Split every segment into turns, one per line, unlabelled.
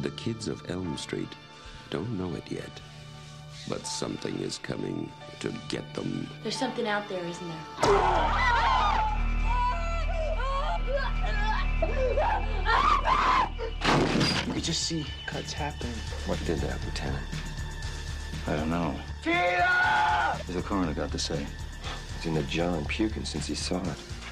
The kids of Elm Street don't know it yet, but something is coming to get them.
There's something out there, isn't there?
You could just see cuts happening.
What did that, Lieutenant?
I don't know.
Tina!
The coroner got to say.
He's in the John puking since he saw it.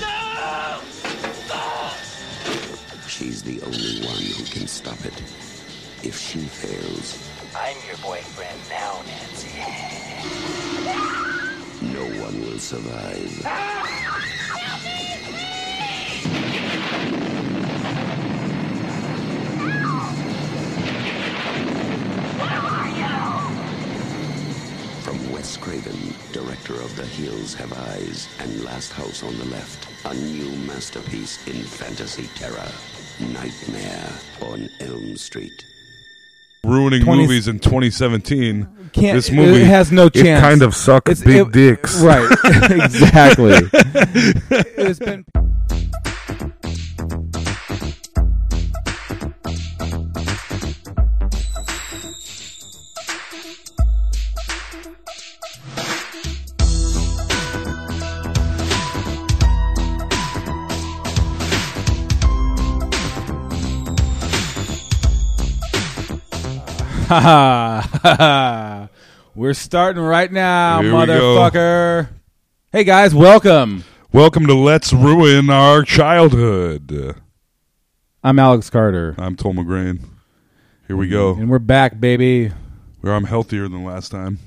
No! Stop!
She's the only one who can stop it. If she fails,
I'm your boyfriend now, Nancy.
no one will survive. From Wes Craven, director of The Hills Have Eyes and Last House on the Left, a new masterpiece in fantasy terror, Nightmare on Elm Street
ruining
20
movies in 2017.
Can't-
this movie
it has no chance.
It kind of sucks
It's-
big
it-
dicks.
Right. exactly. it's been Haha. We're starting right now,
Here we
motherfucker. Hey guys, welcome.
Welcome to Let's Ruin Our Childhood.
I'm Alex Carter.
I'm Tom McGrain. Here we go.
And we're back, baby.
Where I'm healthier than last time.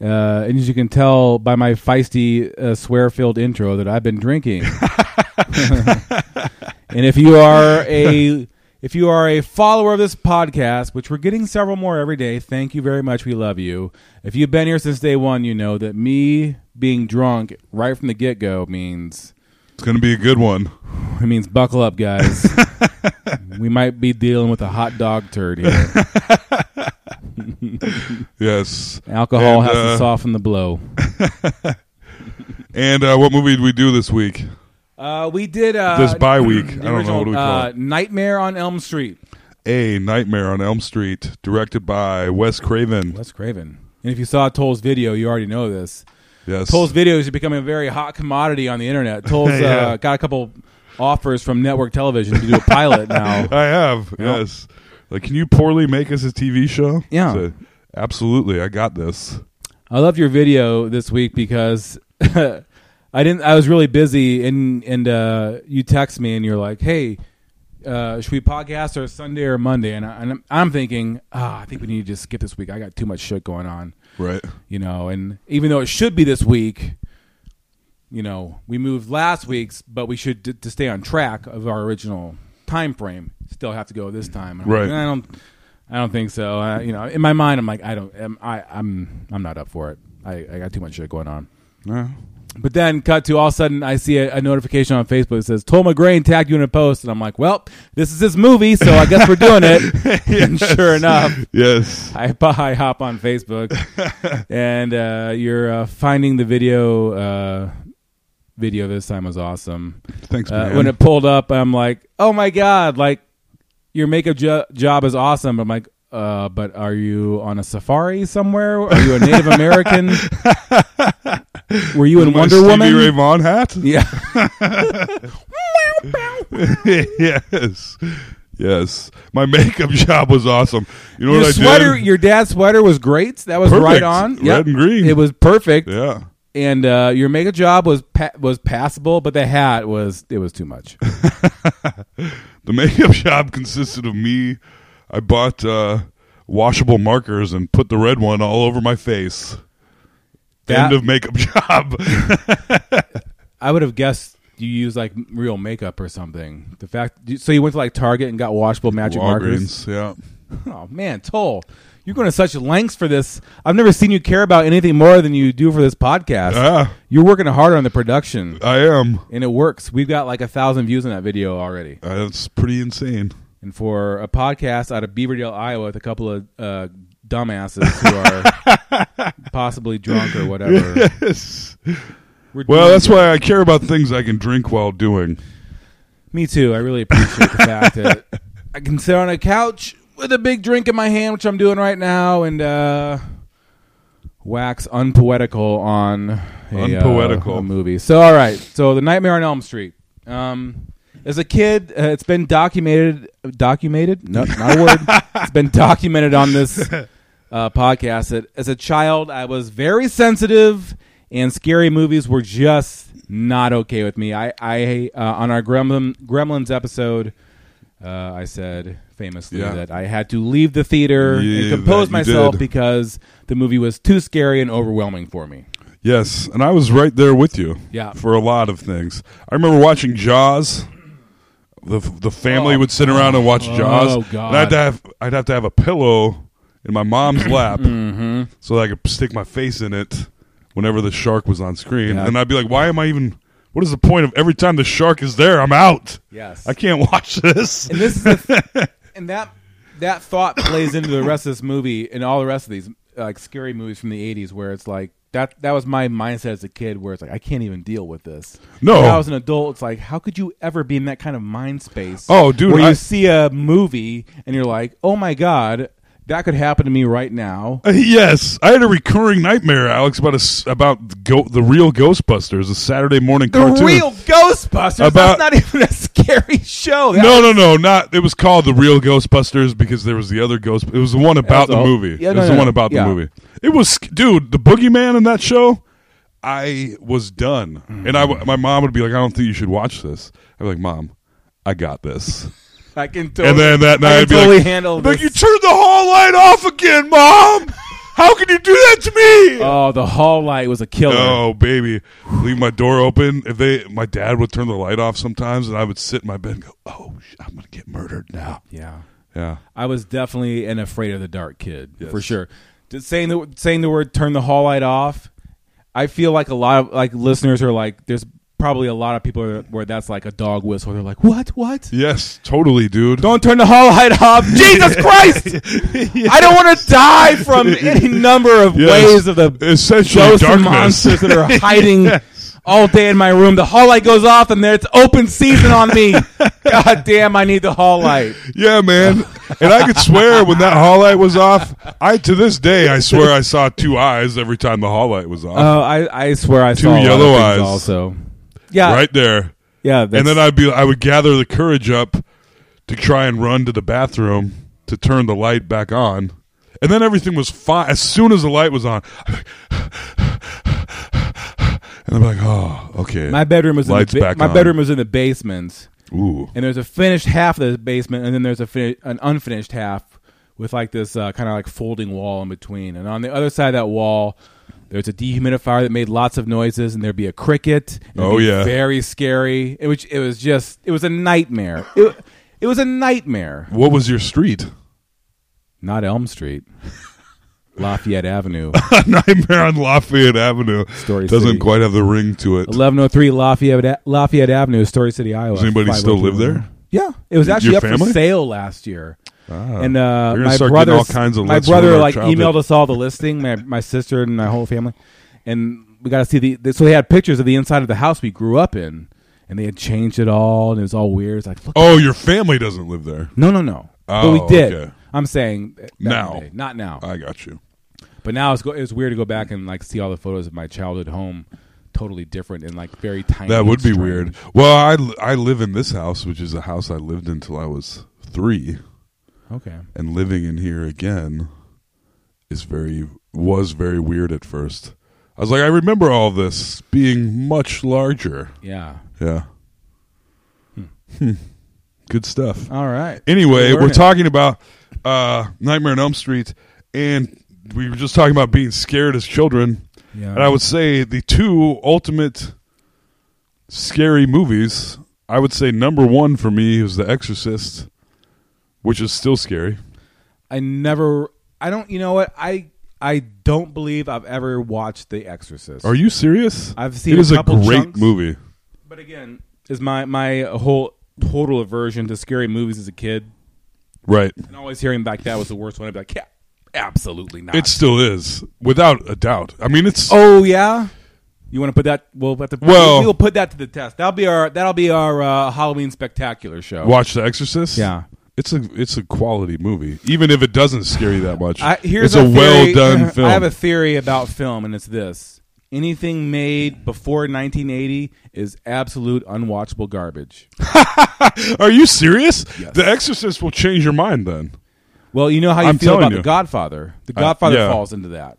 Uh, and as you can tell by my feisty, uh, swear filled intro, that I've been drinking. and if you are a if you are a follower of this podcast, which we're getting several more every day, thank you very much. We love you. If you've been here since day one, you know that me being drunk right from the get go means
It's going to be a good one.
it means buckle up, guys. we might be dealing with a hot dog turd here.
Yes.
Alcohol
And,
has
uh,
to soften the blow.
And uh, what movie did we do this week?
Uh, we did uh,
This bye week.
the
I don't know, what do we call
uh,
it?
Nightmare on Elm Street.
A Nightmare on Elm Street, directed by Wes Craven.
Wes Craven. And if you saw Toll's video, you already know this.
Yes.
Toll's videos is becoming a very hot commodity on the internet. Toll's
Yeah.
uh, got a couple offers from network television to do a pilot now.
I have.
Yeah.
Yes. Like, can you poorly make us a TV show?
Yeah.
So, absolutely. I got this.
I loved your video this week because I didn't. I was really busy, and and uh, you text me, and you're like, "Hey, uh, should we podcast or Sunday or Monday?" And, I, and I'm, I'm thinking, ah, I think we need to just skip this week. I got too much shit going on,
Right.
you know. And even though it should be this week, you know, we moved last week's, but we should to stay on track of our original time frame. Still have to go this time, And I'm like,
Right.
I don't. I don't think so. Uh, you know, in my mind, I'm like, I don't. I'm, I, I'm. I'm not up for it. I, I got too much shit going on.
Yeah.
But then, cut to all of a sudden, I see a, a notification on Facebook that says, "Toll McGrain tagged you in a post," and I'm like, "Well, this is his movie, so I guess we're doing it." And sure enough,
Yes.
I, I hop on Facebook, and uh, you're uh, finding the video. Uh, video this time was awesome.
Thanks,
Uh,
man.
when it pulled up, I'm like, "Oh my god!" Like your makeup jo- job is awesome. I'm like, uh, "But are you on a safari somewhere? Are you a Native American? Were you in
My
Wonder
Stevie
Woman?"
Ray Vaughan hat?
yeah.
yes. Yes. My makeup job was awesome. You know
Your
what I
sweater,
did?
your dad's sweater was great. That was right
Perfect.
on.
Red and green.
It was perfect.
yeah.
and uh, your makeup job was pa- was passable, but the hat was it was too much.
The makeup job consisted of me. I bought uh, washable markers and put the red one all over my face.
That-
End of makeup job.
I would have guessed you use like m- real makeup or something. The fact, so you went to like Target and got washable magic
Walgreens,
markers.
yeah.
Oh man, Toll, you're going to such lengths for this. I've never seen you care about anything more than you do for this podcast.
Yeah.
You're working hard on the production,
Ah, I am.
and it works. We've got like a thousand views on that video already.
Uh, That's pretty insane.
And for a podcast out of Beaverdale, Iowa, with a couple of uh, dumbasses who are possibly drunk or whatever,
Yes.
We're
Well,
doing
that's
good.
why I care about things I can drink while doing.
Me too. I really appreciate the fact that I can sit on a couch with a big drink in my hand, which I'm doing right now, and uh, wax unpoetical on a, uh,
Unpoetical.
a movie. So, all right. So, The Nightmare on Elm Street. Um, as a kid, uh, it's been documented. Documented? No, not a word. it's been documented on this uh, podcast that as a child I was very sensitive, and scary movies were just not okay with me. I, I uh, on our Gremlin, Gremlins episode, uh, I said famously
Yeah.
that I had to leave the theater
Yeah,
and compose
that you
myself
did.
because the movie was too scary and overwhelming for me.
Yes, and I was right there with you.
Yeah.
For a lot of things. I remember watching Jaws. The the family
Oh.
would sit around and watch Jaws.
Oh,
And I had
God.
to have I'd have to have a pillow in my mom's lap
Mm-hmm.
so that I could stick my face in it whenever the shark was on screen.
Yeah.
And I'd be like, why am I even what is the point of every time the shark is there, I'm out.
Yes.
I can't watch this.
And this is the th- and that that thought plays into the rest of this movie and all the rest of these like scary movies from the 80s where it's like that that was my mindset as a kid where it's like I can't even deal with this.
No.
When I was an adult it's like how could you ever be in that kind of mind space?
Oh, dude,
Where
I-
you see a movie and you're like, "Oh my god, that could happen to me right now."
Uh, yes, I had a recurring nightmare, Alex, about a s about go, the real Ghostbusters, a Saturday morning
The
cartoon.
real Ghostbusters.
About-
that's not even a scary show. That
no, no, no, not. It was called the real Ghostbusters because there was the other Ghost. It was the one about the
all-
movie.
Yeah,
it
no,
was
no,
the one
no.
about
Yeah.
the movie. It was, dude, the boogeyman in that show. I was done, and I,
Mm.
w- my mom would be like, "I don't think you should watch this." I'd be like, "Mom, I got this."
I can totally,
And then that night,
I
I'd
can
be
totally
like,
handle
I'd be like,
this.
"You turned the hall light off again, Mom. How can you do that to me?"
oh, the hall light was a killer.
Oh baby, leave my door open. If they, my dad would turn the light off sometimes, and I would sit in my bed and go, "Oh, sh- I'm gonna get murdered now."
Yeah.
Yeah,
I was definitely an afraid of the dark kid for sure. Just saying the saying the word "turn the hall light off," I feel like a lot of like listeners are like, there's probably a lot of people are, where that's like a dog whistle. They're like, "What? What?
yes, totally, dude.
Don't turn the hall light off!" Jesus Christ! I don't want to die from any number of
Yes.
ways of the
Essentially
ghosts and
darkness.
monsters that are hiding. All day in my room, the hall light goes off, and there it's open season on me. God damn, I need the hall light.
Yeah, man. And I could swear when that hall light was off, I to this day I swear I saw two eyes every time the hall light was off,
Oh, I, I swear I
Uh, Two
saw a lot of
yellow
things
eyes.
Also, yeah,
right there.
yeah.
and
that's-
then I'd be, I would gather the courage up to try and run to the bathroom to turn the light back on, and then everything was fine. As soon as the light was on, and I'm like, oh, okay.
my bedroom was
lights
in the ba-
back
my
on.
bedroom was in the basement,
Ooh,
and there's a finished half of the basement, and then there's a fin- an unfinished half with like this uh, kind of like folding wall in between, and on the other side of that wall. There's a dehumidifier that made lots of noises, and there'd be a cricket. and it'd
Oh,
be
yeah.
very scary. It was it was just it was a nightmare. It, it was a nightmare.
what was your street?
Not Elm Street, Lafayette Avenue.
Nightmare on Lafayette Avenue
Story
doesn't
City.
quite have the ring to it.
Eleven oh three Lafayette Lafayette Avenue, Story City, Iowa. oh
Does anybody still live there?
Yeah, it was
Y-
actually
your
up
family?
for sale last year. and
We're
uh,
gonna
my
start
brother,
getting all kinds of
my
lists
brother
from our
like
childhood.
emailed us all the listing. My my sister and my whole family, and we got to see the. So they had pictures of the inside of the house we grew up in, and they had changed it all, and it was all weird. It's like, look,
Oh, your family doesn't live there.
no, no, no.
Oh,
but we did.
okay.
I'm saying uh, back in the
Now. Uh.
day. not now.
I got you.
But now it's go- it was weird to go back and like see all the photos of my childhood home, totally different and like very tiny.
That
and
would be
strange.
weird. Well, I, li- I live in this house, which is a house I lived in till I was three.
Okay.
and living in here again is very was very weird at first. I was like, I remember all this being much larger.
Yeah.
Yeah. Hmm.
Hmm.
Good stuff.
All right.
Anyway,
We're
we're
learning.
talking about uh, Nightmare on Elm Street, and we were just talking about being scared as children.
Yeah.
And I would say the two ultimate scary movies. I would say number one for me is The Exorcist, which is still scary.
I never. I don't. You know what? I I don't believe I've ever watched The Exorcist.
Are you serious?
I've seen
it
a
is a,
couple
great
chunks.
movie.
But again, is my my whole total aversion to scary movies as a kid,
Right.
and always hearing like that was the worst one. I'd be like, yeah, absolutely not.
It still is, without a doubt. I mean, it's
oh yeah. You want to put that? We'll have to.
Well-
we'll put that to the test. That'll be our. That'll be our uh, Halloween spectacular show.
watch The Exorcist.
Yeah.
It's a it's a quality movie, even if it doesn't scare you that much.
I,
it's
here's
a, well
theory-
done film.
I have a theory about film, and it's this: anything made before 1980 is absolute unwatchable garbage.
Are you serious? The Exorcist will change your mind then.
Well, you know how you
I'm
feel
telling
about
you. Uh,
The Godfather. The Godfather
yeah.
falls into that.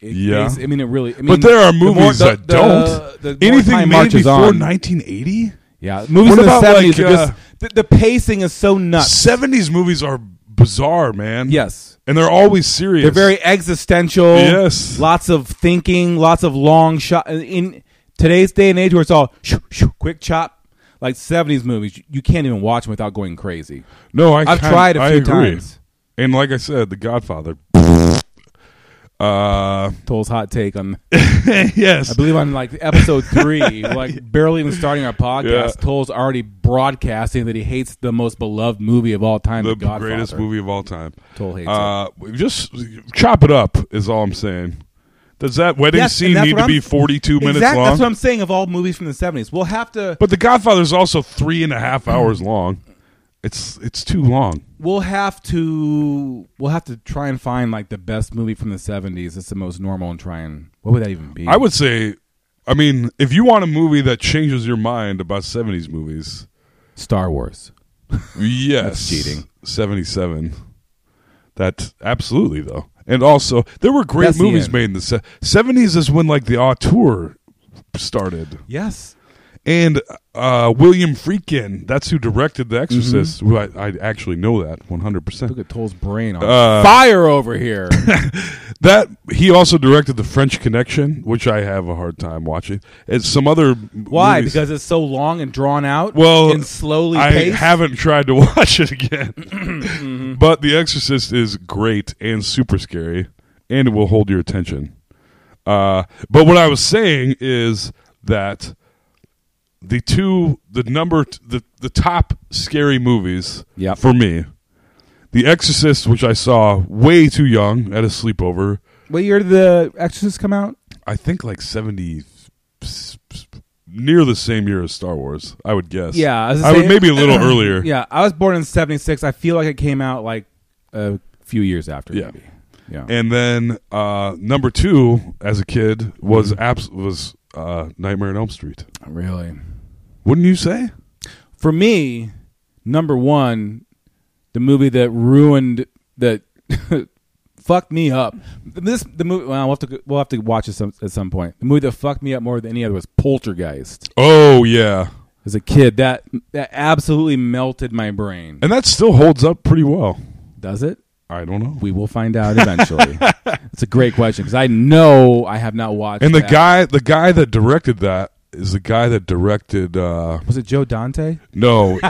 It
Yeah.
makes- I mean, it really. I mean,
but there are
the more-
movies
the-
that
the-
don't.
the more
Anything
time
made
marches
before
on-
1980?
Yeah, movies
What
in the
about, like,
70s are just
uh,
the, the pacing is so nuts.
70s movies are bizarre, man.
Yes.
And they're always serious.
They're very existential.
Yes.
Lots of thinking, lots of long shot. In today's day and age, where it's all shoo, shoo, quick chop, like seventies movies, you- you can't even watch them without going crazy.
No, I
I've
kind-
tried a
I
few
agree.
times.
And like I said, The Godfather. Uh
Toll's hot take on,
yes.
I believe on like episode three, like barely even starting our podcast,
Yeah.
Toll's already broadcasting that he hates the most beloved movie of all time, The,
the
Godfather.
greatest movie of all time.
Toll hates
uh, Just chop it up is all I'm saying. Does that wedding
Yes, and
scene
that's
need
what
to
I'm-
be 42 minutes
Exactly,
long?
that's what I'm saying of all movies from the seventies. We'll have to.
But The Godfather's also three and a half hours long. It's it's too long.
we'll have to we'll have to try and find like the best movie from the seventies that's the most normal and try and what would that even be?
I would say, I mean, if you want a movie that changes your mind about seventies movies,
Star Wars.
yes,
That's cheating.
Seventy-seven. That absolutely though, and also there were great
That's the
movies
end.
made in the seventies. Is when like the auteur started,
Yes.
and uh, William Friedkin. That's who directed The
Mm-hmm.
Exorcist. Who I, I actually know that one hundred percent.
Look at Toll's brain on
Uh,
fire over here.
That he also directed The French Connection, which I have a hard time watching. It's some other m-
Why?
movies-
Because it's so long and drawn out
well,
and slowly
I
paced.
haven't tried to watch it again, but The Exorcist is great and super scary, and it will hold your attention. Uh, but what I was saying is that the two, the number, t- the the top scary movies
Yep.
for me, The Exorcist, which I saw way too young at a sleepover.
what year did the Exorcist come out?
I think like 70 s- s- near the same year as Star Wars, I would guess.
Yeah, I
I,
was
would
saying-
maybe a little earlier.
Yeah. I was born in seventy six. I feel like it came out like a few years after
Yeah.
maybe. Yeah.
And then uh, number 2 as a kid was
Mm-hmm.
abs- was uh, Nightmare on Elm Street.
really.
Wouldn't you say?
for me, number one, the movie that ruined that fucked me up. This the movie. Well, we'll have to go- we'll have to watch this some, at some point. The movie that fucked me up more than any other was Poltergeist.
Oh yeah.
As a kid, that that absolutely melted my brain.
And that still holds up pretty well.
Does it?
I don't know.
We will find out eventually. it's a great question because I know I have not watched.
and the
that.
guy the guy that directed that is the guy that directed uh,
was it Joe Dante?
no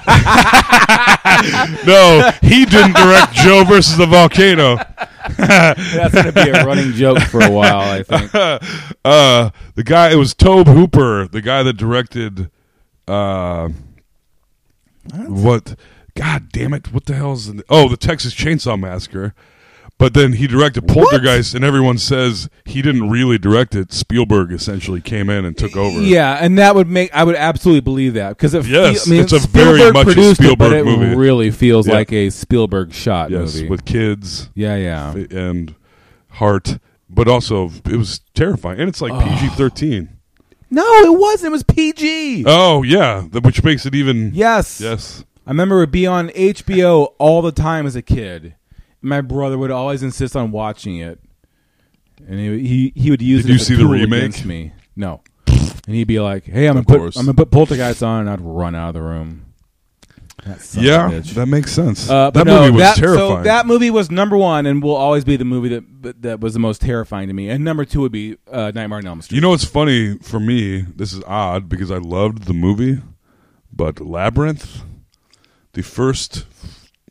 no he didn't direct Joe versus the volcano
That's going to be a running joke for a while. I think.
uh, the guy it was Tobe Hooper, the guy that directed uh, what? God damn it! What the hell is? The, oh, the Texas Chainsaw Massacre. But then he directed Poltergeist, and everyone says he didn't really direct it. Spielberg essentially came in and took over.
Yeah, and that would make I would absolutely believe that because it
Yes,
feel- I mean,
it's a
Spielberg
very much a
produced it, but
Spielberg
it
movie.
really feels
Yeah.
like a Spielberg shot
yes,
movie.
with kids
yeah, yeah.
and heart, but also it was terrifying, and it's like PG thirteen.
No, it wasn't. It was PG.
Oh yeah, th- which makes it even
yes,
yes.
I remember it would be on HBO all the time as a kid. My brother would always insist on watching it, and he he, he would use
Did
it
you
as a
see the
tool
remake?
against me. No, and he'd be like, "Hey, I'm
Of
gonna
course.
put, I'm gonna put Poltergeist on," and I'd run out of the room. That son of a
Yeah,
bitch.
that makes sense.
Uh,
that
but
movie
no,
was
that,
terrifying.
So that movie was number one, and will always be the movie that but that was the most terrifying to me. And number two would be uh, Nightmare on Elm Street.
you know what's funny for me? This is odd because I loved the movie, but Labyrinth, the first,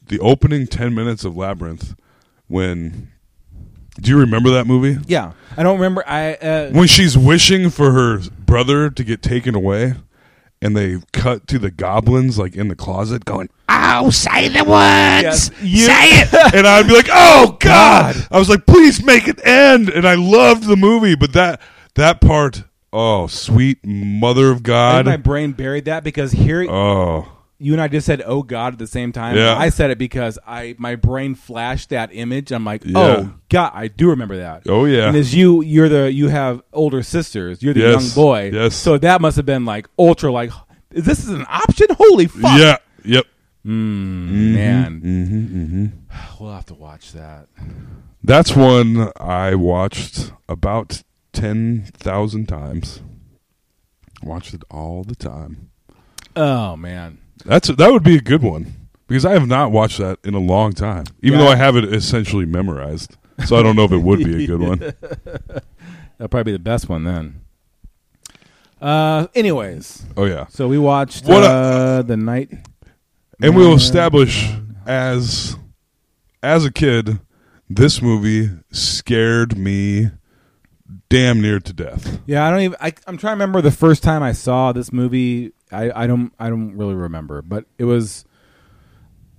the opening ten minutes of Labyrinth when. Do you remember that movie?
Yeah, I don't remember. I uh,
When she's wishing for her brother to get taken away, and they cut to the goblins like in the closet going, "Oh, say the words,
Yes, you-
say it," and I'd be like, "Oh God!" I was like, "Please make it end." And I loved the movie, but that that part, oh sweet mother of
I think
God,
my brain buried that because here
oh
you and I just said "Oh God" at the same time.
Yeah.
I said it because I my brain flashed that image. I'm like,
Yeah.
"Oh God, I do remember that."
Oh, yeah.
And as you, you're the you have older sisters. You're the
Yes.
young boy.
Yes.
So that must have been like ultra. Like this is an option. Holy fuck!
yeah, yep.
man. Mm-hmm,
mm-hmm.
We'll have to watch that.
That's one I watched about 10,000 times. Watched it all the time.
Oh man.
That's that would be a good one because I have not watched that in a long time. Even
Yeah.
though I have it essentially memorized. So I don't know if it would be a good one.
That'll probably be the best one then. Uh, anyways,
Oh yeah.
so we watched
What a-
uh, the night.
And we'll establish as as a kid this movie scared me damn near to death.
Yeah, I don't even. I, I'm trying to remember the first time I saw this movie. I, I don't. I don't really remember, but it was.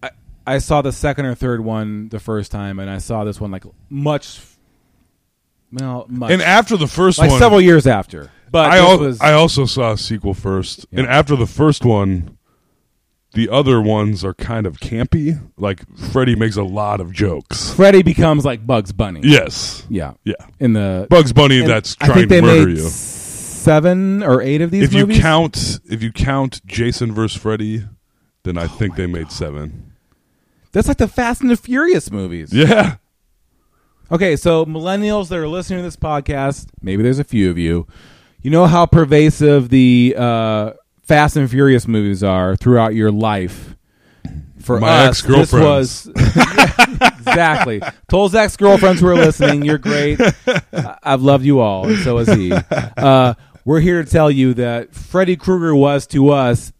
I I saw the second or third one the first time, and I saw this one like much. Well, much
And after the first
like
one
several years after. But
I,
this
al-
was,
I also saw a sequel first,
Yeah.
and after the first one, the other ones are kind of campy. Like Freddy makes a lot of jokes.
Freddy becomes like Bugs Bunny.
Yes,
yeah,
yeah.
In the
Bugs Bunny
and
that's
I
trying
think they
to murder
made
you.
Seven or eight of these.
If you
movies?
count, if you count Jason versus Freddy, then
Oh
I think they made seven.
That's like the Fast and the Furious movies.
Yeah,
Okay, so millennials that are listening to this podcast, maybe there's a few of you. You know how pervasive the uh, Fast and Furious movies are throughout your life. For
My
us, this
ex-girlfriends.
was exactly. Tol's ex girlfriends who are listening, you're great. I- I've loved you all, and so has he. Uh, we're here to tell you that Freddy Krueger was to us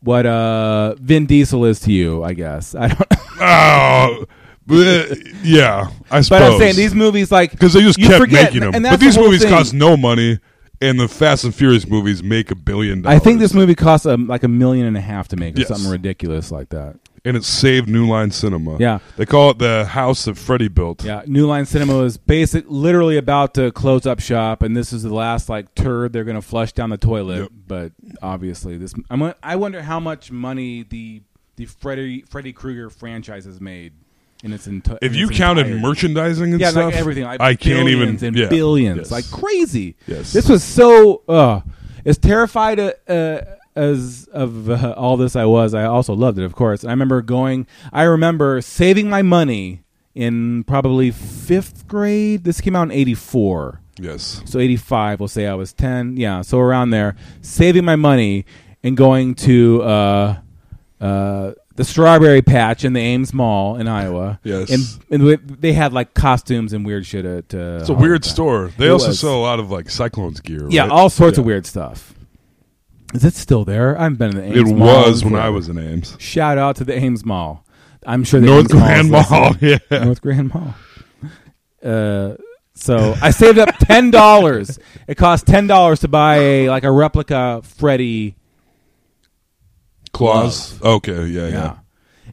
what uh, Vin Diesel is to you. I guess I don't.
oh, bleh, yeah. I suppose.
But I'm saying these movies, like
because they just
you
kept
forget,
making them.
and that's
but these
the whole
movies
thing.
cost no money, and the Fast and Furious movies make a billion
I
dollars.
think this movie cost um, like a million and a half to make, or
Yes.
something ridiculous like that.
and it saved New Line Cinema.
Yeah.
they call it the house that Freddy built.
Yeah, New Line Cinema is basic, literally about to close up shop, and this is the last like turd they're going to flush down the toilet.
Yep.
But obviously, this I'm, won- I wonder how much money the the Freddy Freddy Krueger franchise has made in its entire.
If you counted merchandising and
yeah,
stuff,
like everything, like
I can't even
billions and
yeah.
billions,
Yes.
like crazy.
Yes.
this was so. Uh, as terrified uh, uh, as of uh, all this I was, I also loved it, of course. And I remember going. I remember saving my money in probably fifth grade. This came out in '84.
yes,
So 85, we'll say I was 10. Yeah, so around there, saving my money and going to uh, uh, the Strawberry Patch in the Ames Mall in Iowa.
Yes.
And, and they had like costumes and weird shit at. Uh,
it's a weird store. They also
was.
sell a lot of like Cyclones gear.
Yeah,
right?
all sorts of
Yeah.
weird stuff. Is it still there? I haven't been in the Ames
It
Mall
was
in
when I
forever.
was in Ames,
Shout out to the Ames Mall. I'm sure the
North
Ames Mall is
Grand Mall.
listening.
Yeah,
North Grand Mall. Uh, so I saved up ten dollars. it cost ten dollars to buy a, like a replica Freddy.
claws. Okay, yeah, yeah,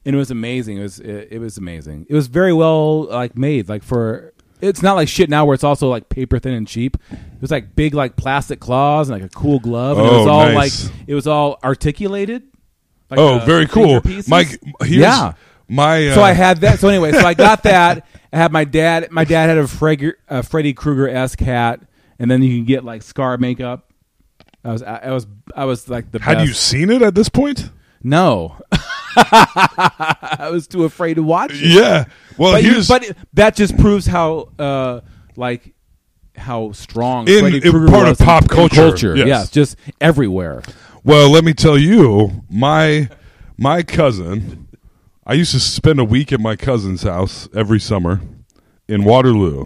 and it was amazing. It was it, it was amazing. It was very well like made. Like for it's not like shit now where it's also like paper thin and cheap. It was like big like plastic claws and like a cool glove. And it was
Oh,
all
nice.
like it was all articulated. Like,
oh,
uh,
very cool,
fingerpieces.
Mike. Here's
yeah.
my. Uh,
So I had that. So anyway, so I got that. I had my dad. My dad had a, Freg- a Freddy Krueger esque hat, and then you can get like scar makeup. I was, I, I was, I was like the.
Had
best.
you seen it at this point?
No, I was too afraid to watch it.
Yeah. Well,
but, you-
here's
but it- that just proves how, uh, like, how strong
In-
Freddy
in
Krueger
part of
was in-
pop
in
culture,
culture.
yes.
Yes, just everywhere.
Well, let me tell you, my my cousin. I used to spend a week at my cousin's house every summer in Waterloo,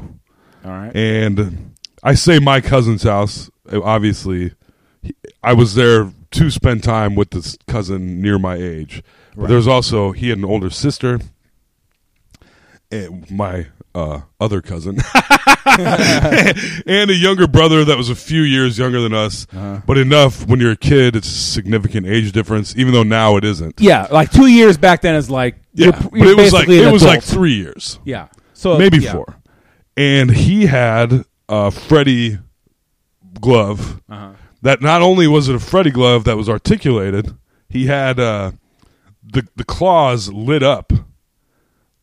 All right.
and I say my cousin's house. eh, Obviously, he- I was there to spend time with this cousin near my age. But there's also he had an older sister, and eh, my uh, other cousin and a younger brother that was a few years younger than us,
Uh-huh.
but enough when you're a kid, it's a significant age difference, even though now it isn't.
Yeah, like two years back then is like
Yeah,
you're,
but
you're
it was like
basically
it
an
was like
adult.
three years,
yeah, so
maybe
yeah.
four, and he had a Freddy glove
Uh-huh.
that not only was it a Freddy glove that was articulated, he had uh, the the claws lit up.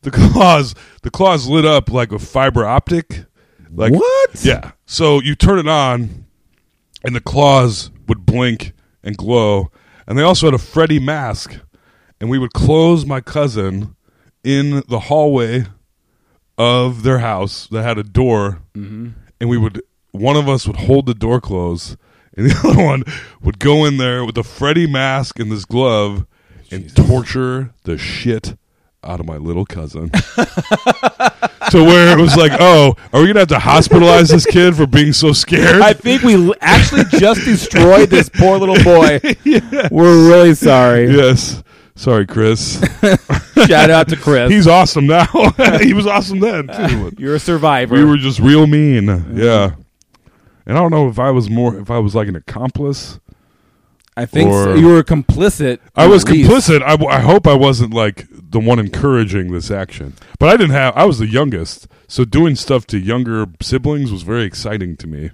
The claws the claws lit up like a fiber optic. Like
What?
Yeah. So you turn it on and the claws would blink and glow. And they also had a Freddy mask. And we would close my cousin in the hallway of their house that had a door. And we would, one of us would hold the door closed, and the other one would go in there with a Freddy mask and this glove and torture the shit out of my little cousin. to where it was like, oh, are we going to have to hospitalize this kid for being so scared?
I think we l- actually just destroyed this poor little boy. We're really sorry.
Yes. Sorry, Chris.
Shout out to Chris.
He's awesome now. he was awesome then too.
You're a survivor.
We were just real mean. Yeah. And I don't know if I was more if I was like an accomplice.
I think so.
or-
you were complicit.
I
at
was
least.
complicit. I, w- I hope I wasn't like the one encouraging this action. But I didn't have I was the youngest. So doing stuff to younger siblings was very exciting to me.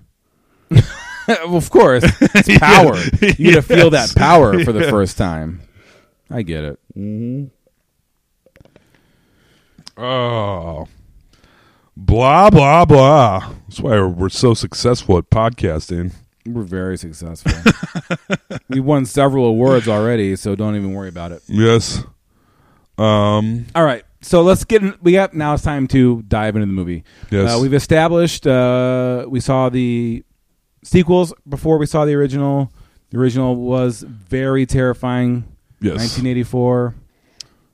Well, of course, it's power. You got to feel
Yes.
that power for the first time. I get it.
Oh. Blah blah blah. That's why we're so successful at podcasting.
We're very successful. we won several awards already, so don't even worry about it.
Yes. Um
All right, so let's get. In, we got now. It's time to dive into the movie.
Yes.
uh, we've established. Uh, we saw the sequels before we saw the original. The original was very terrifying.
Yes.
1984.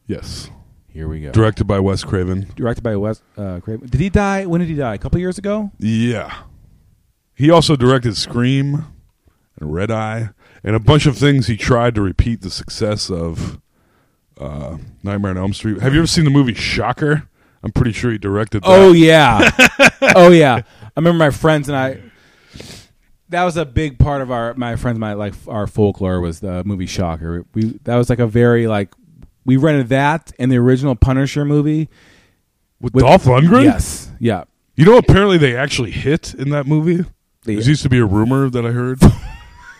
yes.
Here we go.
Directed by Wes Craven.
Directed by Wes uh, Craven. Did he die? When did he die? A couple years ago.
Yeah. He also directed Scream and Red Eye and a bunch of things he tried to repeat the success of uh, Nightmare on Elm Street. Have you ever seen the movie Shocker? I'm pretty sure he directed that.
Oh yeah, oh yeah. I remember my friends and I. That was a big part of our my friends my like our folklore was the movie Shocker. We that was like a very like we rented that and the original Punisher movie.
with, Dolph Lundgren?
Yes, yeah.
You know, apparently they actually hit in that movie.
They-
There used to be a rumor that I heard.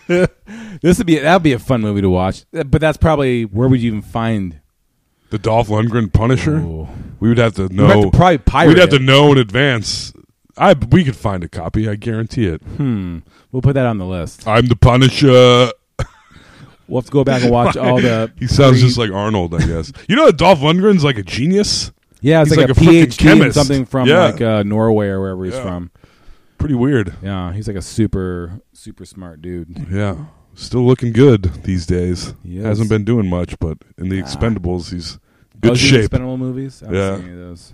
This would be that would be a fun movie to watch. But that's probably where would you even find?
the Dolph Lundgren Punisher.
Ooh.
We would have to know.
Oh. have to probably pirate
We'd have
it.
to know in advance. I we could find a copy. I guarantee it.
We'll put that on the list.
I'm the Punisher.
We'll have to go back and watch all the.
He sounds just like Arnold, I guess. you know, that Dolph Lundgren's like a genius.
yeah, it's
he's
like,
like
a,
a freaking
PhD in
chemist.
something from
Yeah.
like uh, Norway or wherever he's
Yeah.
from.
Pretty weird.
Yeah, he's like a super super smart dude.
Yeah, still looking good these days.
He is.
Hasn't been doing much, but in the Expendables, he's good
Oh, is he in
shape.
Expendable movies. I haven't
Yeah.
seen any of those.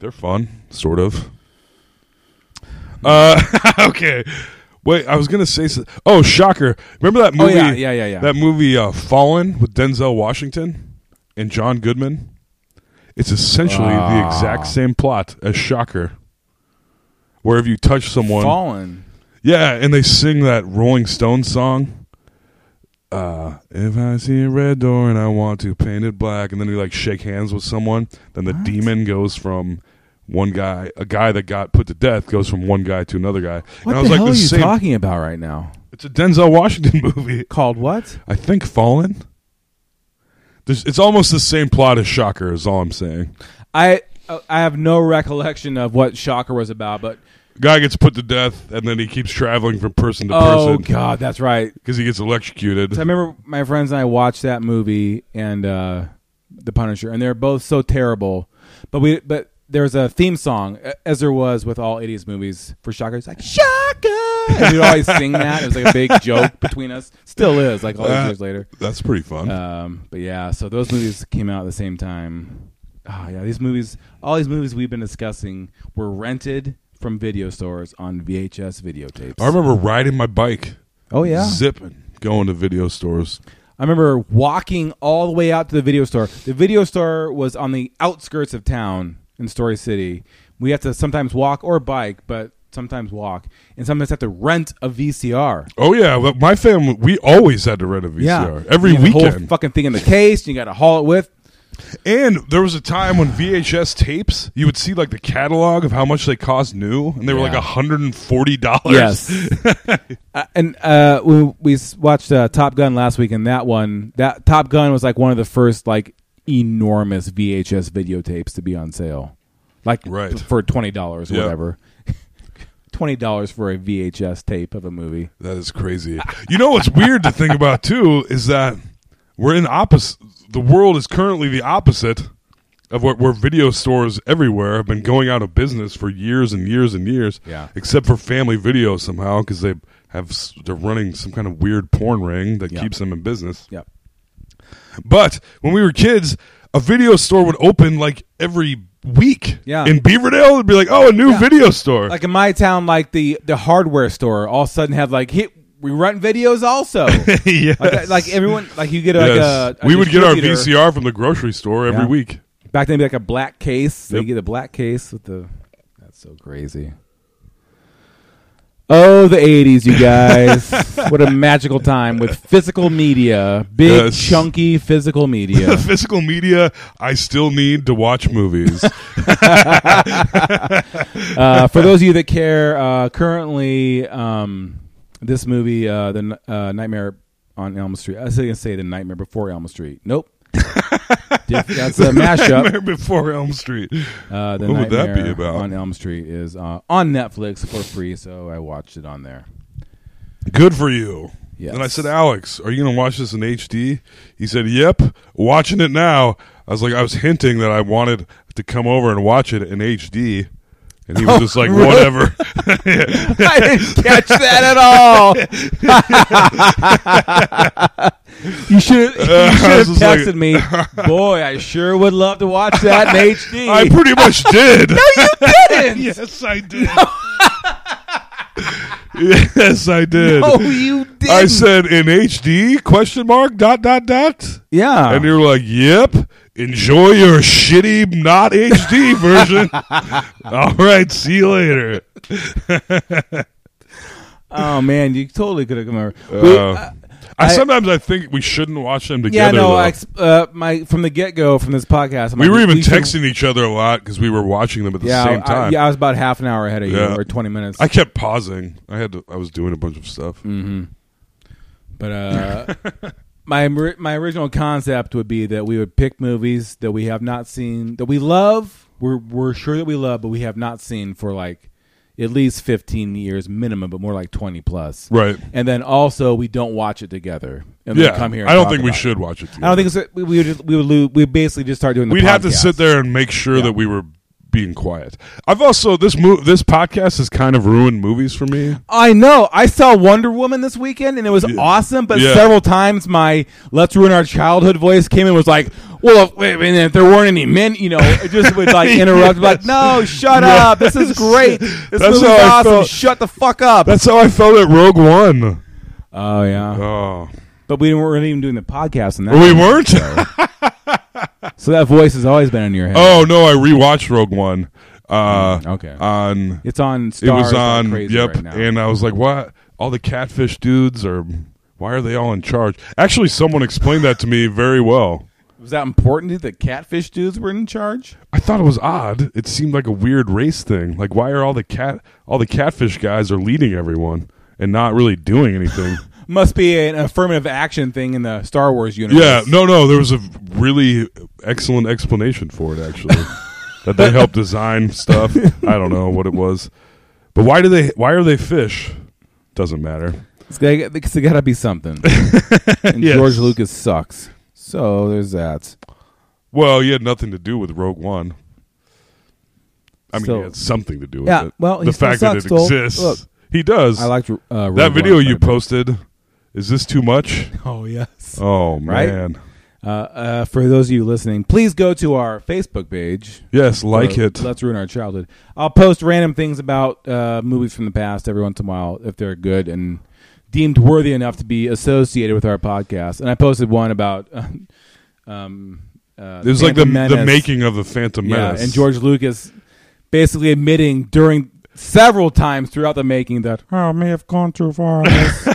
They're fun, sort of.
Mm.
Uh, okay. Wait, I was gonna say. So- oh, shocker! Remember that
Oh,
movie?
yeah, yeah, yeah, yeah.
That movie, uh, Fallen, with Denzel Washington and John Goodman. It's essentially the
Ah.
exact same plot as Shocker, where if you touch someone,
Fallen.
yeah, and they sing that Rolling Stones song. Uh, if I see a red door and I want to paint it black, and then you like shake hands with someone, then the demon goes from one guy, a guy that got put to death, goes from one guy to another guy. and
What the
I was
hell
like,
are
the
you
same-
talking about right now?
It's a Denzel Washington movie.
Called what?
I think Fallen. There's, it's almost the same plot as Shocker. Is all I'm saying.
I I have no recollection of what Shocker was about, but
Guy gets put to death, and then he keeps traveling from person to
oh
person
god, that's right.
because he gets electrocuted.
So I remember my friends and I watched that movie and uh, The Punisher, and they're both so terrible. But we but there's a theme song a- as there was with all '80s movies for Shocker. It's like Shocker, and we'd always sing that. It was like a big joke between us. Still is like all these
That-
years later.
That's pretty fun.
Um, but yeah, so those movies came out at the same time. Oh yeah, these movies, all these movies we've been discussing were rented from video stores on VHS videotapes.
I remember riding my bike,
oh yeah,
zipping, going to video stores.
I remember walking all the way out to the video store. The video store was on the outskirts of town, in Story City. We have to sometimes walk or bike, but sometimes walk, and sometimes have to rent a VCR.
Oh yeah, but my family we always had to rent a VCR every
You have the whole
weekend.
fucking thing in the case, and you got to haul it with.
and there was a time when VHS tapes, you would see like the catalog of how much they cost new, and they were
Yeah.
like hundred and forty dollars.
Uh, and uh, we we s- watched uh, Top Gun last week, and that one, that Top Gun was like one of the first like enormous VHS videotapes to be on sale, like
Right.
for twenty dollars or
Yeah.
whatever. Twenty dollars for a VHS tape of a movie.
That is crazy. You know what's weird to think about too is that we're in opposite. The world is currently the opposite of what where video stores everywhere have been going out of business for years and years and years.
Yeah.
Except for Family Video somehow because they have s- they're running some kind of weird porn ring that
Yeah.
keeps them in business.
Yep.
But when we were kids, a video store would open like every week.
Yeah.
In Beaverdale, it'd be like, oh, a new
Yeah.
video store.
Like in my town, like the the hardware store all of a sudden had like hit. We rent videos also.
Yes.
like, that- like everyone, like you get like
Yes.
a, a
we would get our
distributor.
VCR from the grocery store every
Yeah.
week.
Back then, it'd be like a black case. They
Yep.
get a black case with the. That's so crazy. Oh, the '80s, you guys! what a magical time with physical media, big,
Yes.
chunky physical media.
The physical media I still need to watch movies.
uh, for those of you that care, uh, currently um, this movie, uh, the N- uh, Nightmare on Elm Street. I was gonna say the Nightmare Before Elm Street. Nope, Diff- that's a mashup.
Nightmare Before Elm Street.
Uh, the
What would that be
Nightmare
about?
On Elm Street is uh, on Netflix for free, so I watched it on there.
Good for you.
Yes.
And I said, Alex, are you going to watch this in HD? He said, Yep, watching it now. I was like, I was hinting that I wanted to come over and watch it in HD. And
Oh,
he was just like, whatever.
I didn't catch that at all. you should you should
I was
have
just like-
texted me, boy. I sure would love to watch that in HD.
I pretty much did. no, you
didn't.
yes, I did. yes, I did.
oh, you did.
I said in HD question mark dot dot dot,
yeah.
and you're like, "Yep, enjoy your shitty not HD version." All right, see you later.
oh man, you totally could have come over. We-
Uh, I, sometimes I think we shouldn't watch them
yeah,
together.
no.
though.
I, ex- uh, my from the get go from this podcast, I'm
we
like,
were even
should-
texting each other a lot because we were watching them at the
yeah,
same
I-
time. I,
yeah, I was about half an hour ahead of
Yeah.
you, or twenty minutes.
kept pausing. I had to. I was doing a bunch of stuff.
Mm, But uh, my or- my original concept would be that we would pick movies that we have not seen that we love. We're we're sure that we love, but we have not seen for like at least fifteen years minimum, but more like twenty plus.
Right.
And then also we don't watch it together. And
Yeah,
then come here. and
I don't
talk
think we
about it.
should watch it. Together.
I don't think so. we we would just, we would lose, we would basically just start doing. The
we'd have to
podcast.
sit there and make sure that we were being quiet. I've also this mo- this podcast has kind of ruined movies for me.
I know. I saw Wonder Woman this weekend, and it was
Yeah.
awesome. But
Yeah.
several times, my "Let's ruin our childhood" voice came and was like, "Well, if, wait, and if there weren't any men, you know, it just would like interrupt. Like, no, shut up. This is great. This
That's
movie's
how I
awesome.
felt.
Shut the fuck up."
That's how I felt at Rogue One.
oh yeah,
Oh,
but we weren't even doing the podcast on that,
we weren't.
so that voice has always been in your head.
oh no, I rewatched Rogue One. Uh,
okay.
On
it's on.
it
Stars
was
like
on.
crazy
Yep.
right now.
and I was like, what? All the catfish dudes are. Why are they all in charge? Actually, someone explained that to me very well.
was that important? That the catfish dudes were in charge.
I thought it was odd. It seemed like a weird race thing. Like why are all the cat all the catfish guys are leading everyone and not really doing anything?
Must be an affirmative action thing in the Star Wars universe.
yeah, no, no. There was a really excellent explanation for it actually. that they help design stuff. I don't know what it was. But why do they why are they fish? Doesn't matter.
It's gotta, it's gotta be something. and
Yes.
George Lucas sucks. So there's that.
Well, he had nothing to do with Rogue One. I mean,
So-
he had something to do with
Yeah,
it.
well, he
the
still
fact that
sucks,
it
Dole.
exists,
Look,
he does.
I liked uh, Rogue
that video
One
you
quite a bit.
posted is this too much
Oh yes.
oh
Right?
man
Uh, uh, for those of you listening, please go to our Facebook page.
yes like
for
it
Let's ruin our childhood. I'll post random things about uh, movies from the past every once in a while if they're good and deemed worthy enough to be associated with our podcast. And I posted one about um, Uh,
It was like the
Phantom
the
Menace.
making of the Phantom
Yeah,
Menace.
and George Lucas basically admitting during several times throughout the making that "Oh, I may have gone too far. on this.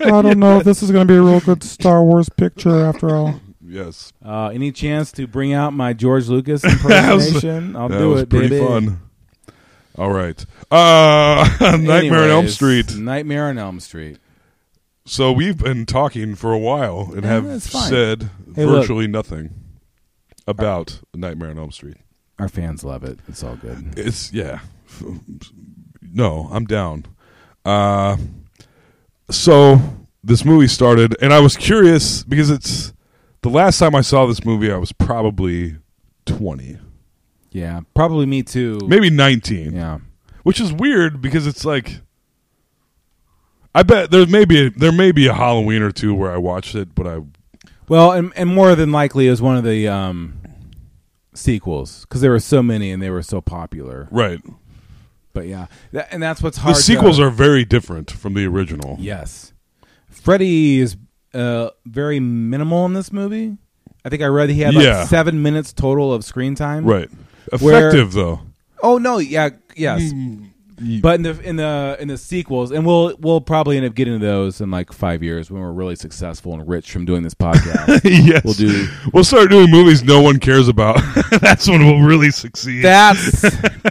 I don't know if this is going to be a real good Star Wars picture after all.
Yes,
Uh, any chance to bring out my George Lucas
That was-
impersonation? I'll
that
do
was
it,
pretty
baby.
fun. All right, uh, Nightmare on Elm
Anyways,
Street.
Nightmare on Elm Street.
So we've been talking for a while and
Yeah,
have
that's fine.
said
Hey, look.
virtually nothing about Nightmare on Elm Street.
Our fans love it. It's all good.
It's yeah. No, I'm down. Uh, so this movie started, and I was curious because it's the last time I saw this movie. I was probably twenty,
Yeah, probably me too.
maybe nineteen.
Yeah.
which is weird because it's like I bet there may be there may be a Halloween or two where I watched it, but I
Well, and, and more than likely is one of the um, sequels because there were so many and they were so popular.
right
But yeah, that, and that's what's
the
hard.
sequels
to,
are very different from the original.
yes. Freddy is uh, very minimal in this movie. I think I read he had like
Yeah.
seven minutes total of screen time.
right,
Where-
effective though.
Oh no, yeah, yes.
Mm.
Mm. But in the in the in the sequels, and we'll we'll probably end up getting to those in like five years when we're really successful and rich from doing this podcast.
yes,
We'll do-
We'll start doing movies no one cares about. That's when we'll really succeed.
That's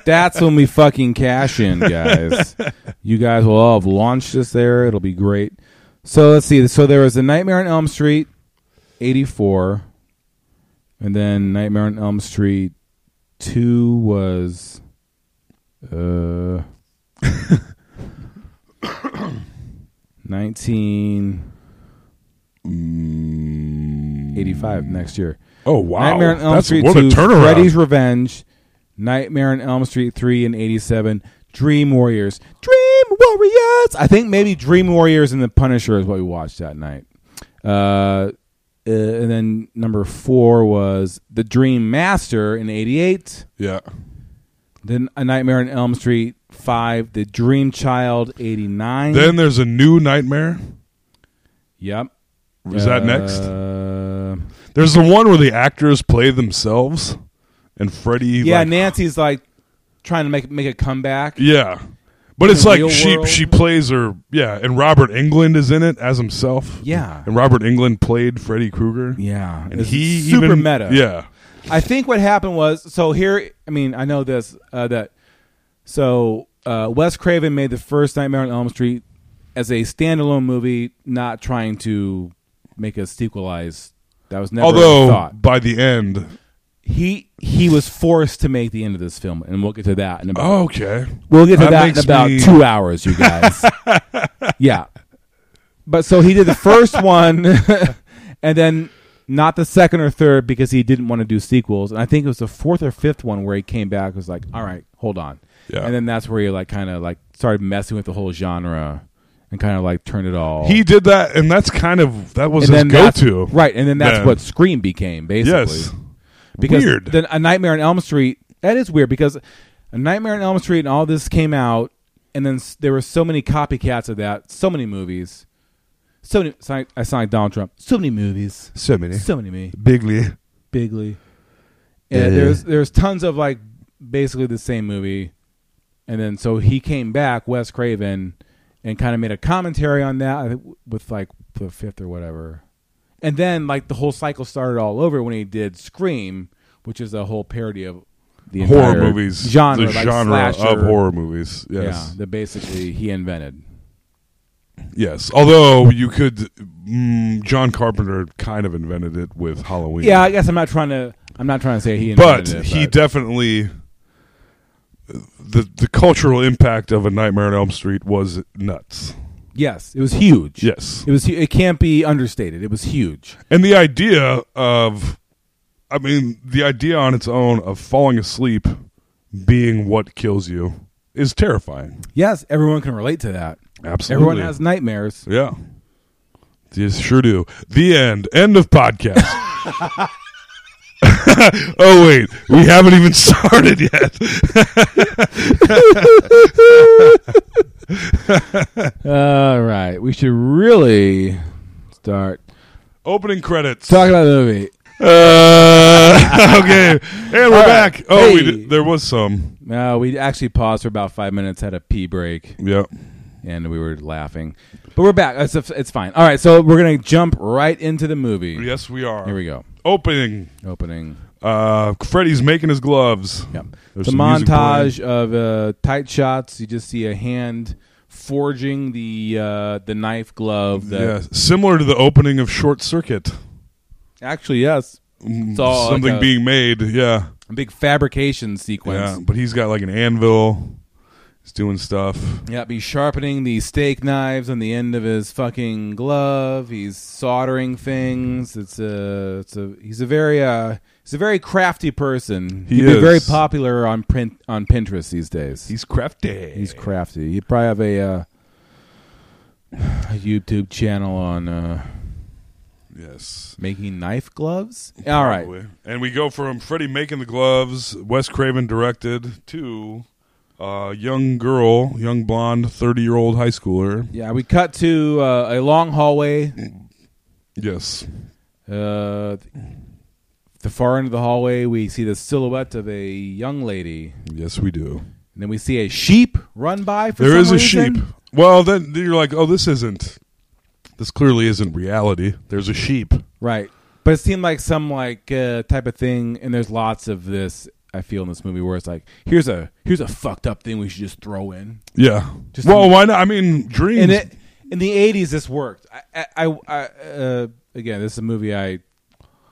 that's when we fucking cash in, guys. You guys will all have launched us there. It'll be great. So let's see. So there was a Nightmare on Elm Street, eighty four, and then Nightmare on Elm Street two was, uh, nineteen eighty five next year.
oh wow,
Nightmare on Elm
That's
Street
what
2,
a turnaround.
Freddy's Revenge, Nightmare on Elm Street 3 and 87, Dream Warriors. Dream Warriors! I think maybe Dream Warriors and The Punisher is what we watched that night. Uh, uh, and then number four was The Dream Master in 88.
yeah,
Then A Nightmare on Elm Street 5, The Dream Child 89.
then there's a new nightmare.
yep.
Is that next?
Uh,
There's the one where the actors play themselves, and Freddy.
yeah,
like,
Nancy's like trying to make make a comeback.
Yeah. But
In
it's
the
like
real
she
world?
she plays her yeah, and Robert England is in it as himself.
Yeah.
And Robert England played Freddy Krueger.
Yeah,
And
it's
he
super
even-
meta.
Yeah.
I think what happened was so here. I mean, I know this uh, that so uh, Wes Craven made the first Nightmare on Elm Street as a standalone movie, not trying to make a sequelize. That was never a
Although
thought.
by the end
He he was forced to make the end of this film, and we'll get to that in about
oh, okay.
We'll get to
That
that,
makes
in about
me-
two hours, you guys. yeah. But so he did the first one and then not the second or third because he didn't want to do sequels. And I think it was the fourth or fifth one where he came back and was like, All right, hold on.
Yeah.
And then that's where he like kinda like started messing with the whole genre and kind of like turned it all
He did that and that's kind of that was
and
his
then
go
that's-
to.
Right, and then that's
Then.
what Scream became, basically.
Yes.
Because
Weird.
Then A Nightmare on Elm Street. That is weird because A Nightmare on Elm Street and all this came out, and then s- there were so many copycats of that, so many movies, so many. so- I sound like Donald Trump. So many movies.
So many.
So many me.
Bigly.
Bigly. And
Uh.
there's there's tons of like basically the same movie, and then so he came back, Wes Craven, and kind of made a commentary on that I think, with like the fifth or whatever, and then like the whole cycle started all over when he did Scream, which is a whole parody of the
Horror
entire
movies.
genre,
the
like
genre
slasher.
of horror movies. Yes.
Yeah, that basically he invented.
Yes. Although you could mm, John Carpenter kind of invented it with Halloween.
Yeah, I guess I'm not trying to. I'm not trying to say he invented
but
it,
he definitely the the cultural impact of a Nightmare on Elm Street was nuts.
yes, it was huge.
Yes,
It was. hu- It can't be understated. It was huge.
and the idea of, I mean, the idea on its own of falling asleep being what kills you is terrifying.
Yes, everyone can relate to that.
Absolutely.
Everyone has nightmares.
Yeah, yes, sure do. The end. End of podcast. oh wait, we haven't even started yet.
All right, we should really start
Opening credits.
talking about the movie.
Uh, okay, and we're
right.
back. Oh, we
Hey.
did, there was some.
No, Uh, we actually paused for about five minutes, had a pee break,
Yep.
and we were laughing. But we're back. It's, it's fine. All right, so we're gonna jump right into the movie.
Yes, we are.
Here we go.
Opening.
Opening.
Uh, Freddy's making his gloves.
Yep.
There's
it's a
some music
montage of uh, tight shots. You just see a hand forging the uh, the knife glove. That
Yeah, similar to the opening of Short Circuit.
Actually, yes. It's all
Mm-hmm. Something
like a,
being made. Yeah.
a big fabrication
Yeah,
sequence.
but he's got like an anvil. He's doing stuff.
Yep, he's sharpening the steak knives on the end of his fucking glove. He's soldering things. It's a, it's a, he's a very, uh, he's a very crafty person.
He
He'd be very
is.
popular on print on Pinterest these days.
He's crafty.
he's crafty. He'd probably have a, uh, a YouTube channel on uh,
yes.
making knife gloves. All right,
Probably. And we go from Freddie making the gloves, Wes Craven directed, to a young girl, young blonde, 30 year old high schooler.
yeah, we cut to uh, a long hallway.
Yes.
Uh, th- the far end of the hallway, we see the silhouette of a young lady.
Yes, we do.
And then we see a sheep run by for
There
some
is a
reason.
sheep. Well, then you're like, oh, this isn't. This clearly isn't reality. There's a sheep.
Right. But it seemed like some like uh, type of thing and there's lots of this I feel in this movie where it's like here's a here's a fucked up thing we should just throw in.
Yeah.
Just-
well, why not? I mean, dreams.
And it in the 80s this worked. I I, I, I uh, again, this is a movie I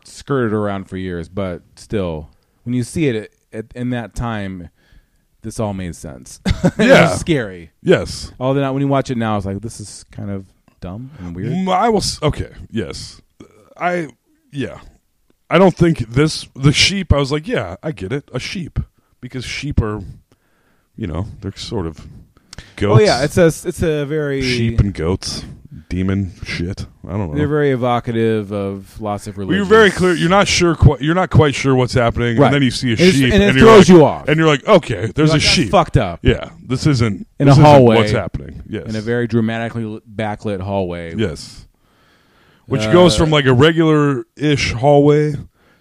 skirted around for years, but still when you see it at, in that time this all made sense. It was
Yeah.
scary.
yes.
Although now when you watch it now it's like this is kind of dumb and weird.
Mm, I will. s- Okay. Yes. I. Yeah. I don't think this. The sheep. I was like, yeah, I get it. A sheep because sheep are, you know, they're sort of goats.
Oh yeah, it's a it's a very
sheep and goats, demon shit. I don't know.
they're very evocative of lots of
Well,
religions.
you're very clear. You're not sure. Quite, you're not quite sure what's happening,
Right.
and then you see a
And it's-
sheep,
and it
you're
throws
like-
you off.
And you're like, okay, there's
Like,
a
that's
sheep.
fucked up
Yeah, this isn't
In
this
a
isn't
hallway.
What's happening? Yes,
in a very dramatically lit- backlit hallway.
yes, which goes from like a regular ish hallway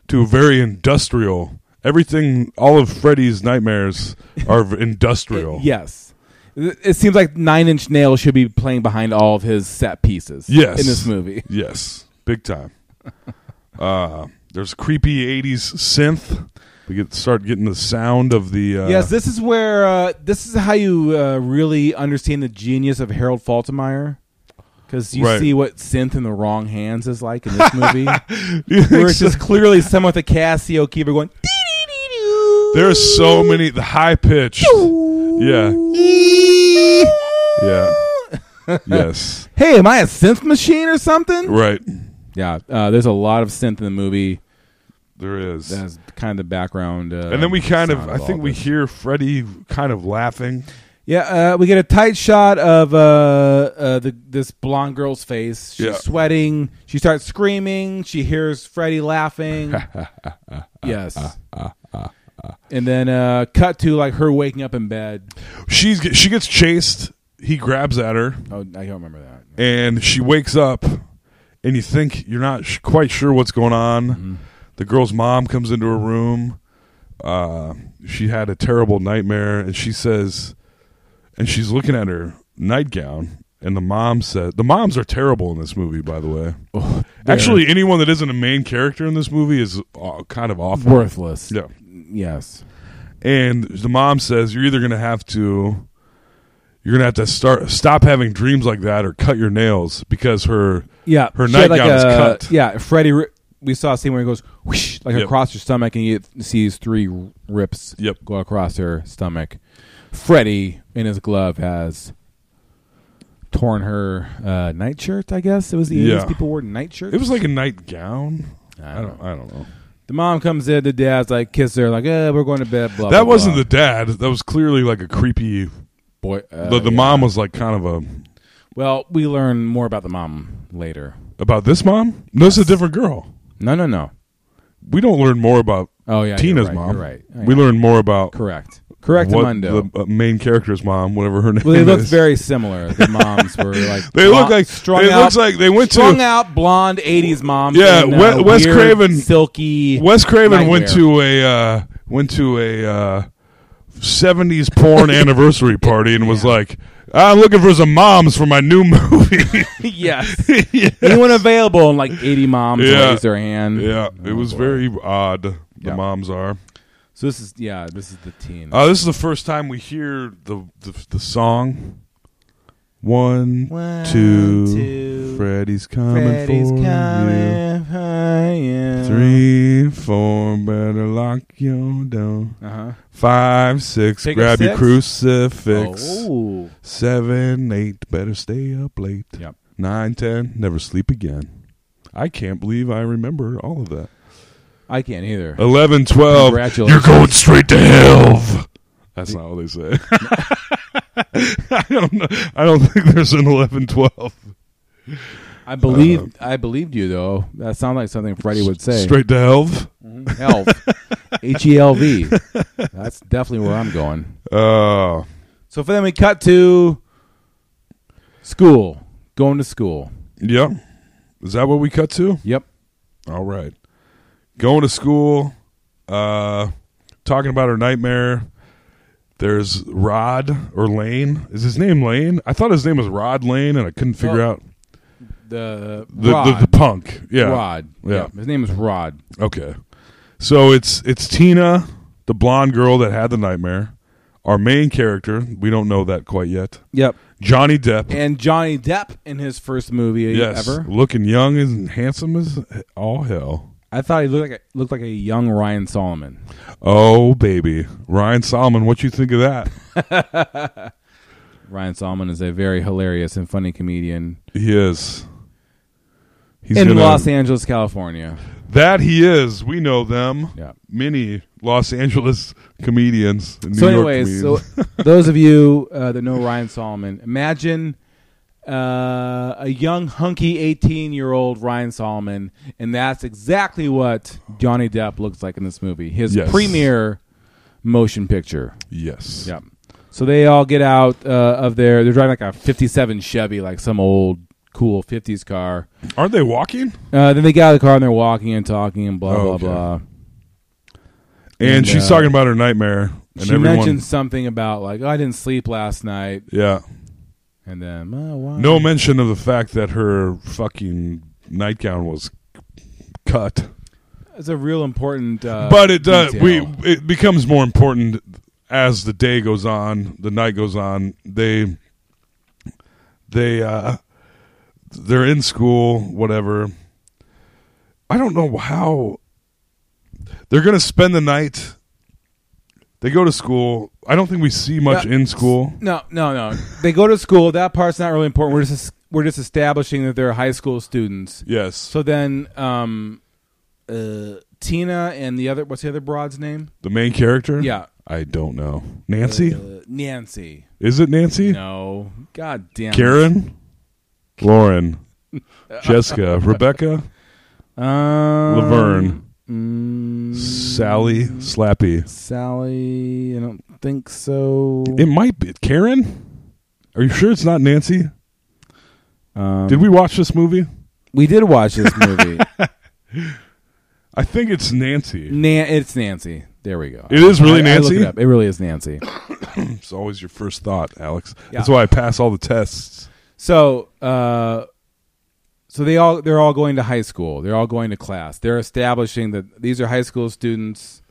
to a very industrial. Everything, all of Freddy's nightmares are v- industrial.
Yes. It it seems like Nine Inch Nails should be playing behind all of his set pieces.
Yes.
in this movie.
Yes, big time. uh, there's creepy '80s synth. We get start getting the sound of the uh,
yes, this is where uh, this is how you uh, really understand the genius of Harold Faltermeyer, because you
Right.
see what synth in the wrong hands is like in this movie,
You think
where it's
so?
just clearly someone with a Casio keyboard going.
There's so many the high pitched. Yeah. Yeah. yes.
Hey, am I a synth machine or something?
Right.
Yeah, uh, there's a lot of synth in the movie.
There is.
That's kind of the background. Uh,
and then we kind of,
sound
I think
all
we
this.
hear Freddie kind of laughing.
yeah, uh, we get a tight shot of uh, uh, the this blonde girl's face. She's
Yeah.
sweating. She starts screaming. She hears Freddie laughing. yes. And then uh, cut to like her waking up in bed.
She's get- she gets chased. He grabs at her,
Oh, I don't remember that.
and she wakes up. And you think you're not sh- quite sure what's going on. The girl's mom comes into her room. Uh, she had a terrible nightmare, and she says, and she's looking at her nightgown and the mom said the moms are terrible in this movie by the way actually anyone that isn't a main character in this movie is uh, kind of awful
Worthless.
yeah
Yes.
and the mom says you're either going to have to you're going to have to start stop having dreams like that or cut your nails because her
Yeah,
her
she had,
nightgown is
a-
cut
Yeah, Freddie. ri- We saw a scene where he goes whoosh, like
Yep.
across her stomach, and you see his three rips
Yep.
go across her stomach. Freddie in his glove has torn her uh, nightshirt. I guess it was the
Yeah.
80s people wore nightshirts.
it was like a nightgown
I don't
i don't know
the mom comes in. The dad's like kiss her, like eh, we're going to bed. Blah.
that wasn't the dad that was clearly like a creepy
boy. Uh,
the, the
yeah.
mom was like kind of a
Well, we learn more about the mom later.
about this mom no it's a different girl
No, no, no.
we don't learn more about
Oh yeah, you're
Tina's
right,
mom.
You're right.
we learn more about
correct. Correct,
what
Mundo.
the uh, main character's mom, whatever her name
Well, they look
is.
very similar. The moms were like
They look like-
strung
it
out,
looks like they went to-
strung out blonde '80s moms.
Yeah,
in,
Wes-
uh,
Wes
weird,
Craven-
silky.
Wes Craven went
nightwear.
to a uh, went to a uh, '70s porn anniversary party and was like, "I'm looking for some moms for my new movie."
yes.
yeah.
Anyone available? And like 80 moms
Yeah.
raised their hand. Oh,
Yeah, it was very odd. The
Yeah.
moms are.
So this is yeah, this is the teen.
Uh, this is the first time we hear the the, the song. One,
One,
two,
two,
Freddy's coming for you.
coming.
Three, four, better lock your door.
Uh huh.
Five, six,
Pick a
grab your
six?
crucifix.
Oh.
Seven, eight, better stay up late.
Yep.
Nine, ten, never sleep again. I can't believe I remember all of that.
I can't either.
Eleven, twelve, you're
Congratulations.
going straight to hell. That's not what they say. I don't know. I don't think there's an eleven, twelve.
I believe I believed you though. That sounds like something Freddie would say.
Uh-huh. Straight to hell.
Help. E H E L V. That's definitely where I'm going.
Oh,
So for then we cut to school. Going to school.
yep. Is that what we cut to?
Yep.
All right. Going to school, uh, talking about her nightmare. There's Rod or Lane. Is his name Lane? I thought his name was Rod Lane, and I couldn't figure
Oh,
out
The
the,
Rod.
the the punk. Yeah,
Rod.
Yeah.
Yep. His name is Rod.
Okay. So it's it's Tina, the blonde girl that had the nightmare. Our main character. We don't know that quite yet.
Yep.
Johnny Depp.
And Johnny Depp in his first movie
yes,
ever.
looking young and handsome as all hell.
I thought he looked like a, looked like a young Ryan Solomon.
Oh baby, Ryan Solomon. What you think of that?
Ryan Solomon is a very hilarious and funny comedian
He is. He's
in
gonna-
Los Angeles, California.
That he is. We know them.
Yeah.
Many Los Angeles comedians. and New
so,
York
anyways, so
comedians.
those of you uh, that know Ryan Solomon, imagine uh, a young hunky eighteen-year-old Ryan Solomon, and that's exactly what Johnny Depp looks like in this movie. His
Yes.
premiere motion picture.
yes.
Yep. So they all get out uh, of there. They're driving like a '57 Chevy, like some old cool '50s car.
Aren't they walking?
Uh, then they get out of the car and they're walking and talking and blah
Oh,
blah
okay.
blah.
And,
And,
she's
uh,
talking about her nightmare. And
she
everyone,
mentioned something about like oh, I didn't sleep last night,
Yeah.
and then oh, why?
No mention of the fact that her fucking nightgown was cut.
it's a real important. Uh,
but it does.
detail.
We it becomes more important as the day goes on, the night goes on. They they uh they're in school, whatever. I don't know how they're going to spend the night. They go to school. I don't think we see much
Yeah.
in school.
no no no. They go to school. That part's not really important. We're just we're just establishing that they're high school students.
Yes.
So then, um, uh, Tina and the other what's the other broad's name?
the main character?
Yeah.
I don't know. Nancy?
Uh, Nancy.
Is it Nancy?
No, God damn. it.
Karen? Lauren? Jessica? Rebecca?
Um,
Laverne.
mm,
Sally Slappy.
Sally. I don't think so.
It might be Karen. Are you sure it's not Nancy?
Um,
Did we watch this movie?
We did watch this movie.
I think it's Nancy.
Nan, it's Nancy. There we go.
It is really
I- I looked
Nancy?
it, up. It really is Nancy.
It's always your first thought, Alex.
Yeah.
That's why I pass all the tests.
So, uh, so they all they're all going to high school. They're all going to class. They're establishing that these are high school students.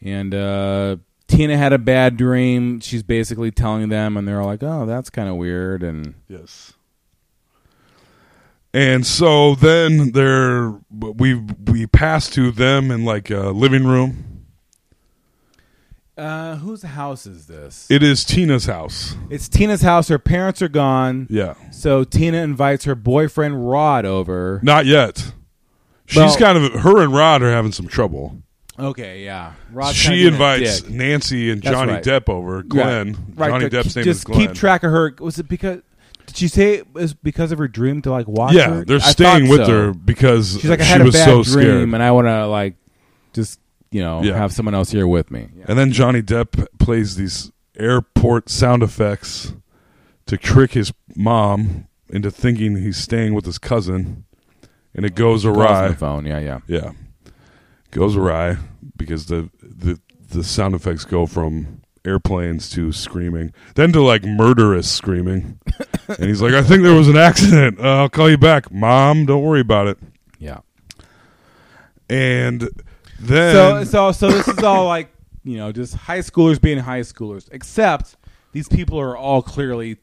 And uh, Tina had a bad dream. She's basically telling them, and they're all like, "Oh, that's kind of weird." And
Yes. And so then they're we we pass to them in like a living room.
uh, whose house is this?
It is Tina's house.
It's Tina's house. Her parents are gone.
Yeah.
So Tina invites her boyfriend Rod over.
Not yet. She's
Well-
kind of her and Rod are having some trouble.
Okay, yeah. Rod's kinda
she
being a
invites
dick.
Nancy and
That's
Johnny
right.
Depp over. Glenn.
Right.
Johnny
Right, but
Depp's
keep-
name
just
is Glenn.
keep track of her. Was it because did she say it was because of her dream to like watch?
yeah,
her?
they're
I
staying
thought
with
so.
her because
She's like, I
she
had a
was
bad
so
dream,
scared.
and I want to like just you know,
Yeah.
have someone else here with me.
And then Johnny Depp plays these airport sound effects to trick his mom into thinking he's staying with his cousin, and it goes
Calls on the
awry.
phone. Yeah, yeah.
Yeah, goes awry because the the the sound effects go from airplanes to screaming, then to like murderous screaming, and he's like, "I think there was an accident. Uh, I'll call you back, mom. Don't worry about it."
Yeah.
And then
So so so this is all like you know just high schoolers being high schoolers, except these people are all clearly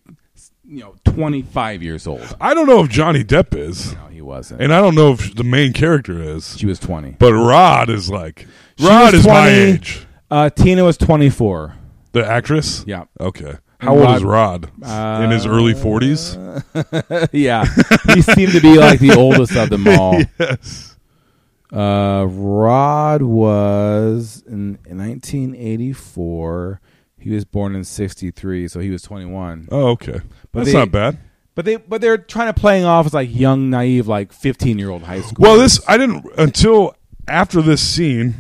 you know twenty five years old.
I don't know if Johnny Depp is.
No, he wasn't.
And I don't know if the main character is,
she was twenty.
but Rod is like
She
Rod
was
is my
20.
age.
Uh, Tina was twenty four.
The actress.
Yeah.
Okay. How old is Rod? In his
Uh,
early forties.
yeah, he seemed to be like the oldest of them all.
Yes.
Uh, Rod was in, in 1984. He was born in 63, so he was 21.
Oh, okay.
But
That's
they-
not bad.
But they but they're trying to playing off as like young, naive, like 15 year old high school.
Well, this I didn't until after this scene.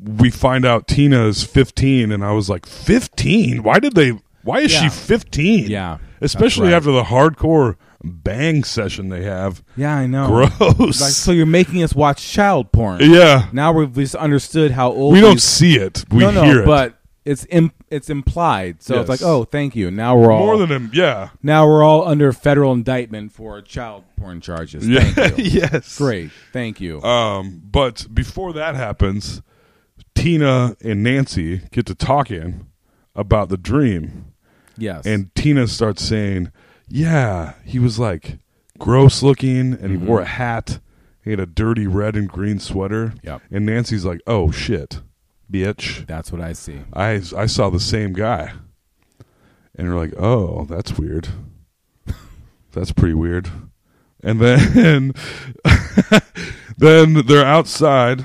We find out Tina is fifteen, and I was like, fifteen? Why did they? Why is
Yeah.
she fifteen?
Yeah, that's
especially
right.
after the hardcore bang session they have.
yeah, I know.
Gross.
Like, so you're making us watch child porn.
yeah,
Now we've just understood how old
we don't
these-
see it. We
no, no,
hear it.
but it's imp, it's implied. So it's
Yes.
like, oh, thank you. Now we're all
more than him. Yeah.
now we're all under federal indictment for child porn charges.
Yeah.
Thank you.
yes.
Great. Thank you.
Um, but before that happens, Tina and Nancy get to talking about the dream,
yes.
and Tina starts saying, "Yeah, he was like gross looking, and
Mm-hmm.
he wore a hat. He had a dirty red and green sweater."
Yep.
And Nancy's like, "Oh shit, bitch."
that's what I see.
I I saw the same guy, and we're like, oh, that's weird. That's pretty weird. And then then they're outside.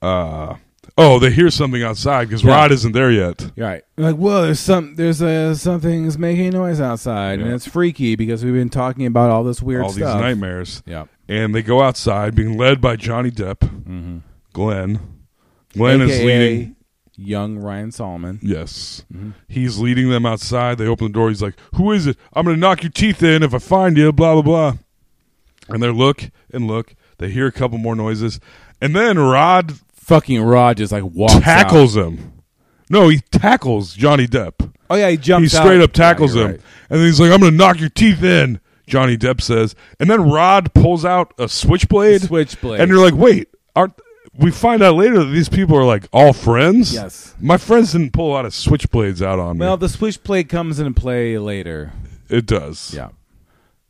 Uh oh, they hear something outside because
Yeah.
Rod isn't there yet.
You're right. Like, well, there's some, there's uh, something's making noise outside, and
Yeah.
it's freaky because we've been talking about all this weird
All these
stuff.
nightmares.
Yeah.
And they go outside, being led by Johnny Depp,
Mm-hmm.
Glenn. Glenn is
AKA
leading.
young Ryan Solomon.
Yes.
Mm-hmm.
He's leading them outside. They open the door. He's like, Who is it? I'm going to knock your teeth in if I find you, blah, blah, blah. And they look and look. They hear a couple more noises. And then Rod
Fucking Rod just like walks out.
tackles him. No, he tackles Johnny Depp.
Oh yeah, he jumps.
he straight
out.
up tackles
Yeah,
him.
you're right.
And then he's like, I'm going to knock your teeth in, Johnny Depp says. And then Rod pulls out a switchblade.
Switchblade.
And you're like, Wait, aren't. We find out later that these people are like all friends.
Yes.
my friends didn't pull a lot of switchblades out on me.
Well, the switchblade comes into play later.
It does.
Yeah.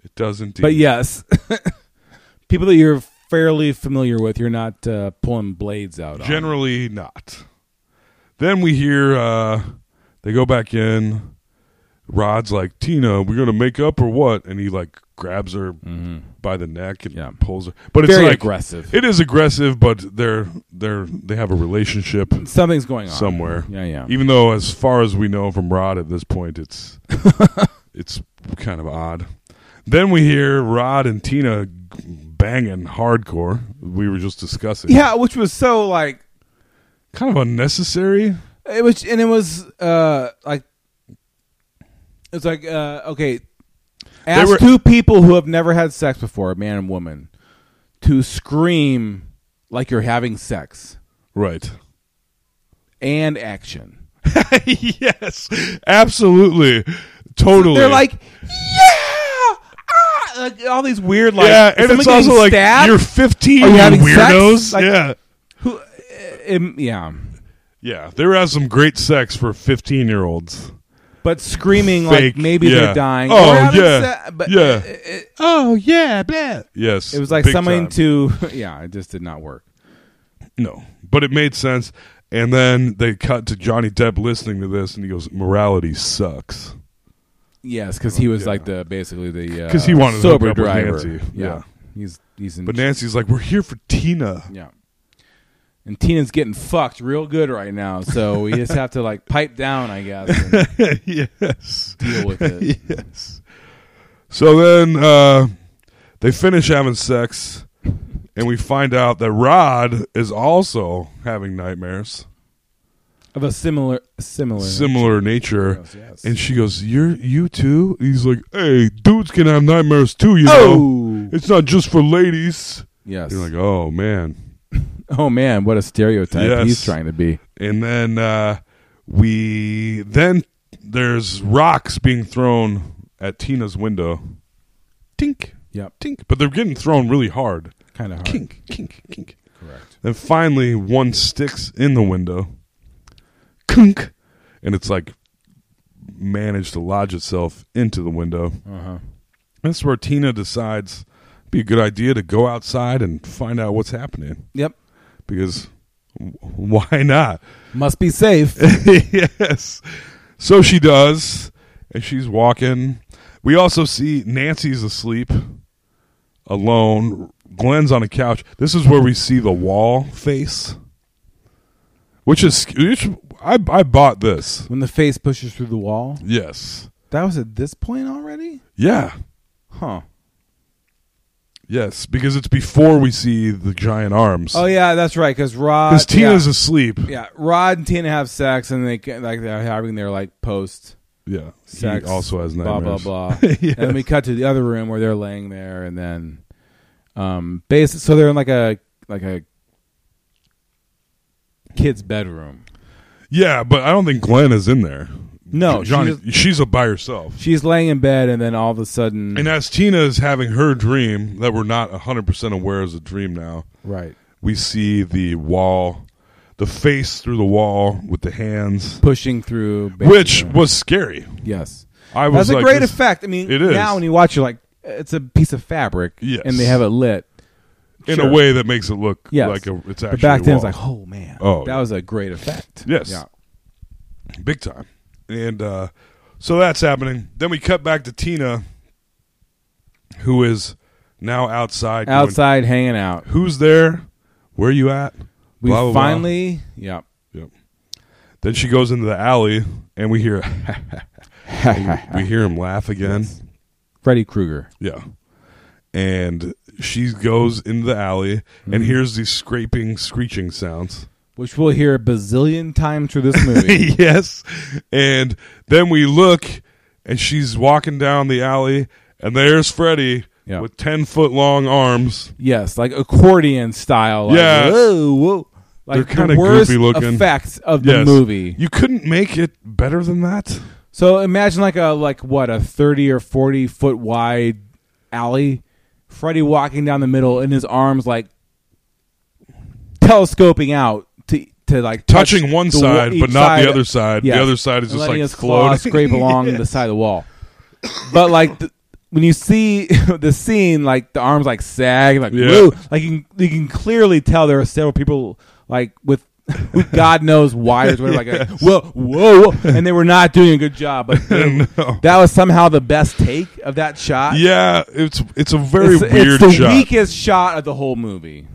It does indeed.
But yes, people that you're fairly familiar with, you're not uh, pulling blades out. on.
generally not. Then we hear uh they go back in. Rod's like, Tina, we're gonna make up or what? And he like grabs her by the neck and
Mm-hmm. Yeah.
pulls her. But it's
Very
like
aggressive.
It is aggressive, but they're they're they have a relationship
something's going on
somewhere.
Yeah, yeah.
Even though as far as we know from Rod at this point it's it's kind of odd. Then we hear Rod and Tina banging hardcore. We were just discussing.
yeah, which was so like
Kind of unnecessary.
It was, and it was uh, like it was like uh, okay, ask
were-
two people who have never had sex before, a man and woman, to scream like you're having sex
Right.
and action.
yes. Absolutely. Totally.
They're like, yeah, ah! like all these weird like
yeah,
is
and it's
someone
also
getting
like
stabbed?
you're 15,
Are you
you
having sex?
weirdos.
Like-
yeah,
Who- um, yeah,
yeah. They were having some great sex for 15 year olds.
but screaming
Fake.
like maybe
yeah.
they're dying.
Oh
We're having
yeah,
se- but
yeah.
oh yeah, blah.
yes.
It was like
big time.
someone to yeah, it just did not work.
No, but it made sense. And then they cut to Johnny Depp listening to this, and he goes, "Morality sucks,"
Yes, because he was like the basically the because
Oh, 'Cause he wanted to hook
sober
up with
driver.
Nancy.
Yeah.
Yeah.
he's he's in.
but Nancy's like, "We're here for Tina."
yeah, and Tina's getting fucked real good right now, so we just have to like pipe down, I guess, and
yes,
deal with it.
yes. So then uh, they finish having sex, and we find out that Rod is also having nightmares,
of a similar similar
similar nature.
Yes.
And she goes, "You're you too." He's like, "Hey, dudes can have nightmares too, you
Oh.
know. It's not just for ladies."
Yes.
You're like, "Oh man."
oh man, what a stereotype
Yes.
he's trying to be.
And then uh, we then there's rocks being thrown at Tina's window. Tink,
Yep.
tink, but they're getting thrown really hard.
Kind of hard.
Kink, kink, kink.
Correct.
Then finally, one sticks in the window. Kunk. And it's like managed to lodge itself into the window.
Uh-huh.
That's where Tina decides it'd be a good idea to go outside and find out what's happening
Yep.
because w- why not?
Must be safe.
yes. So she does, and she's walking. We also see Nancy's asleep, alone. Glenn's on a couch. This is where we see the wall face, which is which, I I bought this.
when the face pushes through the wall.
Yes.
That was at this point already?
Yeah.
Huh.
Yes, because it's before we see the giant arms.
Oh yeah, that's right. Because Rod,
Because Tina's
yeah,
asleep.
yeah, Rod and Tina have sex, and they ca- like they're having their like post
Yeah.
sex.
He also has
blah blah
nightmares.
blah.
Yes.
And then we cut to the other room where they're laying there, and then um, base. So they're in like a like a kid's bedroom.
Yeah, but I don't think Glenn is in there.
No,
Johnny,
she's-
she's, a by herself.
She's laying in bed, and then all of a sudden,
and as Tina is having her dream that we're not 100% aware is a dream now,
right,
we see the wall, the face through the wall with the hands,
pushing through,
which
basically.
was scary.
yes,
I was
that's a
like,
great
this-
effect. I mean,
It is.
now when you watch, you're like, it's a piece of fabric,
Yes.
and they have it lit.
in
Sure.
a way that makes it look
Yes.
like a, it's actually
But back
a
then, it's
wall.
like, oh man,
Oh,
that
yeah.
was a great effect.
Yes.
Yeah.
big time. And uh, so that's happening. Then we cut back to Tina, who is now outside. going,
Outside hanging out.
Who's there? Where you at?
We
Blah, blah, blah.
finally, yeah.
Yep. Then she goes into the alley, and we hear we hear him laugh again.
Freddy Krueger.
Yeah. And she goes into the alley
Mm-hmm.
and hears these scraping, screeching sounds.
Which we'll hear a bazillion times through this movie.
yes. And then we look, and she's walking down the alley, and there's Freddy
Yeah.
with 10 foot long arms.
yes, like accordion style. Like,
Yes.
Whoa, whoa.
They're
Like
kinda
the worst
goofy looking.
effects of the
Yes.
movie.
You couldn't make it better than that?
so imagine like a like what a thirty or forty foot wide alley, Freddy walking down the middle and his arms like telescoping out to to like touch
Touching one
the wa-
side,
each
but not the other side. The other side is
And
just, like,
letting his claw
floating.
scrape along the side of the wall. But like th- when you see the scene, like the arms like sag, like
Yeah.
whoa, like you can, you can clearly tell there are several people like with who God knows wires, whatever. Like whoa, whoa, whoa, and they were not doing a good job. But they-
No.
that was somehow the best take of that shot.
Yeah, it's it's a very
It's,
weird
it's the
shot.
weakest shot of the whole movie.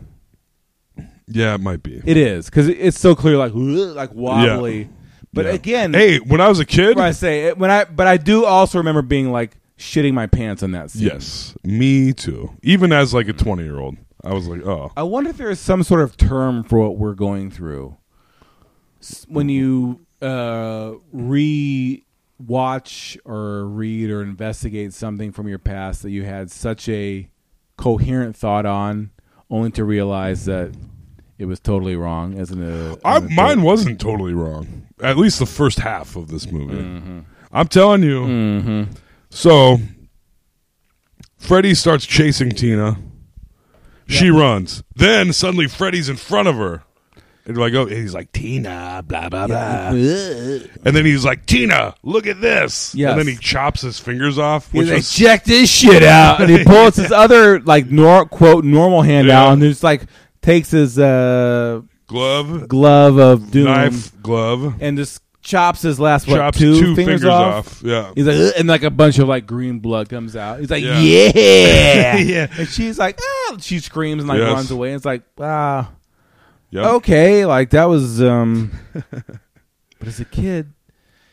Yeah, it might be.
It is because it's so clear, like "Ugh," like wobbly. But
Yeah.
again,
hey, when I was a kid,
what I say it- when I, but I do also remember being like shitting my pants on that scene.
yes, me too. Even as like a twenty-year-old, I was like, oh,
I wonder if there is some sort of term for what we're going through S- when you uh, re-watch or read or investigate something from your past that you had such a coherent thought on, only to realize that it was totally wrong. As an, uh,
I,
as an
mine
adult.
wasn't totally wrong. At least the first half of this movie. I'm telling you. So, Freddy starts chasing Tina. She runs. Then suddenly, Freddy's in front of her. And you're like, oh, and he's like Tina, blah blah blah, and then he's like Tina, look at this,
Yes.
and then he chops his fingers off, which
He's like,
was
check this shit out. And he pulls his other like nor quote normal hand
Yeah.
out and just like takes his uh
glove,
glove of doom
knife, glove,
and just chops his last what
chops
two, fingers, off.
Yeah.
He's like "Ugh," and like a bunch of like green blood comes out. He's like
Yeah.
yeah.
Yeah.
And she's like ah she screams and like
Yes.
runs away. And it's like ah
Yep.
okay, like that was um But as a kid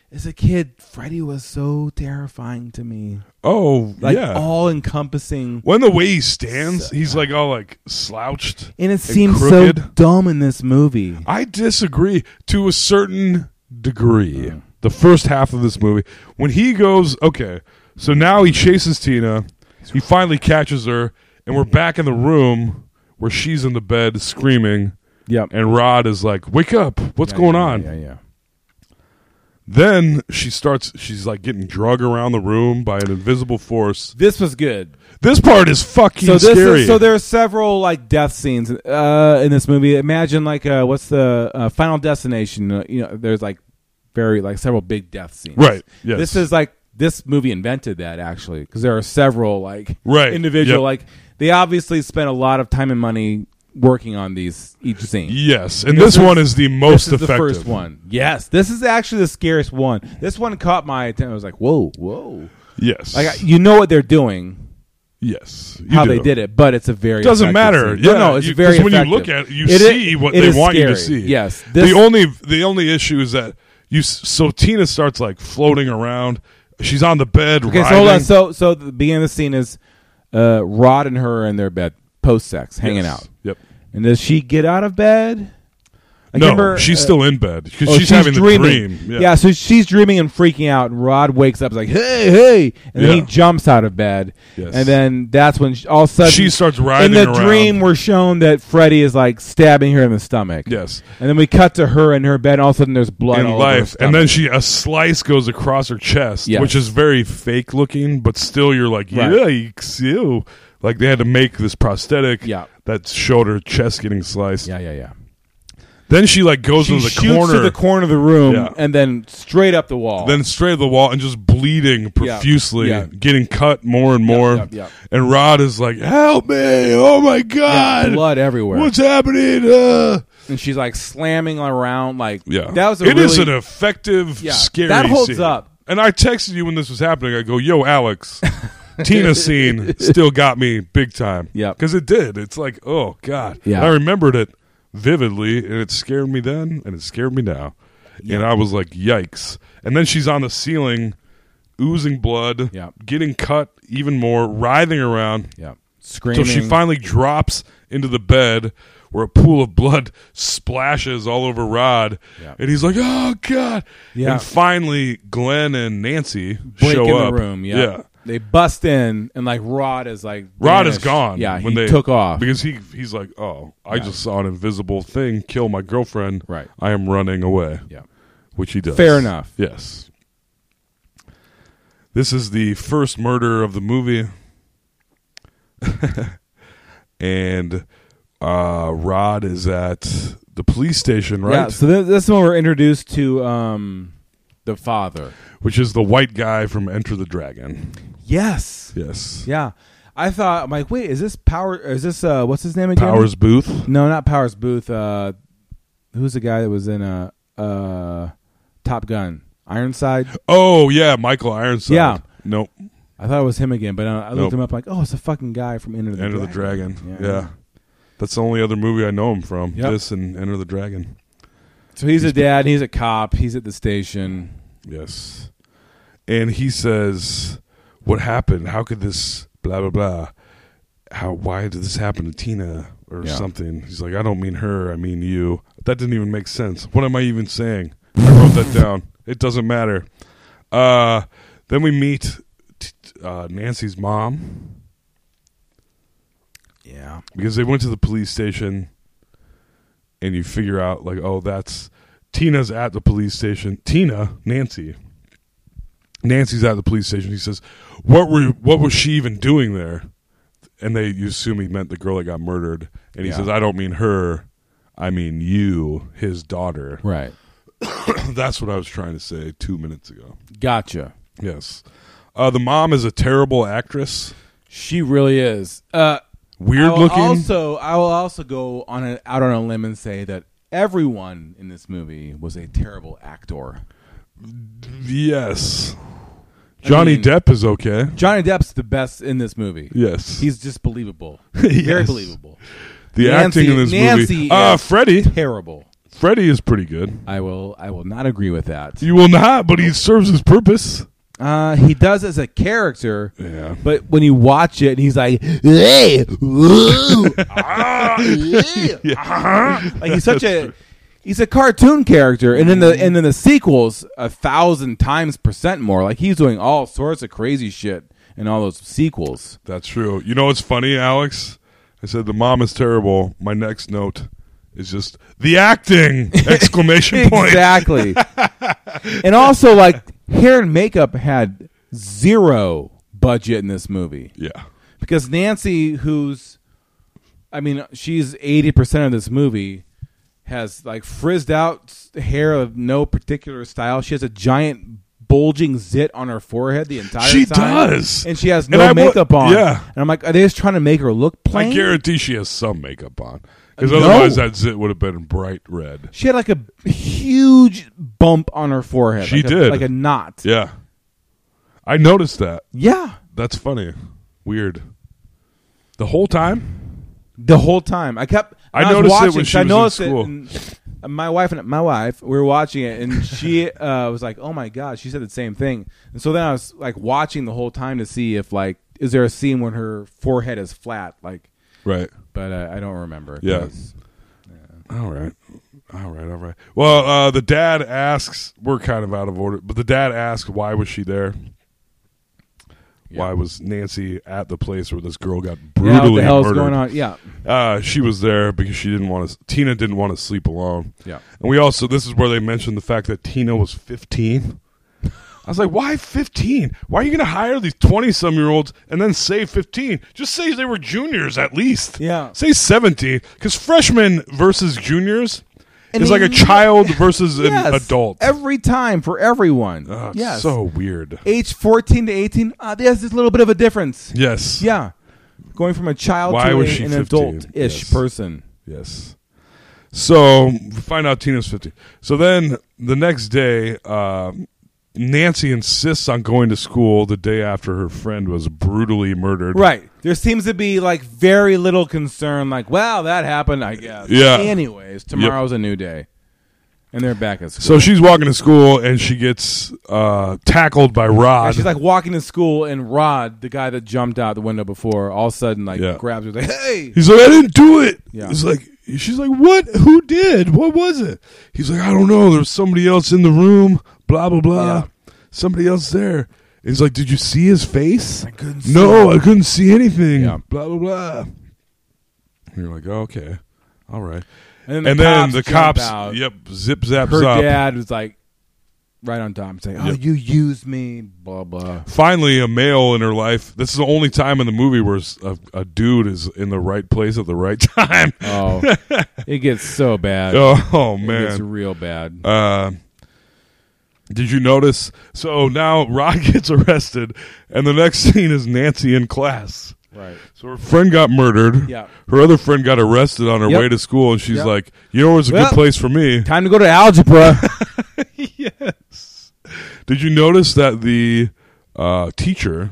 as a kid, Freddy was so terrifying to me.
Oh,
Like
yeah.
all encompassing.
when the way he stands, he's like all like slouched.
And it seems so
crooked.
dumb in this movie.
I disagree to a certain degree.
Mm.
The first half of this movie, when he goes, okay, so now he chases Tina, he finally catches her, and we're back in the room where she's in the bed screaming,
Yep.
and Rod is like, "Wake up! What's
Yeah,
going
yeah,
on?"
Yeah, yeah.
Then she starts. She's like getting drug around the room by an invisible force.
This was good.
This part is fucking
so this
scary.
Is, so there are several like death scenes uh, in this movie. Imagine like uh, what's the uh, Final Destination? Uh, you know, there's like very like several big death scenes.
Right, yes.
This is like this movie invented that actually because there are several like
Right,
individual
yep.
like they obviously spent a lot of time and money working on these each scene.
yes, and this, one is the most
This is
effective.
the first one. Yes, this is actually the scariest one. This one caught my attention. I was like, "Whoa, whoa!"
Yes,
Like I- you know what they're doing,
yes, you
how
do.
they did it, but it's a very
doesn't
effective
matter.
scene.
Yeah,
no, no, it's
you- 'cause
very.
when
effective.
you look at it, you
It i-
see what
it
they
is
want you to
scary.
see.
Yes,
the only the only issue is that you. s- So Tina starts like floating around. She's on the bed.
Okay, so hold on. So so the beginning of the scene is uh, Rod and her in their bed, post sex, hanging out.
Yep.
And does she get out of bed? I
no,
remember,
she's
uh,
still in bed because
oh,
she's, having
dreaming.
the dream.
Yeah. so she's dreaming and freaking out, and Rod wakes up like, "Hey, hey!" And then he
Yeah.
jumps out of bed,
Yes.
and then that's when she, all of a sudden
She starts writhing
In the
around.
dream, we're shown that Freddy is like stabbing her in the stomach.
Yes.
and then we cut to her in her bed. And all of a sudden, there's blood
in
all over her
life, and then
stomach.
she a slice goes across her chest,
Yes.
which is very fake looking, but still you're like,
Right.
yikes, ew. Like they had to make this prosthetic
Yeah.
that showed her chest getting sliced.
yeah, yeah, yeah.
Then she like goes
She
into
shoots
the corner,
to the corner of the room,
Yeah.
and then straight up the wall.
then straight to the wall, and just bleeding profusely,
Yeah.
getting cut more and more.
yep, yep.
And Rod is like, "Help me! Oh my god,
blood everywhere.
What's happening?" Uh.
and she's like slamming around, like
Yeah,
That was a
It
really,
is an effective,
Yeah,
scary.
that holds
scene.
up.
And I texted you when this was happening. I go, "Yo, Alex, Tina scene still got me big time."
Yep.
because it did. It's like, oh god.
Yeah.
And I remembered it vividly, and it scared me then, and it scared me now, and I was like, "Yikes!" And then she's on the ceiling, oozing blood,
Yep.
getting cut even more, writhing around.
yeah, screaming.
So she finally drops into the bed where a pool of blood splashes all over Rod.
Yeah.
And he's like, oh, God.
Yeah.
And finally, Glenn and Nancy
break
show
in
up.
the room. Yeah.
Yeah.
They bust in and like Rod is like
Rod is
vanished.
gone.
Yeah,
when
he
they
took off.
because he he's like, oh, I just saw an invisible thing kill my girlfriend.
Right.
I am running away.
yeah,
which he does.
Fair enough.
Yes. This is the first murder of the movie. and uh, Rod is at the police station, right?
yeah. So this, this is when we're introduced to um, the father.
Which is the white guy from Enter the Dragon.
Yes.
Yes.
Yeah. I thought I'm like, wait, is this power? Is this uh, what's his name again?
Powers Booth.
No, not Powers Booth. Uh, who's the guy that was in a uh, uh, Top Gun? Ironside.
Oh, yeah, Michael Ironside.
Yeah.
Nope.
I thought it was him again, but uh, I looked
Nope.
him up. Like, oh, it's a fucking guy from Enter the
Enter the
Dragon.
Dragon. Yeah. That's the only other movie I know him from.
Yep.
This and Enter the Dragon.
So he's a dad. He's a cop. He's at the station.
Yes. And he says, What happened? How could this blah blah blah? How why did this happen to Tina or
Yeah.
something? He's like, I don't mean her, I mean you. That didn't even make sense. What am I even saying? I wrote that down. It doesn't matter. Uh then we meet t- uh, Nancy's mom
Yeah.
because they went to the police station and you figure out like oh that's tina's at the police station tina nancy nancy's at the police station he says what were what was she even doing there and they you assume he meant the girl that got murdered and he
Yeah.
says i don't mean her i mean you his daughter
Right.
that's what i was trying to say two minutes ago
Gotcha.
yes uh, the mom is a terrible actress
She really is. Uh,
weird
I will
looking
Also, I will also go on a, out on a limb and say that everyone in this movie was a terrible actor.
yes johnny
mean-
depp is okay
Johnny Depp's the best in this movie.
Yes.
He's just believable.
Yes.
Very believable.
the
Nancy-
acting in this
Nancy
movie.
is
Uh, Freddy.
Terrible.
Freddy is pretty good.
I will. I will not agree with that.
You will not, but he serves his purpose.
Uh, he does as a character,
Yeah.
but when you watch it, he's like, "Hey, woo, ah, yeah, uh-huh." like he's such a he's a cartoon character, and then
Mm-hmm.
the and then the sequels a thousand times percent more. Like he's doing all sorts of crazy shit in all those sequels.
That's true. You know what's funny, Alex? I said the mom is terrible. My next note is just the acting exclamation point.
Exactly. and also, like hair and makeup had zero budget in this movie.
Yeah.
because Nancy, who's, I mean, she's eighty percent of this movie, has like frizzed out s- hair of no particular style. She has a giant bulging zit on her forehead the entire
She
time.
does.
and she has
And
no
I wa-
makeup on.
yeah.
and I'm like, are they just trying to make her look plain?
I guarantee she has some makeup on. Because
No.
otherwise that zit would have been bright red.
She had like a huge bump on her forehead.
She
like a-
did.
like a knot.
Yeah. I noticed that.
yeah,
That's funny. Weird. The whole time?
the whole time. I kept.
I
was
noticed it
watching
when
it,
she
I
was
noticed
in
it, and uh, my wife and my wife we were watching it, and she uh, was like, "Oh my god!" She said the same thing. And so then I was like watching the whole time to see if like is there a scene when her forehead is flat, like.
Right.
But uh, I don't remember.
Yeah.
'cause-
All right. All right, all right. Well, uh, the dad asks, we're kind of out of order, but the dad asks, why was she there? Why was Nancy at the place where this girl got
Yeah,
brutally
what the hell is
murdered?
going on? Yeah.
Uh, she was there because she didn't want to. Tina didn't want to sleep alone.
Yeah.
and we also this is where they mentioned the fact that Tina was fifteen. I was like, why fifteen? Why are you going to hire these twenty-some-year-olds and then say fifteen? Just say they were juniors at least.
Yeah.
say seventeen because freshmen versus juniors
I
is like a
mean,
child versus an
Yes.
adult.
Every time for everyone.
Ugh, it's
yes.
so weird.
Age 14 to 18, uh, there's this little bit of a difference.
Yes.
Yeah. Going from a child
Why
to
was
a-
she
an
15?
adult ish
Yes.
person.
Yes. So we find out Tina's 50. So then the next day, uh, Nancy insists on going to school the day after her friend was brutally murdered.
Right. There seems to be like very little concern, like, wow, that happened, I guess.
Yeah.
Anyways, tomorrow's a new day. And they're back at school.
So she's walking to school and she gets uh, tackled by Rod.
And she's like walking to school, and Rod, the guy that jumped out the window before, all of a sudden like
Yeah.
grabs her, like, "Hey!"
He's like, I didn't do it.
Yeah.
He's like, she's like, what? Who did? What was it? He's like, I don't know. There was somebody else in the room. Blah blah blah. Somebody else there. And he's like, did you see his face? I
couldn't
No, I couldn't see anything.
Yeah.
Blah blah blah. And you're like, "Oh, okay, all right.
And
and then the
jump
cops,
out.
yep, zip zaps
her
up.
dad was like, right on top, saying, "Oh,
Yep.
you used me," blah blah.
Finally, a male in her life. This is the only time in the movie where s- a, a dude is in the right place at the right time.
Oh, it gets so bad.
Oh, oh, man,
It gets real bad.
Uh, did you notice? So now Rod gets arrested, and the next scene is Nancy in class.
right.
So her friend got murdered.
Yeah.
Her other friend got arrested on her
Yep.
way to school, and she's
Yep.
like, "You know, where's a
Well-
good place for me."
Time to go to algebra.
Did you notice that the uh, teacher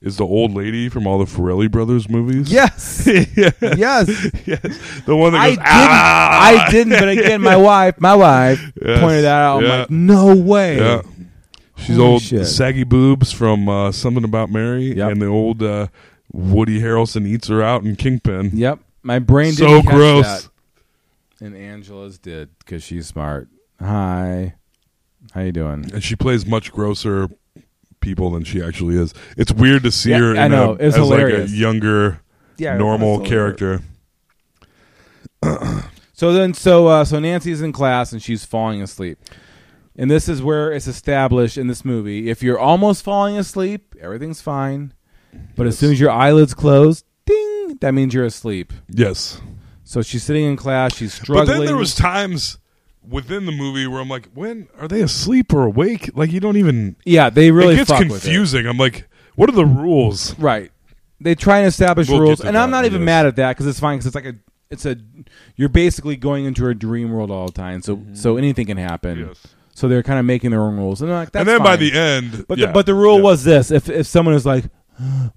is the old lady from all the Farrelly Brothers movies?
yes.
yes.
Yes.
The one that
I
goes,
didn't.
"Ah!"
I didn't. But again, my wife, my wife
Yes,
pointed that out.
yeah.
I'm like, no way.
Yeah. She's
Holy
old
shit.
saggy boobs from uh, Something About Mary,
Yep.
and the old uh, Woody Harrelson eats her out in Kingpin.
Yep. My brain
So
didn't catch
gross.
that. And Angela's did because she's smart. Hi. How you doing?
And she plays much grosser people than she actually is. It's weird to see
Yeah,
her in
I
a,
know. It's
as like
hilarious.
a younger,
Yeah,
normal
that's a-
character.
So then, so uh, so Nancy's in class and she's falling asleep, and this is where it's established in this movie: if you're almost falling asleep, everything's fine, but as soon as your eyelids close, ding, that means you're asleep.
Yes.
So she's sitting in class, she's
But
struggling.
then there was times within the movie where I'm like, when are they asleep or awake? Like you don't even
yeah, they really
it gets
fuck with
confusing. I'm like, what are the rules?
Right. They try and establish
We'll get
rules,
to
and I'm
that,
not even
yes.
mad at that because it's fine because it's like a it's a you're basically going into a dream world all the time, so so anything can happen.
Yes.
So they're kind of making their own rules, and, I'm like, That's
and then by
fine.
the end,
But
yeah,
the, but the rule
yeah.
was this: if if someone is like, you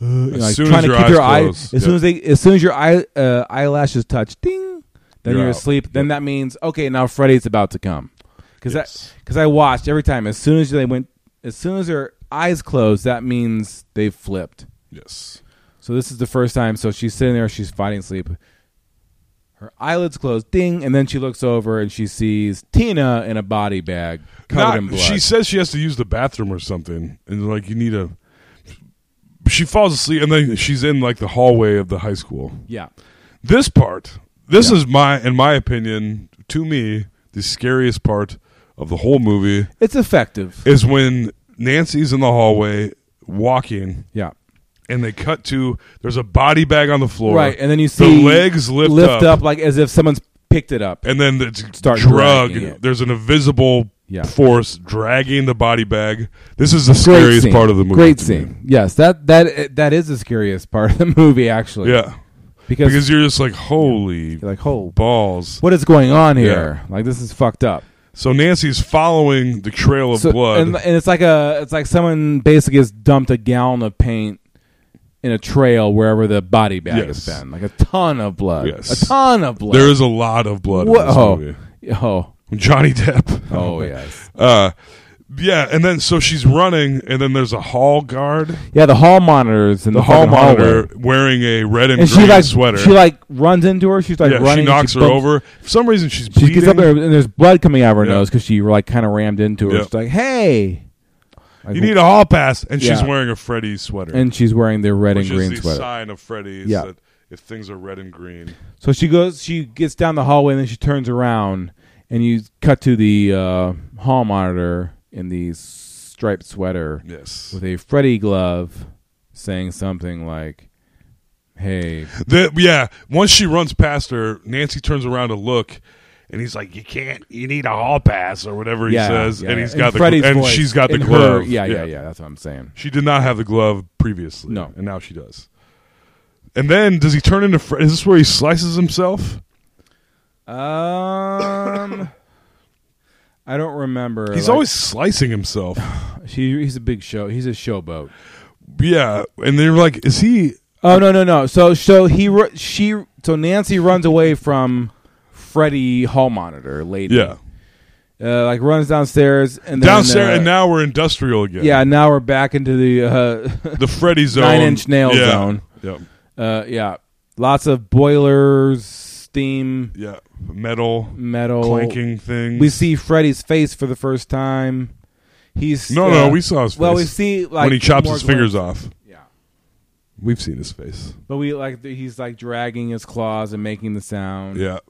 know, like
soon
trying
as
to
your
keep
eyes
their eye,
close,
as soon
yeah.
as they as soon as your eye uh, eyelashes touch, ding, Then
You're
you're,
out.
asleep. Then that means okay, now Freddy's about to come. Because
Yes.
because I watched every time as soon as they went, as soon as their eyes closed, that means they've flipped.
Yes.
So this is the first time. So she's sitting there, she's fighting sleep. Her eyelids closed, ding, and then she looks over and she sees Tina in a body bag covered
Not-
in blood.
She says she has to use the bathroom or something, and like you need a. She falls asleep, and then she's in like the hallway of the high school.
yeah,
This part, this
Yeah.
is my, in my opinion, to me, the scariest part of the whole movie
it's effective.
is when Nancy's in the hallway walking,
yeah,
and they cut to there's a body bag on the floor,
right. And then you see
the legs lift,
up. like as if someone's picked it up.
and then it's
Start
drug.
dragging it.
There's an invisible
Yeah.
force dragging the body bag. This is the
Great
scariest
scene.
part of the movie.
Great
to me.
scene. Yes, that that that is the scariest part of the movie actually.
Yeah,
because,
because you're just like holy
you're like, oh,
balls.
what is going on here? Like this is fucked up.
So Nancy's following the trail of
So-
blood.
And, and it's like a it's like someone basically has dumped a gallon of paint in a trail wherever the body bag
Yes.
has been, like a ton of blood,
Yes.
a ton of blood.
there is a lot of blood in this
Whoa.
movie.
oh
Johnny Depp.
oh yes
Uh, yeah, and then so she's running, and then there's a hall guard,
yeah the hall monitors and the,
the hall
fucking hallway.
monitor wearing a red and,
and
green
she like
sweater.
she like runs into her. She's like
yeah,
running.
she
and
knocks her
bumps-
over. For some reason, she's
She
bleeding.
gets up there and there's blood coming out of her
Yeah.
nose because she like kind of rammed into her.
Yeah.
She's like, hey. Like,
You need a hall pass, and she's
Yeah.
wearing a Freddy sweater,
and she's wearing the red
which
and green
is the
sweater.
sign of Freddy's
Yeah.
that if things are red and green,
So she goes, she gets down the hallway, and then she turns around, and you cut to the uh, hall monitor in the striped sweater
yes.
with a Freddy glove, saying something like, "Hey,
The, yeah, once she runs past her, Nancy turns around to look, and he's like, "You can't. You need a hall pass or whatever he
yeah,
says."
yeah,
and he's
yeah."
got
In
the
Freddy's
glo- and
voice,
she's got the
in her-
glove.
yeah, yeah, yeah. That's what I'm saying.
She did not have the glove previously.
No.
and now she does. And then does he turn into Fred? Is this where he slices himself?
Um, I don't remember.
He's
Like,
always slicing himself.
he, he's a big show. He's a showboat.
yeah, and they're like, "Is he?"
Oh no no no! So so he ru- she so Nancy runs away from Freddy Hall Monitor lady.
Yeah,
uh, like runs downstairs and then,
downstairs,
uh,
and now we're industrial again.
yeah now we're back into the uh,
the Freddy zone,
nine inch nail
Yeah.
zone.
Yep.
Uh, yeah, lots of boilers, steam,
Yeah, metal
metal
clanking things.
We see Freddy's face for the first time. He's
No,
uh,
no, we saw his face.
Well, we see like
when he chops
more
his fingers
glimpses.
off.
Yeah,
We've seen his face.
but we like th- he's like dragging his claws and making the sound,
Yeah.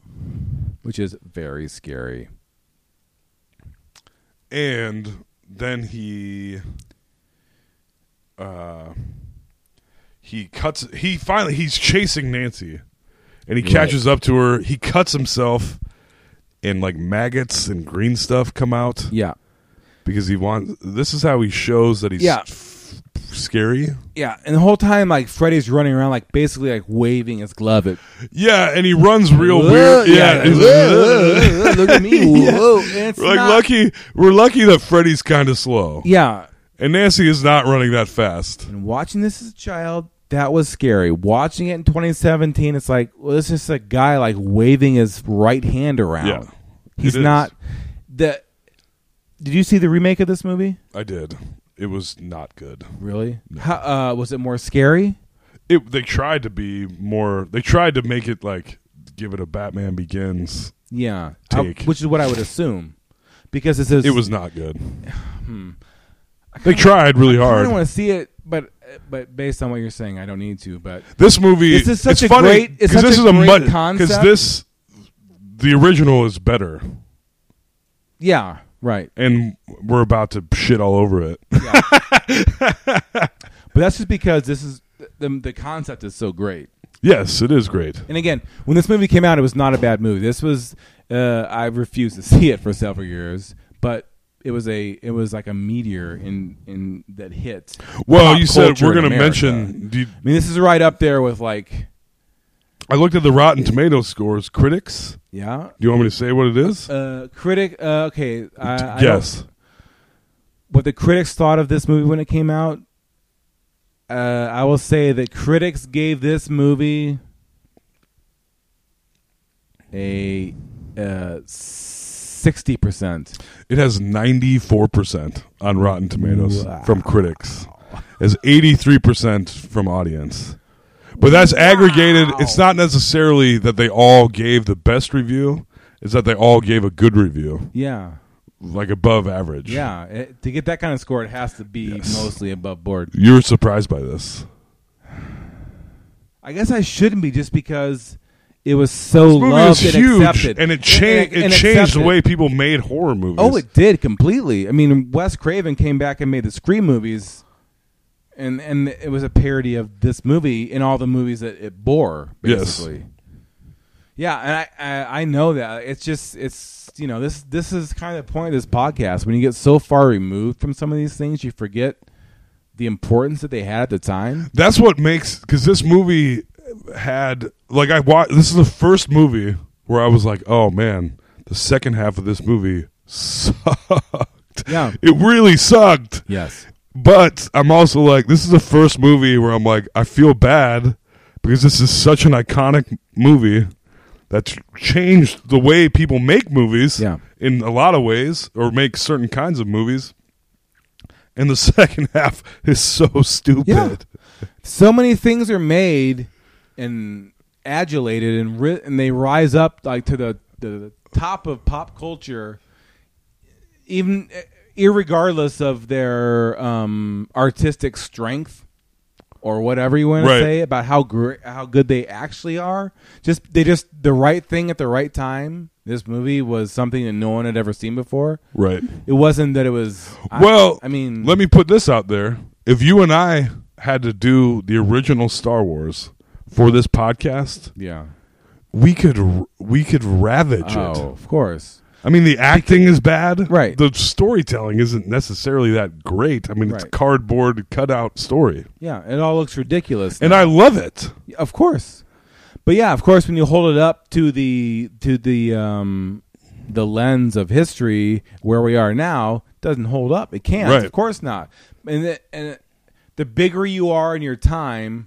which is very scary.
And then he uh he cuts he finally he's chasing Nancy and he catches up to her. He cuts himself and like maggots and green stuff come out
Yeah,
because he wants this is how he shows that he's
Yeah.
f- scary.
yeah, and the whole time like Freddy's running around like basically like waving his glove at
Yeah, and he runs real
Whoa,
weird.
yeah,
Yeah.
whoa, look at me. Whoa, it's
We're like
not-
lucky we're lucky that Freddy's kind of slow.
Yeah,
And Nancy is not running that fast.
and watching this as a child, that was scary. Watching it in 2017, it's like, well, it's just a guy like waving his right hand around.
Yeah,
he's
it is.
not the. Did you see the remake of this movie?
I did. It was not good.
Really? How, uh, was it more scary?
It they tried to be more they tried to make it like give it a Batman Begins.
Yeah,
Take.
I- which is what I would assume, because it says
It was not good. They tried really
Hmm. I
hard.
don't want to see it, but but based on what you're saying, I don't need to. But
this movie
This is
it's
such a
funny,
great- it's
'cause
such
this
a
is a
great
mud,
concept.
this the original is better
yeah, right.
and we're about to shit all over it.
But that's just because this is the, the concept is so great.
yes, it is great.
And again, when this movie came out, it was not a bad movie. This was uh, I refused to see it for several years, but it was a it was like a meteor in in that hit.
Well,
pop
you said
culture
we're
in
going to
America.
mention do you-
I mean, this is right up there with like
I looked at the Rotten Tomatoes scores, critics.
yeah.
Do you want me to say what it is?
Uh, critic, uh, okay. I, I
Guess.
don't- what the critics thought of this movie when it came out. Uh, I will say that critics gave this movie a uh, sixty percent.
It has 94% on Rotten Tomatoes from critics. As 83% from audience. But that's aggregated. It's not necessarily that they all gave the best review, it's that they all gave a good review,
Yeah,
like above average.
yeah. It- to get that kind of score, it has to be
Yes.
mostly above board.
You were surprised by this.
I guess I shouldn't be just because it was so
This movie
loved
was
and
huge,
accepted,
and it changed. It,
and
changed the
accepted.
way people made horror movies.
Oh, it did completely. I mean, Wes Craven came back and made the Scream movies, and and it was a parody of this movie and all the movies that it bore,
Yes.
basically. Yeah, and I, I I know that it's just it's you know this this is kind of the point of this podcast. When you get so far removed from some of these things, you forget the importance that they had at the time.
That's what makes because this movie had like I watched. This is the first movie where I was like, oh man, the second half of this movie sucked.
Yeah.
it really sucked.
Yes.
But I'm also like, this is the first movie where I'm like, I feel bad because this is such an iconic movie that's changed the way people make movies
Yeah.
in a lot of ways or make certain kinds of movies. And the second half is so stupid.
Yeah. so many things are made and adulated and ri- and they rise up like to the, the top of pop culture even eh, irregardless of their um, artistic strength or whatever you want
Right.
to say about how gr- how good they actually are just they just the right thing at the right time this movie was something that no one had ever seen before
Right.
it wasn't that it was I-
well,
i mean
let me put this out there. If you and I had to do the original Star Wars for this podcast,
yeah
we could r- we could ravage it.
oh of course
I mean, the acting is bad.
Right.
The storytelling isn't necessarily that great. I mean, it's
Right.
cardboard cutout story,
Yeah, it all looks ridiculous.
and
now.
I love it.
of course, but yeah, of course, when you hold it up to the to the um, the lens of history where we are now, it doesn't hold up. It can't.
Right.
Of course not. And the, and the bigger you are in your time,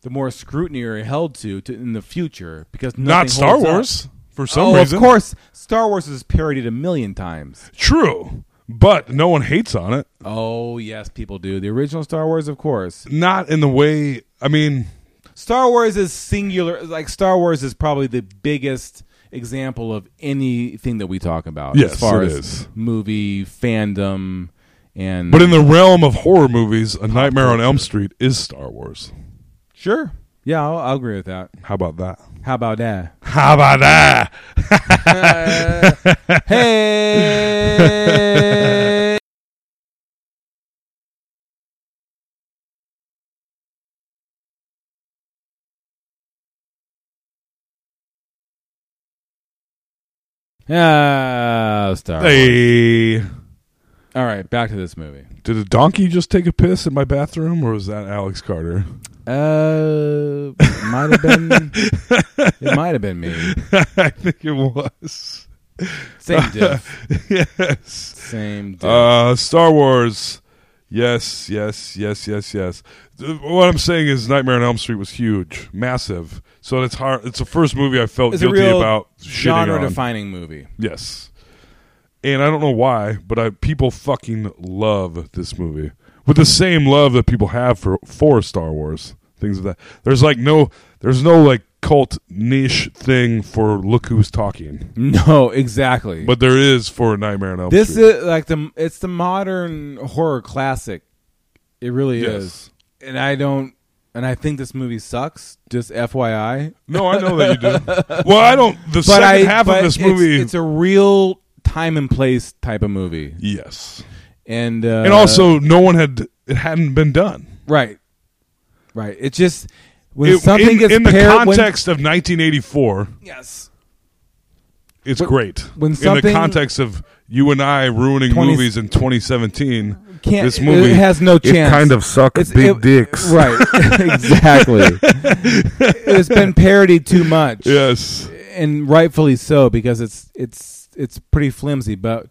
the more scrutiny you're held to, to in the future because nothing
Not Star
holds up.
Wars for some
oh,
reason.
of course, Star Wars is parodied a million times.
true, but no one hates on it.
Oh yes, people do. The original Star Wars, of course.
Not in the way. I mean,
Star Wars is singular. Like Star Wars is probably the biggest example of anything that we talk about
Yes,
as far
it
as
is.
movie fandom and
but in the realm of horror movies, A Nightmare on Elm Street is Star Wars.
sure, yeah, I'll, I'll agree with that.
How about that?
How about that?
How about that?
hey. Ah, Star Wars.
Hey,
All right, back to this movie.
did a donkey just take a piss in my bathroom, or was that Alex Carter?
Uh, might have been. it might have been me.
I think it was.
Same diff.
yes.
Same diff.
Uh, Star Wars. Yes, yes, yes, yes, yes. Th- What I'm saying is, Nightmare on Elm Street was huge, massive. So it's hard. It's the first movie I felt
it's a
guilty
real
about shitting on.
genre-defining movie.
Yes, and I don't know why, but I people fucking love this movie with the same love that people have for for Star Wars things of that. There's like no, there's no like cult niche thing for look who's talking,
No, exactly.
but there is for Nightmare on Elm
this
Street.
is like the it's the modern horror classic. It really
Yes.
is. And I don't. And I think this movie sucks. Just FYI.
No, I know that you do. Well, I don't. The
But
second
I
half
but
of this
it's-
movie,
It's, a real time and place type of movie.
yes,
And uh,
and also no one had it hadn't been done.
right, right. It just when
It,
something
in
gets
in the
paired- when-
context of 1984,
yes.
it's
When-
great.
when
in the
something-
context of you and I ruining
20
movies in 2017,
Can't,
this movie
it has no chance.
suck
It's- it- right? exactly. it's been parodied too much.
yes,
and rightfully so because it's it's it's pretty flimsy, but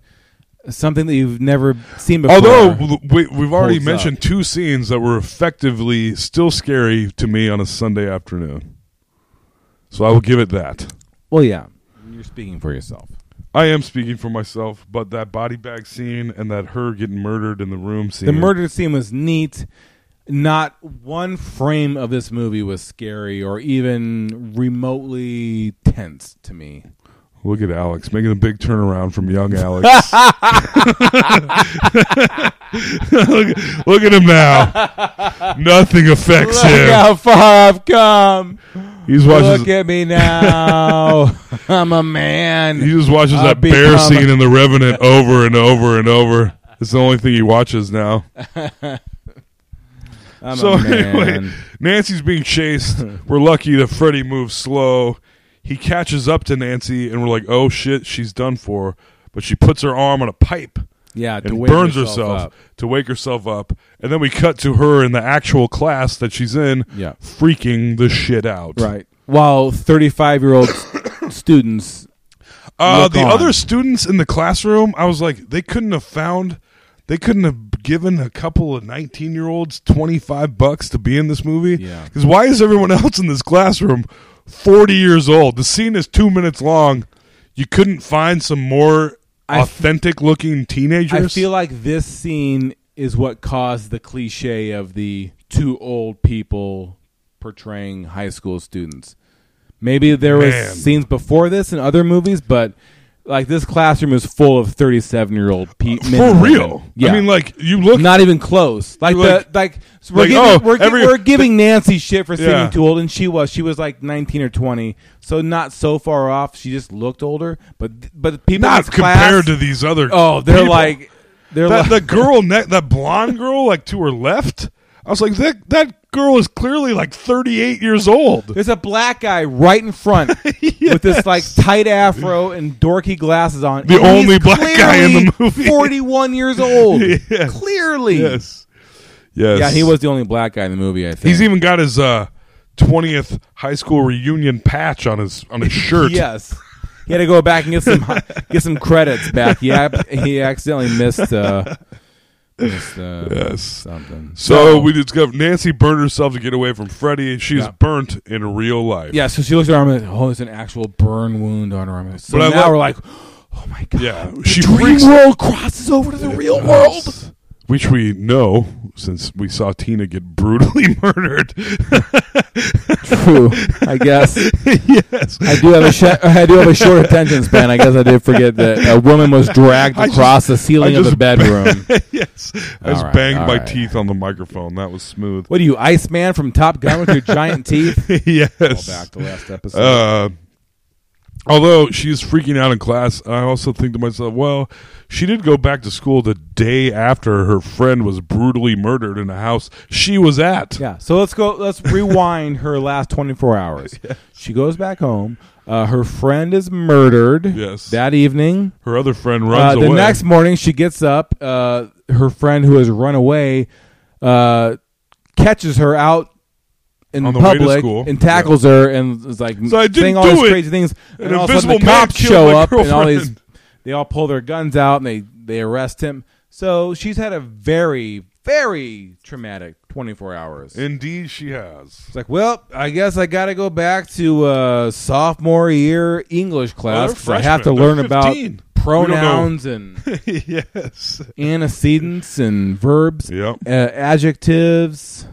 something that you've never seen before.
Although we, we've already
Holds
mentioned
up.
two scenes that were effectively still scary to me on a Sunday afternoon, so I will give it that.
Well, yeah, you're speaking for yourself.
I am speaking for myself, but that body bag scene and that her getting murdered in the room scene.
The murder scene was neat. Not one frame of this movie was scary or even remotely tense to me.
Look at Alex making a big turnaround from young Alex. look, look at him now. Nothing affects
Look
him.
how far I've come.
He's watching.
Look at me now. I'm a man.
He just watches
I'll
that bear
become-
scene in The Revenant over and over and over. It's the only thing he watches now.
I'm
so
a man.
anyway, Nancy's being chased. We're lucky that Freddy moves slow. He catches up to Nancy, and we're like, "Oh shit, she's done for." But she puts her arm on a pipe
yeah, to
and
wake
burns
yourself
herself
up.
to wake herself up. And then we cut to her in the actual class that she's in,
Yeah.
freaking the shit out.
Right. While 35 year old students.
Uh,
Look
the
on.
other students in the classroom, I was like, they couldn't have found, they couldn't have given a couple of 19 year olds 25 bucks to be in this movie.
Yeah.
Because why is everyone else in this classroom 40 years old? The scene is two minutes long. You couldn't find some more
I f-
authentic looking teenagers?
I feel like this scene is what caused the cliche of the two old people portraying high school students. Maybe there
Man.
was scenes before this in other movies, but like this classroom is full of 37 year old people.
For real.
Yeah.
I mean, like, you look.
not even close. Like
Like-
the, like so we're
like,
giving,
oh,
we're, gi-
every-
we're giving Nancy shit for
Yeah.
seeming too old, and she was she was like nineteen or twenty, so not so far off. She just looked older, but th- but the people in
not
this class-
compared to these other.
oh they're
people.
like they're
that, the
like
girl ne- that blonde girl like to her left i was like that that girl is clearly like 38 years old
there's a black guy right in front with this like tight afro and dorky glasses on.
The
and he's
only black guy in the
clearly
movie.
forty-one years old,
Yeah.
clearly.
yes yes
Yeah, he was the only black guy in the movie. I think
he's even got his uh 20th high school reunion patch on his on his shirt
Yes. He had to go back and get some get some credits back. He ac- he accidentally missed uh, missed uh,
yes
something.
so we discovered Nancy burned herself to get away from Freddy. She's
Yeah.
burnt in real life.
yeah, so she looks at her arm and oh, there's an actual burn wound on her arm. So
But I
now
love-
we're like, oh my god,
Yeah,
the
she
dream
freaks-
world crosses over to the real world.
Yes. Which we know since we saw Tina get brutally murdered.
True, I guess
yes.
I do have a sh- I do have a short attention span. I guess I did forget that a woman was dragged
I just-
across the ceiling
I
of the
just-
bedroom.
yes. I just
All right,
banged
all
my
right.
teeth on the microphone. That was smooth.
what are you, Iceman from Top Gun, with your giant teeth?
yes.
Back to last episode.
Uh, although she's freaking out in class, I also think to myself, well, she did go back to school the day after her friend was brutally murdered in a house she was at.
Yeah. So let's go. Let's rewind her last 24 hours. She goes back home. Uh, her friend is murdered.
Yes.
That evening.
Her other friend
Uh,
runs
the
away.
next morning, she gets up. Uh, her friend who has run away uh, catches her out in
On the way to
public
school.
and tackles her and is like
So I didn't
saying all
do
these
it.
crazy things.
An
and all of a sudden
invisible
the
man
cops
killed
show
my
up and all these
girlfriend.
they all pull their guns out and they they arrest him. So she's had a very very traumatic 24 hours.
Indeed, she has.
It's like, well, I guess I got to go back to uh, sophomore year English class
they're
'cause I have to
freshmen. They're
learn about
15.
pronouns and
yes.
antecedents and verbs,
Yep.
uh, adjectives,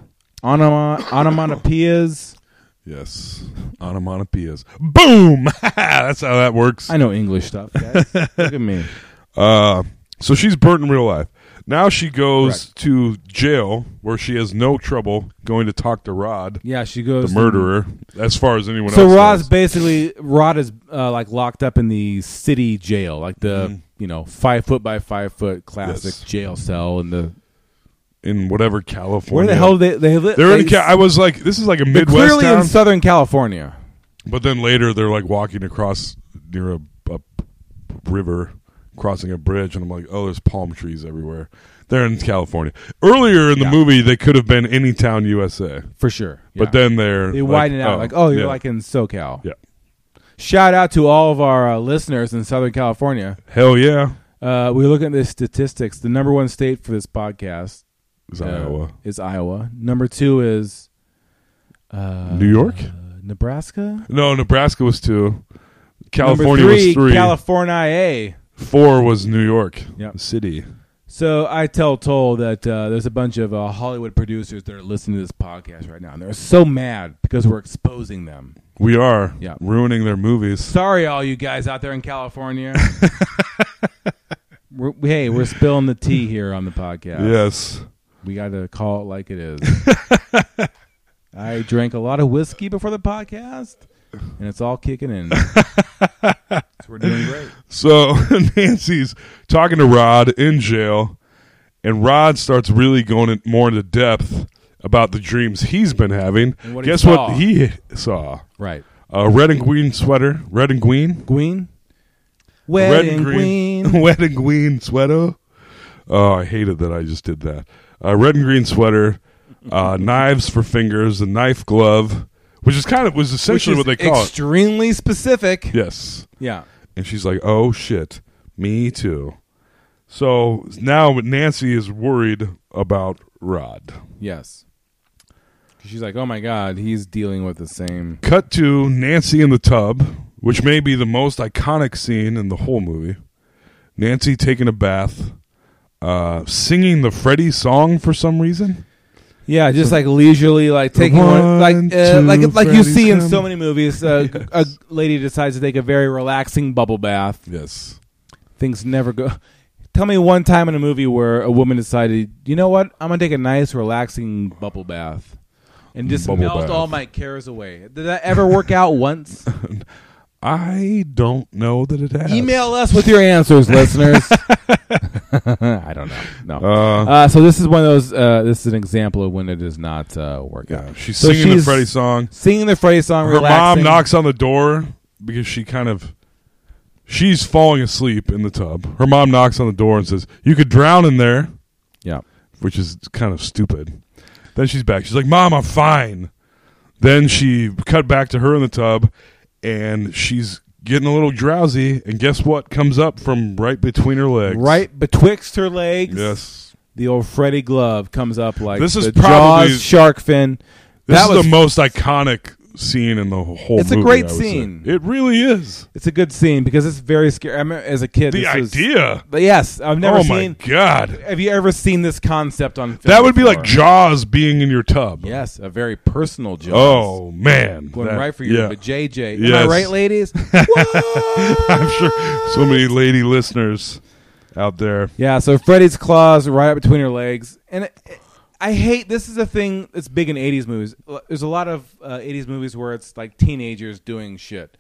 onoma- onomatopoeias.
Yes. Onomatopoeias. Boom! That's how that works.
I know English stuff, guys. Look at me.
Uh, so she's burnt in real life. Now she goes to jail where she has no trouble going to talk to Rod,
Yeah, she goes.
the murderer, as far as anyone
So
else.
Rod's
knows.
basically Rod is uh, like locked up in the city jail, like the you know five foot by five foot classic
Mm-hmm. Yes.
jail cell in the.
in whatever California.
Where the hell they they live?
They're in. Ca- I was like, this is like a
They're
Midwest
clearly
town.
in Southern California.
but then later they're like walking across near a, a river, crossing a bridge, and I'm like, oh, there's palm trees everywhere. They're in California. Earlier in the
Yeah.
movie, they could have been any town USA,
for sure.
but then they're
they
like,
widen it out like, oh, you're
yeah,
like in SoCal.
yeah,
Shout out to all of our uh, listeners in Southern California.
hell yeah,
Uh, we look at the statistics. The number one state for this podcast
It's
uh,
Iowa.
is Iowa. Number two is uh,
New York?
uh, Nebraska.
No, Nebraska was two. California
Number three,
was three.
California A.
Four was New York
Yep.
City.
So I tell Toll that uh, there's a bunch of uh, Hollywood producers that are listening to this podcast right now, and they're so mad because we're exposing them.
We are
Yeah.
ruining their movies.
Sorry, all you guys out there in California. we're, hey, we're spilling the tea here on the podcast.
Yes.
We got to call it like it is. I drank a lot of whiskey before the podcast, and it's all kicking in. so we're doing great.
So Nancy's talking to Rod in jail, and Rod starts really going in, more into depth about the dreams he's been having.
And what he
Guess
saw.
what he saw?
Right.
A red and green sweater. Red and green.
Queen?
red
Wedding
and green.
queen.
red and green sweater. Oh, I hated that I just did that. Uh, red and green sweater, uh, knives for fingers, a knife glove, which is kind of was
Which
essentially
is
what they call it.
extremely specific.
Yes.
Yeah.
And she's like, "Oh shit, me too." So now Nancy is worried about Rod.
Yes. 'Cause She's like, oh my god, he's dealing with the same.
Cut to Nancy in the tub, which may be the most iconic scene in the whole movie. Nancy taking a bath, uh, singing the Freddy song for some reason.
Yeah, just like leisurely, like taking one, like
One,
uh,
two,
like like you
Freddy's
see in
coming.
so many movies. Uh, A lady decides to take a very relaxing bubble bath.
Yes.
Things never go. Tell me one time in a movie where a woman decided, you know what, I'm gonna take a nice relaxing bubble bath, and just
Bubble
melt
bath.
all my cares away. Did that ever work out once?
I don't know that it has.
Email us with your answers, listeners. I don't know. No.
Uh,
Uh, so this is one of those. Uh, this is an example of when it does not uh, work
yeah,
out.
she's
So
singing the
she's
Freddy song.
Singing the Freddy song.
Her mom
relaxing.
knocks on the door because she kind of she's falling asleep in the tub. Her mom knocks on the door and says, "You could drown in there,"
Yeah.
which is kind of stupid. Then she's back. She's like, "Mom, I'm fine." Then she cut back to her in the tub, and she's getting a little drowsy. And guess what comes up from right between her legs?
Right betwixt her legs.
Yes.
The old Freddy glove comes up like
This is
the
probably-
Jaws shark fin.
This
that
is
was
the most iconic scene in the whole.
It's a
movie,
great
I would
scene.
Say. It really is.
it's a good scene because it's very scary. I remember as a kid,
The
this was-
idea.
but yes, I've never
oh
seen.
my god.
Have you ever seen this concept on? film
That would be like
before?
Jaws being in your tub.
Yes, a very personal Jaws.
Oh man,
going
That-
right for you,
yeah.
but JJ. Am I
Yes.
right, ladies?
I'm sure so many lady listeners out there.
yeah. So Freddy's claws right up between her legs, and it, I hate this is a thing that's big in '80s movies. L- There's a lot of uh, '80s movies where it's like teenagers doing shit,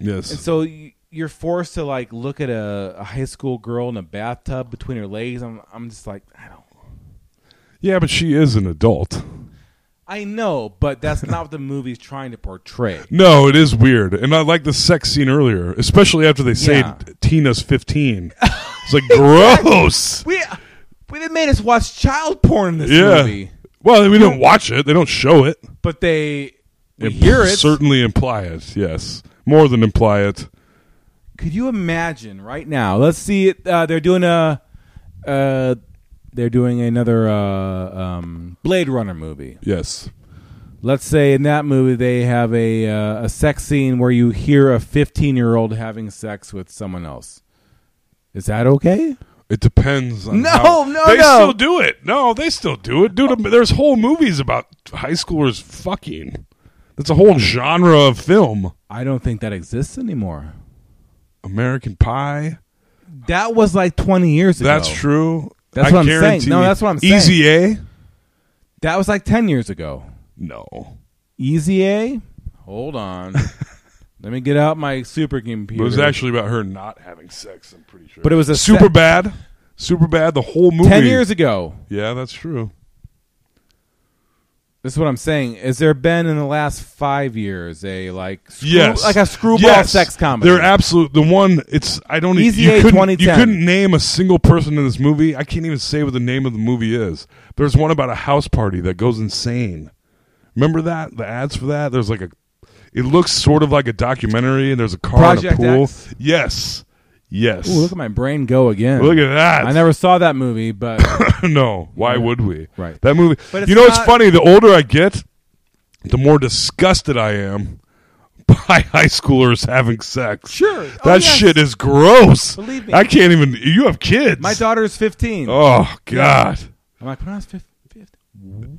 and
Yes,
so y- you're forced to like look at a, a high school girl in a bathtub between her legs. I'm, I'm just like, I don't.
yeah, but she is an adult.
I know, but that's not what the movie's trying to portray.
No, it is weird, and I like the sex scene earlier, especially after they say
Yeah.
Tina's fifteen. It's like gross.
We, we they made us watch child porn in this
yeah.
movie,
Well, we don't watch it. They don't show it.
but they we
They
hear it.
Certainly imply it. Yes, more than imply it.
Could you imagine right now? Let's see. It, uh, they're doing a, uh, they're doing another uh, um, Blade Runner movie.
Yes.
Let's say in that movie they have a uh, a sex scene where you hear a fifteen year old having sex with someone else. Is that okay?
It depends on
No,
how-
no,
they
no.
still do it. No, they still do it, dude. There's whole movies about high schoolers fucking. That's a whole genre of film.
I don't think that exists anymore.
American Pie.
That was like twenty years ago.
That's true.
That's
I
what I'm saying.
guarantee.
No, that's what I'm saying.
Easy A.
That was like ten years ago.
No,
Easy A. Hold on. Let me get out my supercomputer.
it was actually about her not having sex. I'm pretty sure.
But it was a se-
super bad. Super bad. The whole movie.
ten years ago.
Yeah, that's true.
This is what I'm saying. Has there been in the last five years a like screw,
Yes,
like a screwball
Yes.
sex comedy?
They're absolute. The one it's I don't e-
Easy
you
A
couldn't-
2010.
You couldn't name a single person in this movie. I can't even say what the name of the movie is. There's one about a house party that goes insane. Remember that the ads for that? There's like a. It looks sort of like a documentary, and there's a car
Project
and a pool.
X?
Yes, yes.
Ooh, look at my brain go again.
Look at that!
I never saw that movie, but
no, why would we?
Right.
That movie.
But it's
you know, it's
not-
funny. The older I get, the more disgusted I am by high schoolers having sex.
Sure.
that
Oh, yes.
shit is gross.
Believe me.
I can't even. You have kids.
My daughter's 15.
Oh God.
I'm like, when I was 15,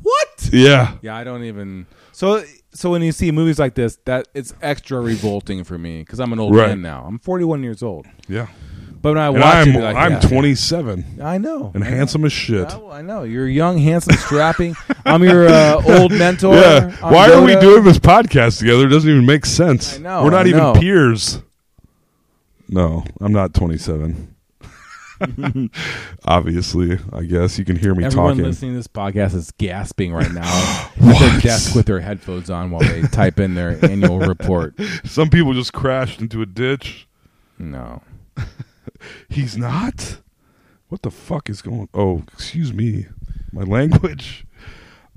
what?
Yeah.
Yeah, I don't even. So, so when you see movies like this, that it's extra revolting for me because I'm an old
Right.
man now. I'm 41 years old,
Yeah.
but when I
And
watch
I'm
it, like,
I'm
yeah.
27
I know.
and
I know.
handsome as shit.
I, I know you're young, handsome, strapping. I'm your uh, old mentor.
Yeah.
I'm uh,
Why are we
Yoda.
doing this podcast together? It doesn't even make sense.
I know,
We're not
I
even
know.
peers. No, I'm not 27. Obviously, I guess you can hear me
Everyone
talking.
listening to this podcast is gasping right now at their
What?
desk with their headphones on while they type in their annual report.
Some people just crashed into a ditch.
No,
He's not? What the fuck is going Oh, excuse me. My language.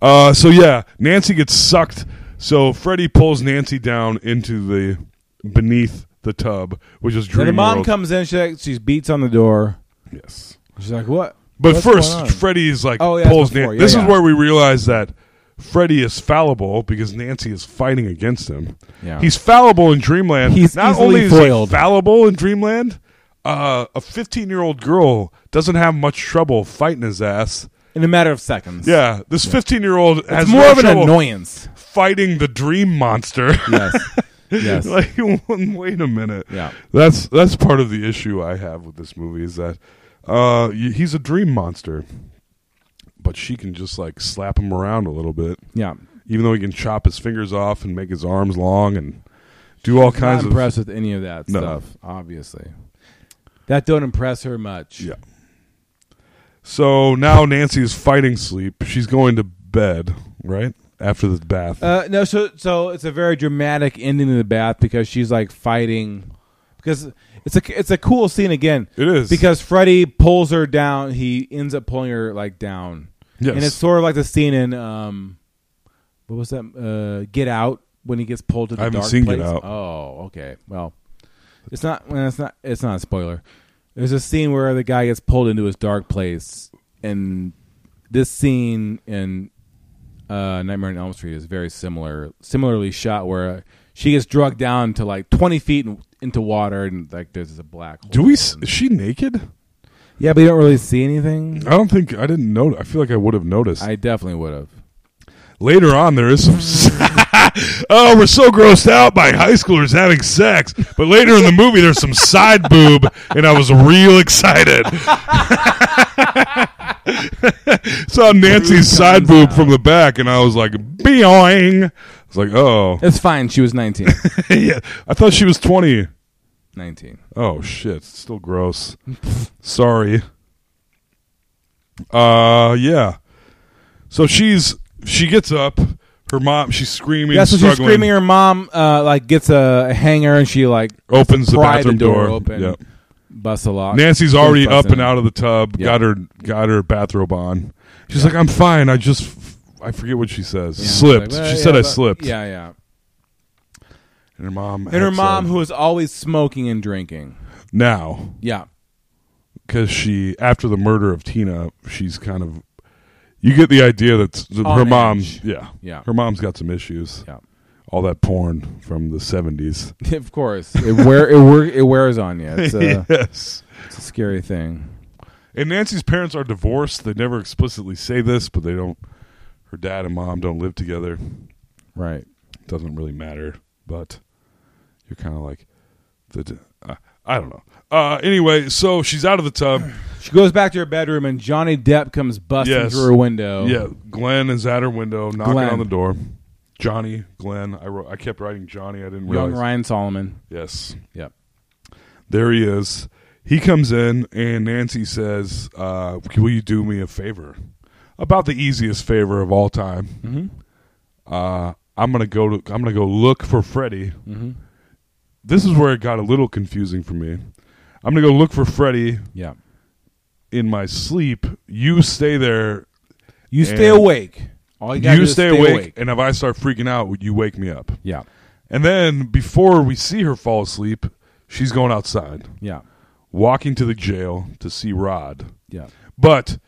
Uh so yeah, Nancy gets sucked. So Freddy pulls Nancy down into the beneath the tub, which is
and
Dream
the mom
World.
comes in. She she beats on the door.
yes.
She's like, "What?"
But
What's going on?
first, Freddy's like
Oh, yeah, that's
pulls
before.
Nancy.
Yeah,
this
yeah.
is where we realize that Freddy is fallible because Nancy is fighting against him.
Yeah.
He's fallible in Dreamland.
He's
not
easily
only is
foiled.
he fallible in Dreamland, uh, a 15 year old girl doesn't have much trouble fighting his ass.
in a matter of seconds.
Yeah, this 15 year old has
it's more
no
of an
trouble
annoyance.
fighting the dream monster.
Yes, yes.
like, wait a minute.
Yeah.
that's that's part of the issue I have with this movie is that uh, y- he's a dream monster, but she can just like slap him around a little bit,
yeah.
even though he can chop his fingers off and make his arms long and do all kinds of
Not impressed with any of that
No.
stuff. Obviously, that don't impress her much.
Yeah. So now Nancy is fighting sleep. She's going to bed right after the bath.
Uh, no, so so it's a very dramatic ending to the bath because she's like fighting because it's a it's a cool scene again.
It is.
because Freddy pulls her down. He ends up pulling her like down.
Yes.
and it's sort of like the scene in um, what was that? Uh, Get Out when he gets pulled to the
I haven't
dark
seen
place.
Get Out.
Oh, okay. Well, it's not. Well, it's not. It's not a spoiler. There's a scene where the guy gets pulled into his dark place, and this scene in uh, Nightmare on Elm Street is very similar, similarly shot where she gets drugged down to like 20 feet in, into water and like there's a black hole.
do we? s- Is she naked?
Yeah, but you don't really see anything.
I don't think I didn't know. I feel like I would have noticed.
I definitely would have.
Later on, there is some. oh, we're so grossed out by high schoolers having sex. But later in the movie, there's some side boob, and I was real excited. Saw Nancy's side boob from the back, and I was like, "Beoing!" I was like, "Oh,
It's fine. She was 19.
yeah." I thought she was twenty.
19.
Oh shit, it's still gross. Sorry. Uh yeah. So she's she gets up, her mom she's screaming,
Yeah, so she's
struggling,
screaming. Her mom uh, like gets a hanger and she like
opens the
pry the
bathroom
door, open,
Yep.
busts a lock.
Nancy's already
Busts
up and
in.
out of the tub,
Yeah.
got her got her bathrobe on. She's like, I'm fine, I just f- I forget what she says.
Yeah,
slipped.
she's like, "Well,
she
yeah,
said I
but-"
slipped.
Yeah, yeah.
And her mom
And her
had
mom,
said,
who is always smoking and drinking.
now
Yeah.
because she after the murder of Tina, she's kind of you get the idea that s-
On
her mom,
edge.
yeah,
Yeah.
her mom's got some issues.
Yeah.
All that porn from the seventies.
Of course, it wear it, wear, it wears on you. It's a,
yes.
it's a scary thing.
And Nancy's parents are divorced. They never explicitly say this, but they don't. Her dad and mom don't live together.
Right.
Doesn't really matter. But you're kind of like the. d- Uh, I don't know. Uh, anyway, so she's out of the tub.
She goes back to her bedroom and Johnny Depp comes busting
Yes.
through her window.
Yeah, Glenn is at her window, knocking
Glenn.
on the door. Johnny, Glenn. I wrote. I kept writing Johnny. I didn't
Young
realize.
Ryan Solomon.
Yes,
Yep.
there he is. He comes in, and Nancy says, uh, "Will you do me a favor? About the easiest favor of all time.
Mm-hmm.
Uh, I'm gonna go to. I'm gonna go look for Freddy.
Mm-hmm.
This is where it got a little confusing for me. I'm gonna go look for Freddy
Yeah.
in my sleep. You stay there
You stay
And-
awake. All you,
you,
gotta do is
stay, awake, and if I start freaking out, you wake me up.
Yeah.
And then before we see her fall asleep, she's going outside,
Yeah.
walking to the jail to see Rod.
Yeah.
But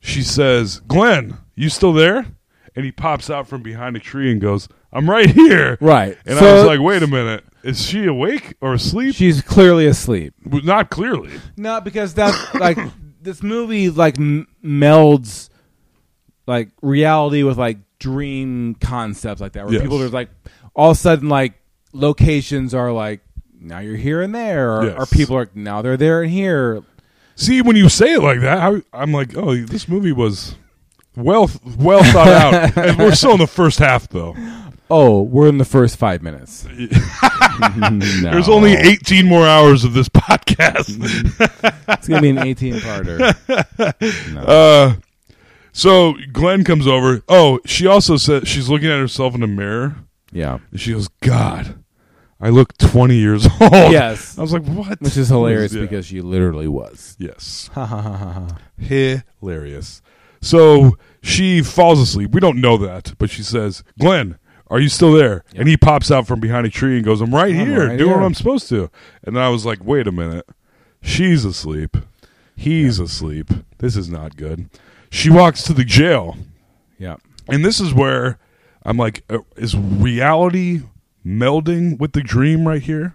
she says, "Glenn, you still there?" and he pops out from behind a tree and goes, "I'm right here."
Right.
And I
So-
was like, "Wait a minute, is she awake or asleep?"
She's clearly asleep.
Well, Not clearly.
No, because that's like this movie like m- melds like reality with like dream concepts like that where
Yes.
people are like all of a sudden like locations are like now you're here and there or,
Yes.
or people are now they're there and here
See, when you say it like that, I, I'm like, "Oh, this movie was well well thought out." and we're still in the first half, though.
oh we're in the first five minutes
There's only 18 more hours of this
Mm-hmm.
podcast.
it's gonna be an 18 parter
Uh, so Glenn comes over. Oh, she also said she's looking at herself in a mirror.
yeah
And she goes, God, I look 20 years old.
Yes.
I was like, what?
which is hilarious
Yeah.
because she literally was
Yes. hilarious. So she falls asleep. We don't know that, but she says, Glenn, are you still there? And he pops out from behind a tree and goes, I'm right
I'm
here,
right
doing what
here."
I'm supposed to. And I was like, wait a minute. She's asleep. He's asleep. This is not good. She walks to the jail.
yeah
And this is where I'm like, uh, is reality melding with the dream right here?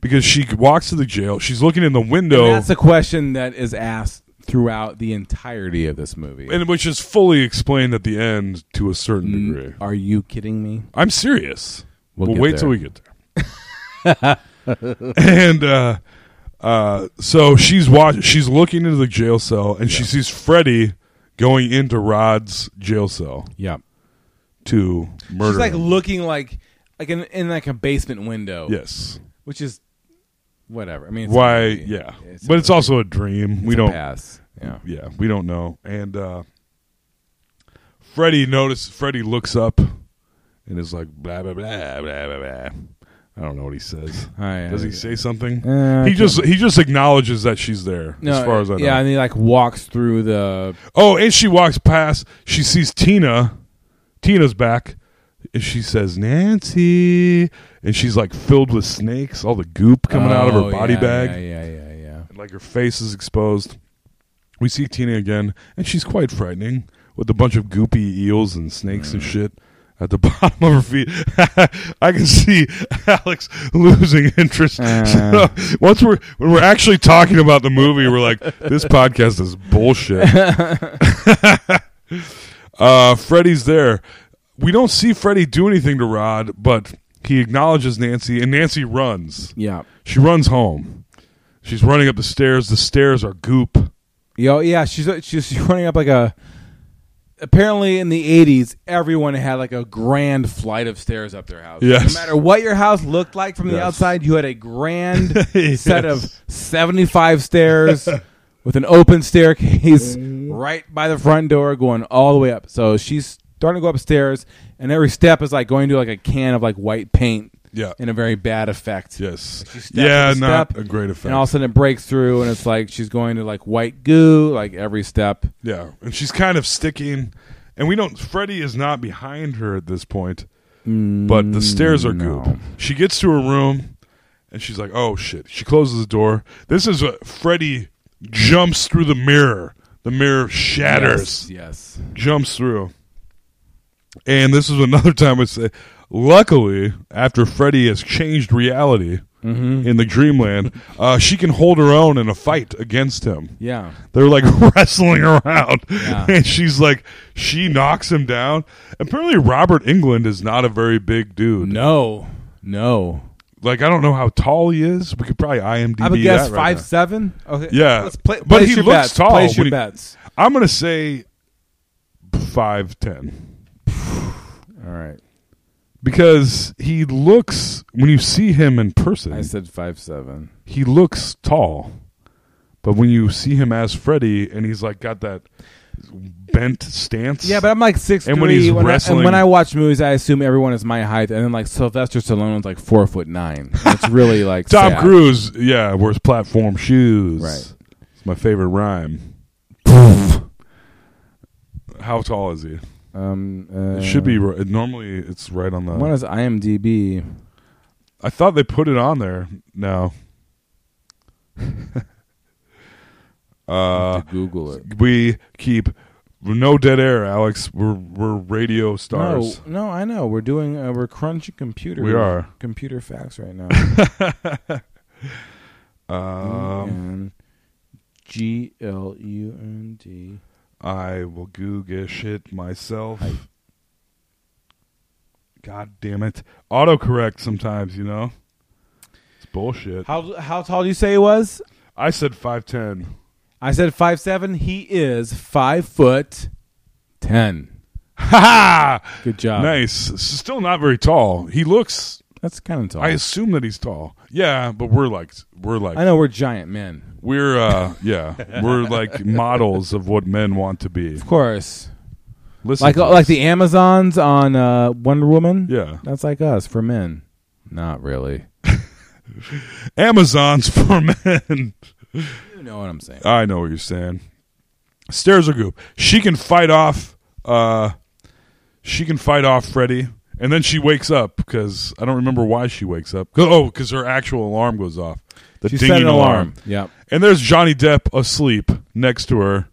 Because she walks to the jail. She's looking in the window,
that's a question that is asked throughout the entirety of this movie
and which is fully explained at the end to a certain degree.
Mm-hmm. Are you kidding me?
I'm serious.
Mm. We'll
We'll,
get
wait
there.
till we get there. and uh, uh, so she's watch- She's looking into the jail cell, and she sees Freddy going into Rod's jail cell
Yeah.
to murder.
She's like
him.
looking like like in, in like a basement window.
yes.
Which is whatever. I mean it's a
why
movie.
yeah
It's
but
a
it's also a dream we
movie. It's a
don't
pass. Yeah.
yeah we don't know and uh freddy notice freddy looks up and is like blah blah blah blah blah blah i don't know what he says
I-
does he say something
Uh, I
he just he just acknowledges that she's there
No,
as far as i know
Yeah, and he like walks through the
oh and she walks past she sees tina tina's back and she says nancy and she's like filled with snakes all the goop coming out of
Oh,
her body
yeah,
bag
Yeah, yeah, yeah, yeah.
and, like her face is exposed. We see Tina again, and she's quite frightening with a bunch of goopy eels and snakes and shit at the bottom of her feet. I can see Alex losing interest.
Uh.
So, once we're when we're actually talking about the movie, we're like, this podcast is bullshit. uh, Freddy's there. We don't see Freddy do anything to Rod, but he acknowledges Nancy, and Nancy runs.
Yeah.
She runs home. She's running up the stairs. The stairs are goop.
Yo, yeah, she's she's she's running up like a. Apparently, in the '80s, everyone had like a grand flight of stairs up their house.
Yes.
No matter what your house looked like from the
Yes.
outside, you had a grand
Yes.
set of 75 stairs with an open staircase
Mm.
right by the front door, going all the way up. So she's starting to go upstairs, and every step is like going to like a can of like white paint.
Yeah.
In a very bad effect.
Yes.
She steps
Yeah,
and
not
step,
a great effect.
And all of a sudden it breaks through, and it's like she's going to like white goo, like every step.
yeah, and she's kind of sticking. And we don't. Freddy is not behind her at this point, but the stairs are
Mm, no.
goop. She gets to her room, and she's like, "Oh shit!" She closes the door. This is what Freddy jumps through the mirror. The mirror shatters.
Yes.
jumps through. And this is another time I say, luckily, after Freddy has changed reality
Mm-hmm.
in the Dreamland, uh, she can hold her own in a fight against him.
Yeah.
They're like wrestling around,
Yeah.
and she's like, she knocks him down. Apparently, Robert England is not a very big dude.
No. No.
Like, I don't know how tall he is. We could probably IMDb.
I would guess
that right
five
now.
seven. Okay.
Yeah.
Let's play,
But
place
he
your
looks
bets.
tall
Place
when
your
he-
bets.
I'm gonna say five ten.
All right.
because he looks when you see him in person
I said five seven.
he looks tall but when you see him as freddy and he's like got that bent stance
Yeah, but I'm like six.
And when he's wrestling-
and when I watch movies, I assume everyone is my height, and then like Sylvester Stallone's like four foot nine. And It's really like
tom
sad.
cruise yeah wears platform shoes
Right.
it's my favorite rhyme how tall is he
Um, uh,
it should be ri- normally it's right on the
What is IMDb?
i thought they put it on there no uh Uh,
to Google it.
we keep no dead air, Alex. We're we're radio stars.
No, no, I know. We're doing uh, we're crunching computer.
We are.
computer facts right now.
Um,
And G L U N D.
I will Google shit myself. God damn it! Autocorrect sometimes, you know. It's bullshit.
How how tall do you say he was?
I said five ten.
I said five seven. He is five foot ten.
Ha ha!
Good job.
Nice. S- Still not very tall. He looks.
That's kind of tall.
I assume that he's tall. Yeah, but we're like we're like
I know we're giant men,
we're uh yeah we're like models of what men want to be.
of course.
Listen,
Like uh,
to
like
us.
the Amazons on uh, Wonder Woman.
Yeah.
that's like us for men. Not really.
Amazons for men.
You know what I'm saying?
I know what you're saying. Stairs or goop. She can fight off. uh She can fight off Freddy, and then she wakes up because I don't remember why she wakes up. 'Cause- Oh, because her actual alarm goes off. The
She set
dinging
an alarm. Yep.
And there's Johnny Depp asleep next to her.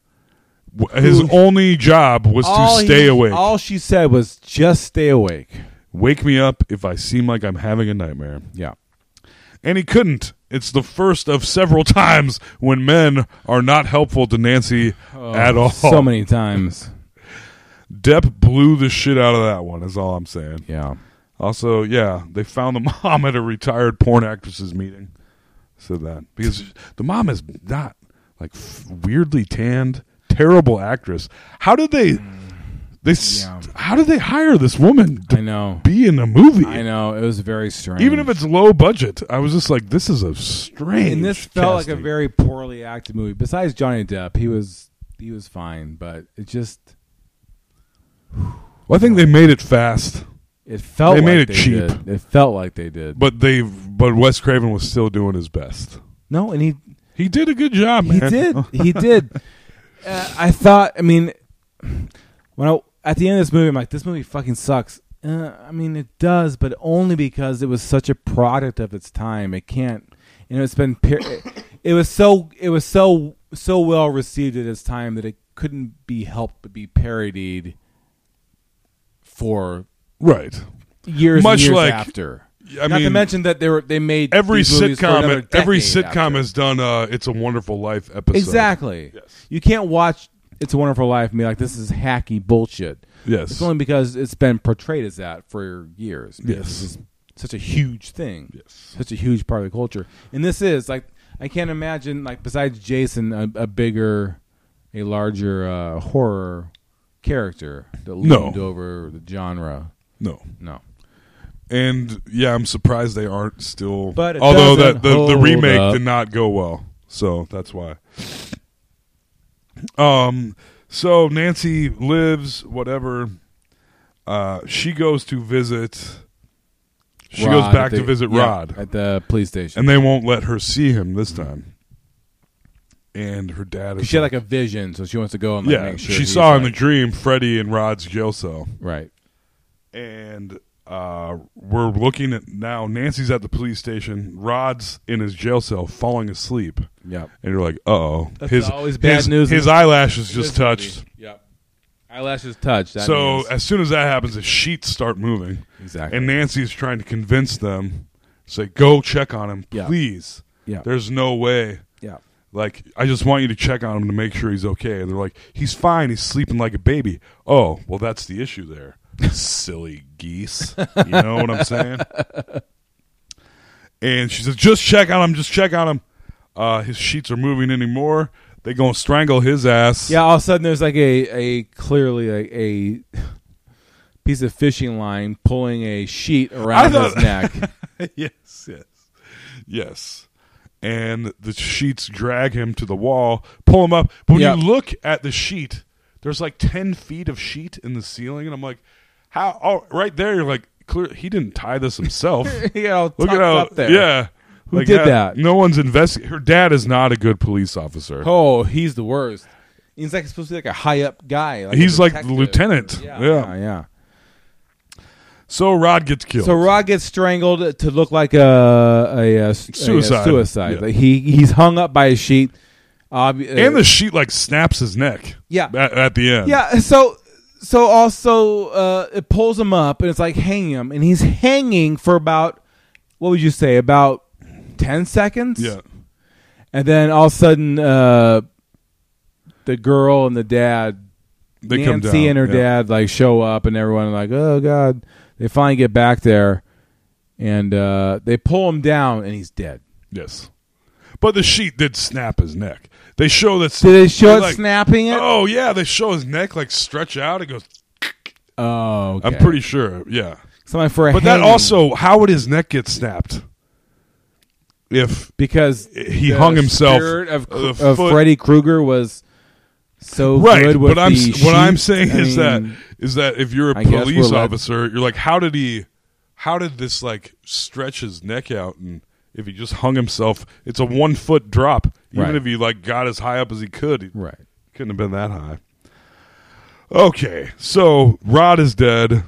W- His only job was to stay
he-
awake.
All she said was just stay awake.
Wake me up if I seem like I'm having a nightmare.
Yeah.
And he couldn't. It's the first of several times when men are not helpful to Nancy at all.
Oh, So many times.
Depp blew the shit out of that one. Is all I'm saying.
Yeah.
Also, yeah, they found the mom at a retired porn actresses meeting. Said that because the mom is not like f- weirdly tanned, terrible actress. How did they? They s
Yeah.
how did they hire this woman to
I know.
be in a movie?
I know. It was very strange.
Even if it's low budget, I was just like, this is a strange.
and this felt like a
casting.
very poorly acted movie. Besides Johnny Depp, he was he was fine, but it just
Well, I think they made it fast,
it felt
They
like
made it
they
cheap.
did. It felt like they did.
but they but Wes Craven was still doing his best.
no, and he
He did a good job,
he
man.
did he did. Uh, I thought. I mean, when I at the end of this movie, I'm like, this movie fucking sucks. Uh, I mean, it does, but only because it was such a product of its time. It can't. You know, it's been. Per- it, it was so. It was so so well received at its time that it couldn't be helped but be parodied for
right.
years
Much
and years
like-
after.
I
Not to
mean,
mention that they were they made
every
these movies for another
sitcom every
decade
sitcom
after.
has done uh it's a wonderful life episode
exactly.
Yes.
You can't watch It's a Wonderful Life and be like, this is hacky bullshit.
Yes.
It's only because it's been portrayed as that for years. because
Yes.
It's just such a huge thing.
Yes.
Such a huge part of the culture. And this is like I can't imagine like besides Jason a, a bigger a larger uh, horror character that
No.
loomed over the genre.
no
No.
and yeah i'm surprised they aren't still
But it
although that
doesn't
the, the
hold
remake
up.
did not go well so that's why um so nancy lives whatever uh she goes to visit she
Rod
goes
at
back
the-
to visit
yeah,
rod
at the police station.
and they won't let her see him this time and her dad is
she had like a vision, so she wants to go and like,
yeah
make sure
she
he's,
saw in the
like-
dream freddie in rod's jail cell
right.
and uh, we're looking at now. Nancy's at the police station. Rod's in his jail cell, falling asleep.
Yep.
And you're like, uh oh,
That's always bad
his,
news in
His
this-
eyelashes just touched.
Yep. Eyelashes touched. That
so
means-
as soon as that happens, the sheets start moving.
Exactly.
And Nancy's trying to convince them, say, go check on him,
Yeah.
please.
Yeah.
There's no way.
yeah.
Like, I just want you to check on him to make sure he's okay. And they're like, he's fine. He's sleeping like a baby. Oh, well, that's the issue there. Silly geese. You know what I'm saying? And she says, just check on him. Just check on him. Uh, his sheets are moving anymore. They going to strangle his ass.
Yeah. All of a sudden, there's like a a clearly a, a piece of fishing line pulling a sheet around
I thought-
his neck.
yes, yes, yes. And the sheets drag him to the wall, pull him up. But when
Yep.
you look at the sheet, there's like ten feet of sheet in the ceiling, and I'm like, how? Oh, right there, you're like, clear. He didn't tie this himself.
you know,
look
tucked
at how,
up there.
yeah.
Who did that?
No one's investigating. Her dad is not a good police officer.
Oh, he's the worst. He's like supposed to be like a high up guy. Like a
He's like the
detective.
lieutenant.
Yeah.
Yeah.
Yeah. yeah.
So Rod gets killed.
So Rod gets strangled to look like a a, a s- a
Suicide.
suicide.
Yeah.
Like he he's hung up by a sheet. Obvi-
and the sheet like snaps his neck.
Yeah.
at, at the end.
Yeah, so so also uh, it pulls him up and it's like hang him, and he's hanging for about what would you say about ten seconds?
yeah.
and then all of a sudden, uh, the girl and the dad,
They
Nancy
come down,
and her
yeah.
dad, like show up, and everyone like, oh god, they finally get back there, and uh, they pull him down, and he's dead.
Yes, but the sheet did snap his neck. They show that.
Did they show it
like-
snapping it?
Oh yeah, they show his neck like stretch out. It goes.
Oh, okay.
I'm pretty sure. Yeah,
Something for a
but that
hanging,
also how would his neck get snapped? If
because
he
the
hung himself
spirit of,
the
Cr- of
foot-
Freddy Krueger was so
right,
good with
but I'm
the
s- what I'm
sheets.
saying
I
is
mean,
that is that if you're a
I guess we're
police
led-
officer, you're like, how did he? How did this like stretch his neck out? And if he just hung himself, it's a one foot drop. Even
Right.
if he like got as high up as he could, he
right.
couldn't have been that high. Okay, so Rod is dead.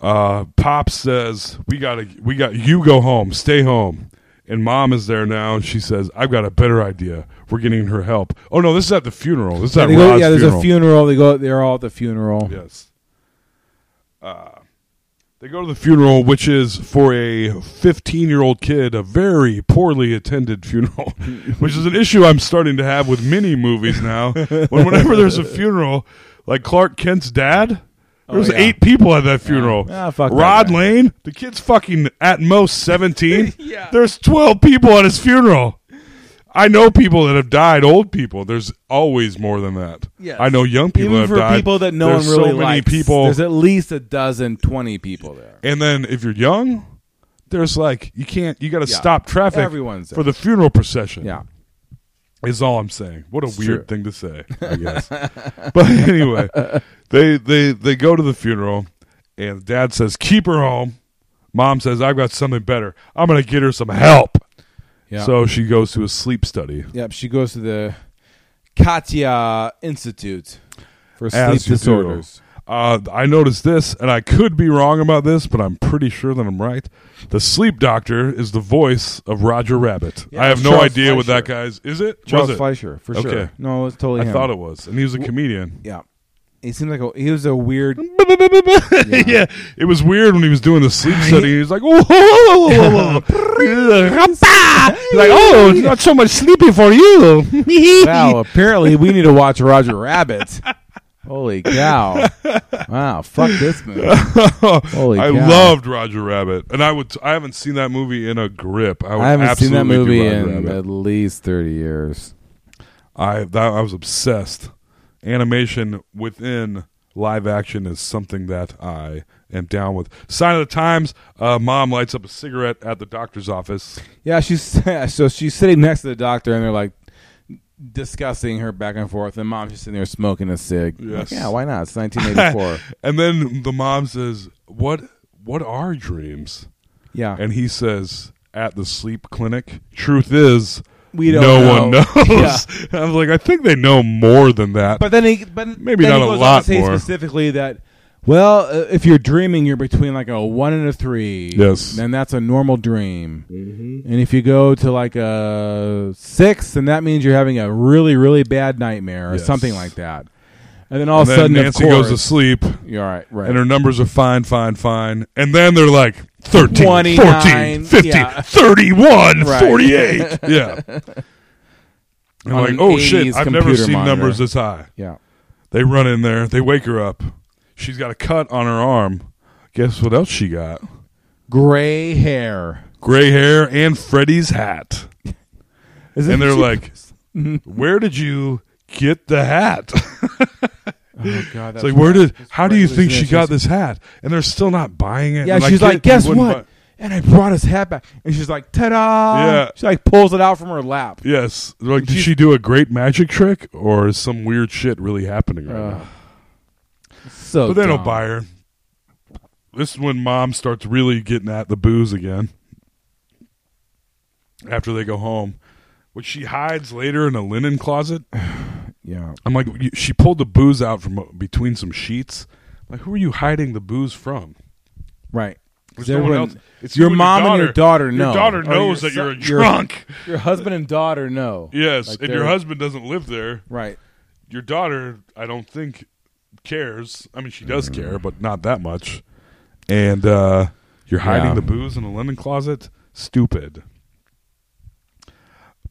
Uh, Pop says we gotta, we got you go home, stay home. And Mom is there now, and she says, "I've got a better idea. We're getting her help." Oh no, this is at the funeral. This is at
They go-
Rod's
yeah, there's
funeral.
a funeral. They go. They're all at the funeral.
Yes. Uh, they go to the funeral, which is for a 15 year old kid, a very poorly attended funeral, which is an issue I'm starting to have with many movies now. when whenever there's a funeral, like Clark Kent's dad, there was
Oh, yeah.
eight people at that funeral.
Ah, fuck that
Rod
guy.
Lane, the kid's fucking at most 17. There's 12 people at his funeral. I know people that have died, old people. There's always more than that.
Yes.
I know young people
Even
have
for
died.
people that no
There's
one really
so many
likes.
people.
There's at least a dozen, twenty people there.
and then if you're young, there's like you can't. You got to
Yeah.
stop traffic
Everyone's
for the funeral procession.
Yeah.
is all I'm saying. What a
true.
weird thing to say, I guess. but anyway, they they they go to the funeral, and Dad says, "Keep her home." Mom says, "I've got something better. I'm gonna get her some help."
Yeah.
So she goes to a sleep study.
Yep. She goes to the Katya Institute for sleep
As you do.
disorders.
Uh, I noticed this, and I could be wrong about this, but I'm pretty sure that I'm right. The sleep doctor is the voice of Roger Rabbit.
Yeah,
I have no
Charles
idea what
Fleischer.
that guy's. Is it
Charles
Was it?
Fleischer, for
Okay.
sure. No, it's totally.
I
him.
thought it was, and he was a comedian.
Yeah. He seemed like a, he was a weird.
yeah. it was weird when he was doing the sleep study. He was like, "Whoa, whoa, whoa, whoa, whoa, whoa." He's like, oh, it's not so much sleepy for you.
wow. Apparently, we need to watch Roger Rabbit. Holy cow! Wow. Fuck this movie. Holy
I
cow.
loved Roger Rabbit, and I would. I haven't seen that movie in a grip. I, would
I haven't seen that
absolutely do
movie
Roger
in
Rabbit.
at least thirty years.
I that, I was obsessed. Animation within live action is something that I am down with. Sign of the times. Uh, Mom lights up a cigarette at the doctor's office.
Yeah, she's so she's sitting next to the doctor, and they're like discussing her back and forth, and mom's just sitting there smoking a cig. Like,
Yes.
yeah, why not? It's 1984.
and then the mom says, "What? What are dreams?"
yeah,
And he says, "At the sleep clinic." Truth is,
We don't
no
know.
one knows. I was like, I think they know more than that.
but then he, but
Maybe not
then he
a
goes on to
lot
say
more.
specifically that. Well, uh, if you're dreaming, you're between like a one and a three.
Yes.
then that's a normal dream. Mm-hmm. And if you go to like a six, then that means you're having a really, really bad nightmare or
Yes.
something like that. And then all
And
of a
then
sudden,
Nancy
of course,
goes to sleep,
You're all right, right?
and her numbers are fine, fine, fine. And then they're like 13, 14,
29,
15,
yeah.
31,
Right.
48. Yeah. And
On
like,
an
oh shit,
80s
I've never
computer
seen
monitor.
numbers this high.
yeah.
They run in there. They wake her up. She's got a cut on her arm. Guess what else she got?
gray hair.
Gray hair and Freddy's hat.
Is
And they're like, "Where did you get the hat?"
Oh, God,
it's like, "Where did? How do you think she got this hat?" And they're still not buying it.
Yeah,
And I
she's
get
like,
you
guess
wouldn't
what?
buy-
and I brought his hat back, and she's like, ta-da!
Yeah.
she like pulls it out from her lap.
yes, They're like, did
She's-
she do a great magic trick, or is some weird shit really happening
Uh,
right now?
So,
But they
dumb.
don't buy her. This is when mom starts really getting at the booze again. After they go home, which she hides later in a linen closet.
Yeah,
I'm like, you- she pulled the booze uh, out from between some sheets. I'm like, who are you hiding the booze from?
right.
There's
There
no one
wouldn't-
else. It's
your
you
mom and your daughter know.
Your
Oh,
daughter
Or
knows
your
that you're a
son- your-
drunk.
Your husband and daughter know.
yes,
Like
and
they're-
your husband doesn't live there.
Right.
Your daughter, I don't think, cares. I mean, she does care, but not that much. And uh, you're hiding
Yeah.
the booze in a linen closet. Stupid.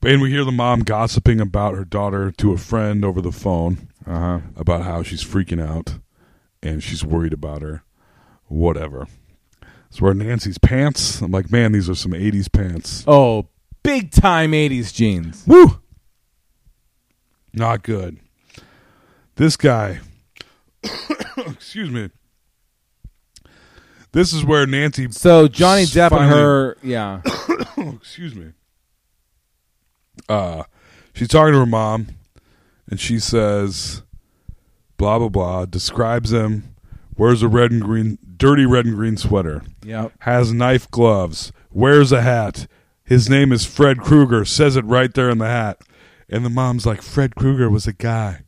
And we hear the mom gossiping about her daughter to a friend over the phone
Uh huh.
about how she's freaking out and she's worried about her. Whatever. So we're in Nancy's pants. I'm like, man, these are some 80s pants.
Oh, big time '80s jeans.
Woo! Not good. This guy. excuse me. This is where Nancy.
So Johnny
s-
Depp and
finally-
her, yeah,
Oh, excuse me. Uh, she's talking to her mom, and she says, "Blah blah blah." Describes him. Wears a red and green, dirty red and green sweater.
Yep.
Has knife gloves. Wears a hat. His name is Fred Krueger. Says it right there in the hat. And the mom's like, "Fred Krueger was a guy."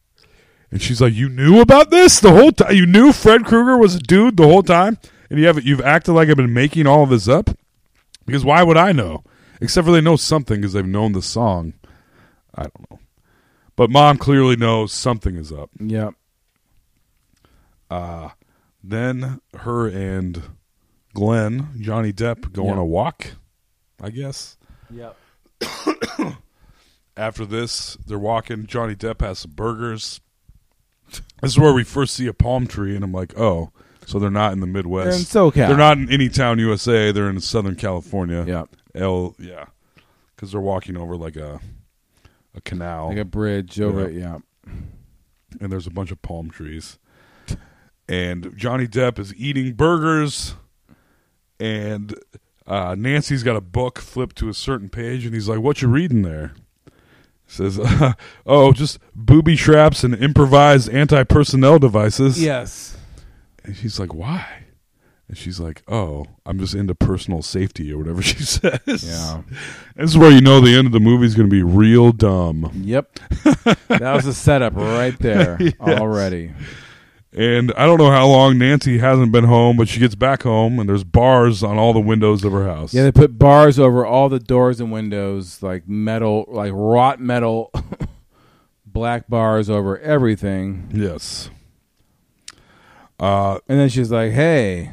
And she's like, "You knew about this the whole time. You knew Fred Krueger was a dude the whole time, and you haven't. You've acted like I've been making all of this up." Because why would I know? Except for they know something because they've known the song. I don't know. But mom clearly knows something is up.
yep.
Then her and Glenn, Johnny Depp, go on
Yeah.
a walk, I guess.
Yep.
After this, they're walking. Johnny Depp has some burgers. This is where we first see a palm tree, and I'm like, oh, so they're not in the Midwest.
They're in SoCal.
They're not in any town USA. They're in Southern California.
Yep.
L, yeah. Because they're walking over like a a canal.
Like a bridge over it.
and there's a bunch of palm trees. And Johnny Depp is eating burgers, and uh, Nancy's got a book flipped to a certain page, and he's like, "What you reading there?" He says, "Oh, just booby traps and improvised anti-personnel devices."
Yes.
and she's like, "Why?" And she's like, "Oh, I'm just into personal safety or whatever she says."
Yeah.
this is where you know the end of the movie is going to be real dumb.
Yep. that was a setup right there already.
And I don't know how long Nancy hasn't been home, but she gets back home and there's bars on all the windows of her house.
Yeah, they put bars over all the doors and windows, like metal, like wrought metal, black bars over everything.
yes.
And then she's like, "Hey,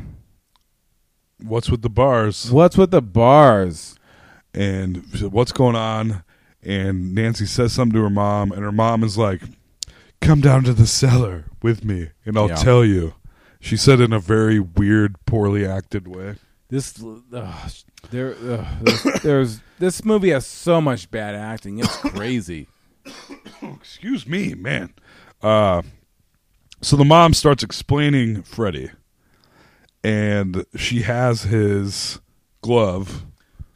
What's with the bars?
what's with the bars?"
And she said, what's going on? And Nancy says something to her mom, and her mom is like, Come down to the cellar with me and I'll
Yeah.
tell you. She said in a very weird, poorly acted way.
This ugh, there, ugh, there's, there's this movie has so much bad acting. It's crazy.
Excuse me, man. Uh, so the mom starts explaining Freddy, and she has his glove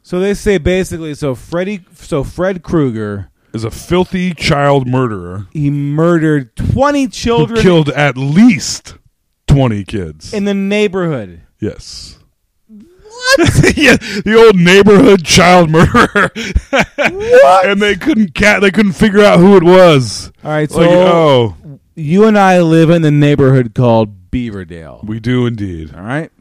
so they say basically, so Freddy, so Fred Krueger,
is a filthy child murderer
he murdered twenty
who
children
killed at least twenty kids.
in the neighborhood.
yes. What? yeah, the old neighborhood child murderer. what? And they couldn't cat. They couldn't figure out who it was.
All right, so
Like, oh,
you and I live in the neighborhood called Beaverdale.
we do indeed.
All right.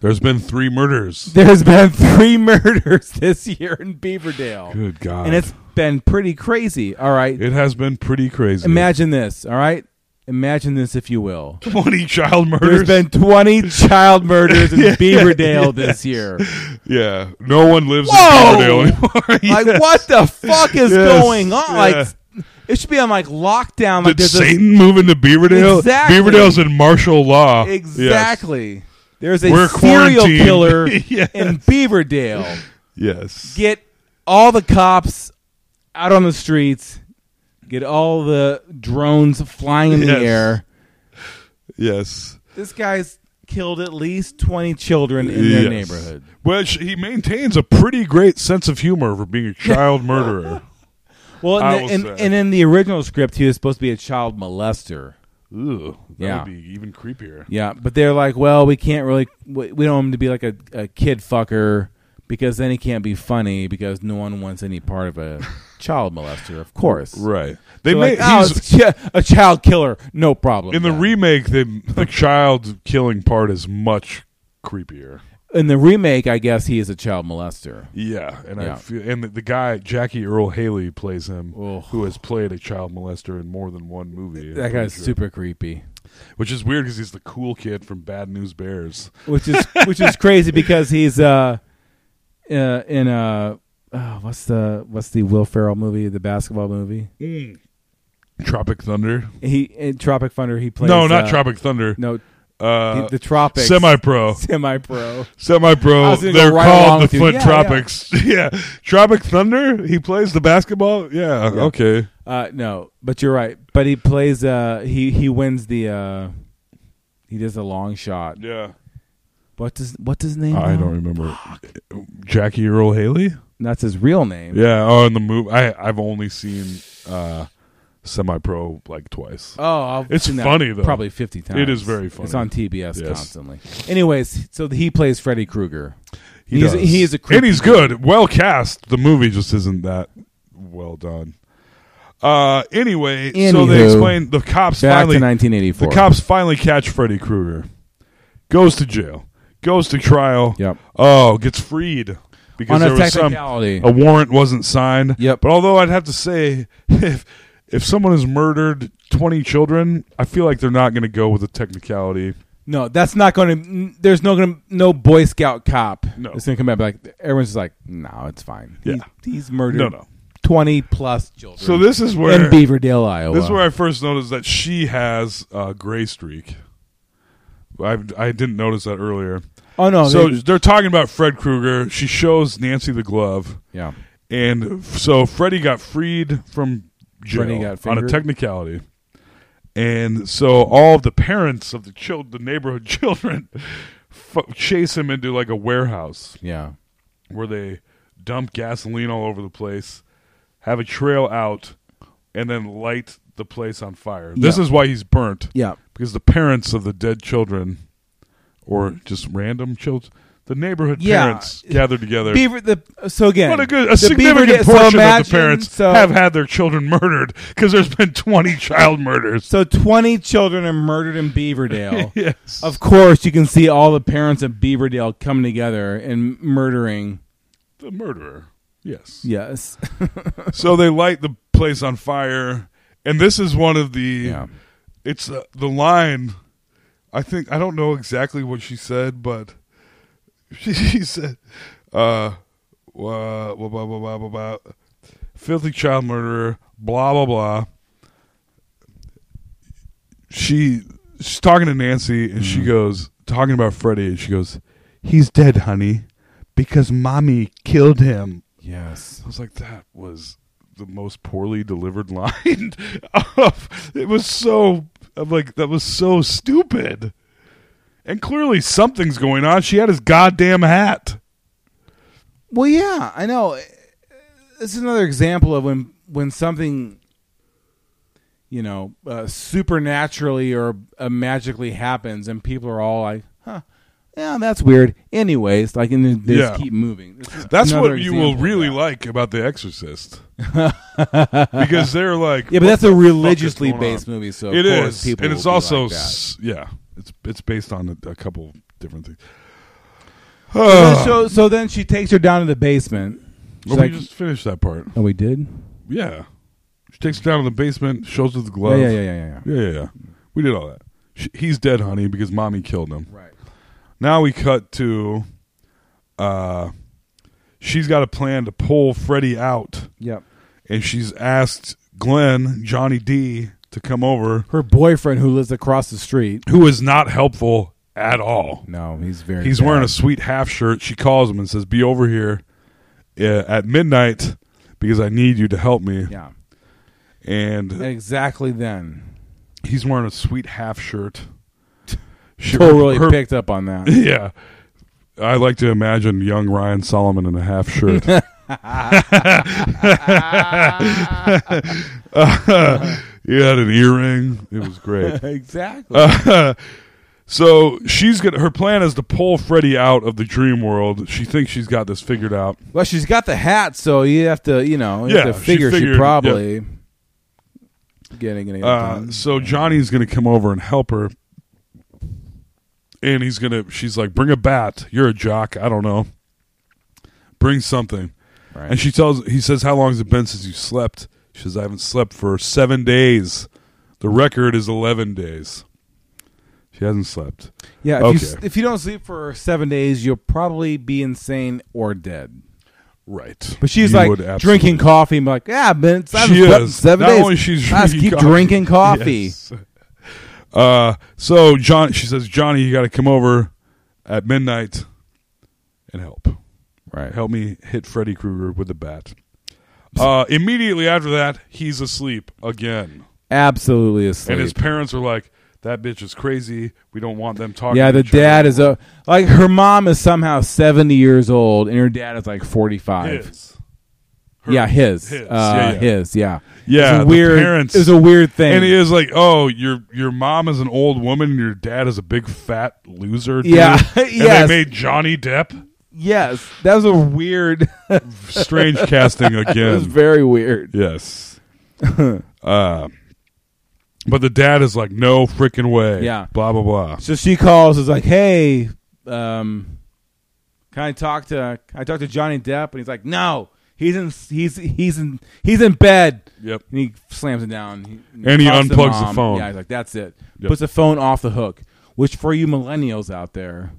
There's been three murders.
There's been three murders this year in Beaverdale.
Good God!
And it's been pretty crazy. All right.
It has been pretty crazy.
Imagine this. All right. Imagine this, if you will.
20 child
There's
murders.
been 20 child murders in Beaverdale this year.
yeah, no one lives
Whoa!
in Riverdale anymore.
Like,
Yes.
what the fuck is
Yes.
going on?
Yeah.
Like, it should be on like lockdown. Like,
Did
there's a-
Satan move into Beaverdale?
Exactly.
Beaverdale's in martial law. Yes.
exactly. There's a
We're
serial
quarantined.
killer
Yes.
in Beaverdale.
Yes.
get all the cops out on the streets, get all the drones flying in
Yes.
the air.
yes.
This guy's killed at least 20 children in
Yes.
their neighborhood.
Which he maintains a pretty great sense of humor for being a child murderer.
Well,
I
and,
will
and,
say.
and in the original script, he was supposed to be a child molester.
Ooh, that
Yeah.
would be even creepier.
Yeah, but they're like, well, we can't really, we we don't want him to be like a, a kid fucker because then he can't be funny because no one wants any part of a child molester, of course.
Right. They
They're
made
like, oh,
he's-
it's chi- a child killer, no problem.
in the
Yeah.
remake the the child killing part is much creepier.
in the remake, I guess he is a child molester.
Yeah, and
Yeah.
I feel, and the, the guy Jackie Earl Haley plays him,
Oh.
who has played a child molester in more than one movie. I'm
That
pretty
guy's
sure.
super creepy.
which is weird because he's the cool kid from Bad News Bears.
which is which is crazy because he's uh, uh in uh, uh what's the what's the Will Ferrell movie, the basketball movie?
Tropic Thunder?
He in Tropic Thunder he plays
no, not
uh,
Tropic Thunder.
No,
uh,
the, the Tropics
Semi Pro.
semi pro.
Semi
I
Pro.
was gonna
They're
go right along
called the
with you.
Foot
Yeah, yeah.
Tropics. Yeah. Tropic Thunder? He plays the basketball? Yeah,
Yeah.
okay.
Uh, no, but you're right. But he plays uh he he wins the uh he does a long shot.
Yeah.
What does what's his name?
I
now?
don't remember. Jackie Earl Haley?
That's his real name.
Yeah, oh, in the movie. I, I've only seen uh, Semi Pro like twice.
Oh, I've
It's
seen that
funny, though.
Probably fifty times.
It is very funny.
It's on TBS
Yes.
constantly. Anyways, so he plays Freddy Krueger.
He
he's,
does.
He is a creepy
and he's good, well cast. The movie just isn't that well done. Uh, anyway, so they
Anywho,
explain the cops
Back
finally
to 1984.
the cops finally catch Freddy Krueger, goes to jail, goes to trial.
Yep.
Oh, gets freed because
On a
there was some
technicality.
a warrant wasn't signed.
Yep.
But although I'd have to say if if someone has murdered twenty children, I feel like they're not going to go with a technicality.
No, that's not going to. There's no going to no Boy Scout cop.
No.
it's going to come back like everyone's just like, no, it's fine.
Yeah.
He's, he's murdered.
No, no.
twenty plus children.
So this is where
in Beaverdale, Iowa.
This is where I first noticed that she has a gray streak. I I didn't notice that earlier.
oh no,
so
they-
they're talking about Fred Krueger. She shows Nancy the glove,
yeah,
and f- so Freddy got freed from jail
Freddy got
on a
fingered.
technicality. And so all the parents of the child, the neighborhood children, f- chase him into like a warehouse
yeah.
where they dump gasoline all over the place, have a trail out, and then light the place on fire. This
Yeah.
is why he's burnt.
Yeah.
Because the parents of the dead children, or just random children, the neighborhood
Yeah.
parents gathered together.
Beaver. The so again,
What a good,
the
a significant
Beaver- so
portion of the
imagine-
parents
so,
have had their children murdered because there's been 20 child murders.
So twenty children are murdered in Beaverdale.
yes.
Of course, you can see all the parents of Beaverdale coming together and murdering.
the murderer. Yes.
Yes.
So they light the place on fire, and this is one of the.
Yeah.
it's uh, the line. I think I don't know exactly what she said, but she, she said, uh, wha- blah, blah, blah, blah, blah, blah, filthy child murderer, blah blah blah. She she's talking to Nancy, and she goes talking about Freddie, and she goes, "He's dead, honey, because mommy killed him."
Yes.
I was like, that was the most poorly delivered line. of, it was so. I'm like, that was so stupid. And clearly something's going on. She had his goddamn hat.
Well, yeah, I know. This is another example of when when something, you know, uh, supernaturally or uh, magically happens, and people are all like, "Huh, yeah, that's weird." Anyways, like, and then they just
Yeah.
keep moving. This is
That's
another
what you
example
will
of
really
that.
like about The Exorcist. because they're like,
Yeah, but
what
that's
the
a
fuck is
religiously
going on?
based movie, so of
It
course
is,
people
and
will
it's
be
also
like that.
s- yeah, it's it's based on a, a couple different things.
so so then she takes her down to the basement. She's
Let
like,
me just finish that part.
oh, we did.
Yeah. She takes her down to the basement, shows her the
Yeah,
glove.
yeah, yeah, yeah, yeah.
Yeah, yeah, yeah. We did all that. She, he's dead, honey, because mommy killed him.
Right.
Now we cut to uh she's got a plan to pull Freddy out
Yep.
and she's asked Glenn, Johnny D, to come over,
Her boyfriend who lives across the street.
who is not helpful at all.
No, he's very.
He's
bad.
wearing a sweet half shirt. She calls him and says, "Be over here uh, at midnight because I need you to help me."
yeah.
And
Exactly then.
he's wearing a sweet half shirt. She,
Cole really
her-
picked up on that.
Yeah. I like to imagine young Ryan Solomon in a half shirt. he had an earring. It was great.
exactly.
So she's gonna. Her plan is to pull Freddy out of the dream world. She thinks she's got this figured out.
well, she's got the hat, so you have to, you know, you
Yeah,
have to
she
figure she,
figured-
probably getting it.
Uh,
done.
so Johnny's gonna come over and help her. and he's gonna. She's like, "Bring a bat. You're a jock. I don't know. Bring something."
Right.
And she tells. He says, "How long has it been since you slept?" She says, "I haven't slept for seven days. The record is eleven days. She hasn't slept."
Yeah, if,
Okay.
you, s- if you don't sleep for seven days, you'll probably be insane or dead.
Right.
But she's
You would
like
absolutely-
drinking coffee. and be like, yeah, I've been I've
She
been slept in
is.
seven
Not
days.
only she's
I just
drinking
keep
coffee.
drinking coffee.
Yes. Uh, so John, she says, Johnny, you got to come over at midnight and help.
Right.
Help me hit Freddy Krueger with the bat. Uh, immediately after that, he's asleep again,
Absolutely asleep.
and his parents are like, "That bitch is crazy. We don't want them talking."
yeah,
to
the
each other."
dad is a like her mom is somehow seventy years old, and her dad is like forty five.
His. Her-
Yeah, his,
His.
Uh,
Yeah, yeah.
his, yeah,
Yeah,
It's a
the
weird.
parents-
it was a weird thing.
And he is like, "Oh, your your mom is an old woman, and your dad is a big fat loser." dude."
Yeah,
and
yes.
they made Johnny Depp.
Yes, that was a weird. it
Strange casting
was
again.
very weird.
Yes. uh, but the dad is like, no freaking way.
Yeah.
Blah blah blah.
So she calls, is like, "Hey, um, can I talk to can I talk to Johnny Depp?" And he's like, "No, he's in he's he's in he's in bed."
Yep.
And he slams it down.
And he
talks to
unplugs the
mom.
phone.
Yeah, he's like, "That's it."
Yep.
Puts the phone off the hook. Which for you millennials out there,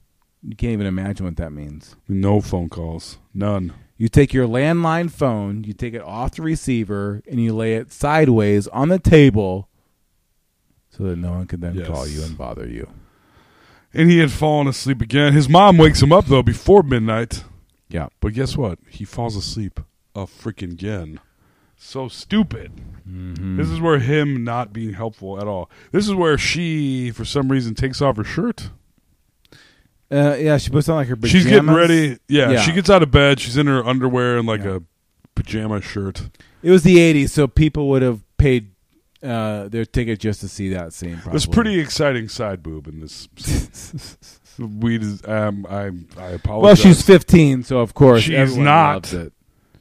you can't even imagine what that means.
No phone calls. None.
You take your landline phone, you take it off the receiver, and you lay it sideways on the table, so that no one can then
Yes.
call you and bother you.
And he had fallen asleep again. His mom wakes him up though before midnight.
Yeah.
But guess what? He falls asleep a freaking again. So stupid.
Mm-hmm.
This is where him not being helpful at all. This is where she, for some reason, takes off her shirt.
Uh, yeah, she puts on like her pajamas.
She's getting ready. Yeah,
Yeah.
she gets out of bed. She's in her underwear and like
Yeah.
a pajama shirt.
It was the '80s, so people would have paid uh, their ticket just to see that scene. Probably.
There's pretty exciting side boob in this. we just- um, I I apologize.
well, she's 15, so of course
She's
everyone
not.
loves it.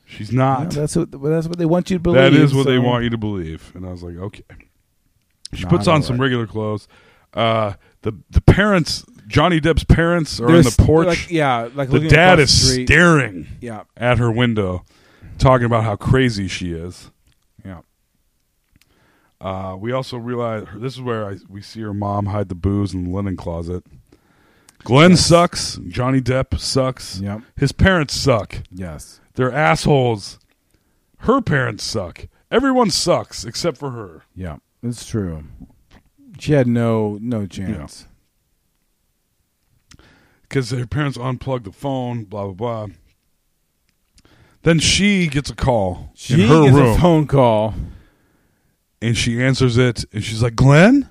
she's not.
No, that's what well, that's what they want you to believe.
that is what they
so-
want you to believe. And I was like, okay. She
Not
puts on some
alright.
regular clothes. Uh, the the parents, Johnny Depp's parents, are
They're
on the
s- they're
porch.
like- yeah, like
the
looking
dad
across the
is
street.
staring
Yeah,
at her window, talking about how crazy she is.
yeah.
Uh, we also realize this is where I, we see her mom hide the booze in the linen closet. Glenn sucks. Johnny Depp sucks.
Yep.
His parents suck.
Yes.
They're assholes. Her parents suck. Everyone sucks except for her.
Yeah. It's true. She had no no chance.
because her parents unplugged the phone, blah blah blah. Then she gets a call
She
in her
gets
room,
a phone call.
and she answers it, and she's like, "Glenn,"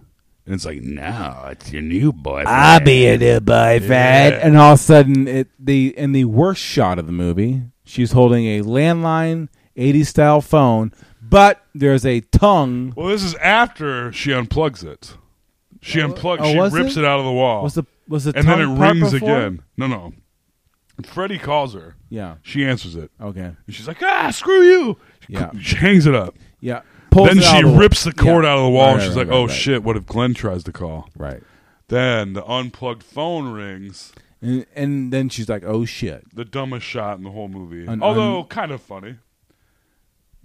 and it's like, "No, it's your new boyfriend."
a new boyfriend. And all of a sudden, it the in the worst shot of the movie, she's holding a landline 80s style phone, but there's a tongue.
Well, this is after she unplugs it. She unplugs.
oh,
she
was
rips
it?
it? out of the wall.
Was the was the
and then
tongue
it
part
rings
before?
again. No, no. Freddie calls her.
Yeah.
She answers it,
Okay.
and she's like, "Ah, screw you!" She-
Oh. Yeah.
She hangs it up.
Yeah. Pulls
then
it out
she
of the-
rips the cord
yeah.
out of the wall. and
Right,
she's
right,
like,
right,
"Oh
right.
shit! What if Glenn tries to call?"
Right.
Then the unplugged phone rings.
And and then she's like, "Oh shit."
The dumbest shot in the whole movie.
An
Although
un-
kind of funny.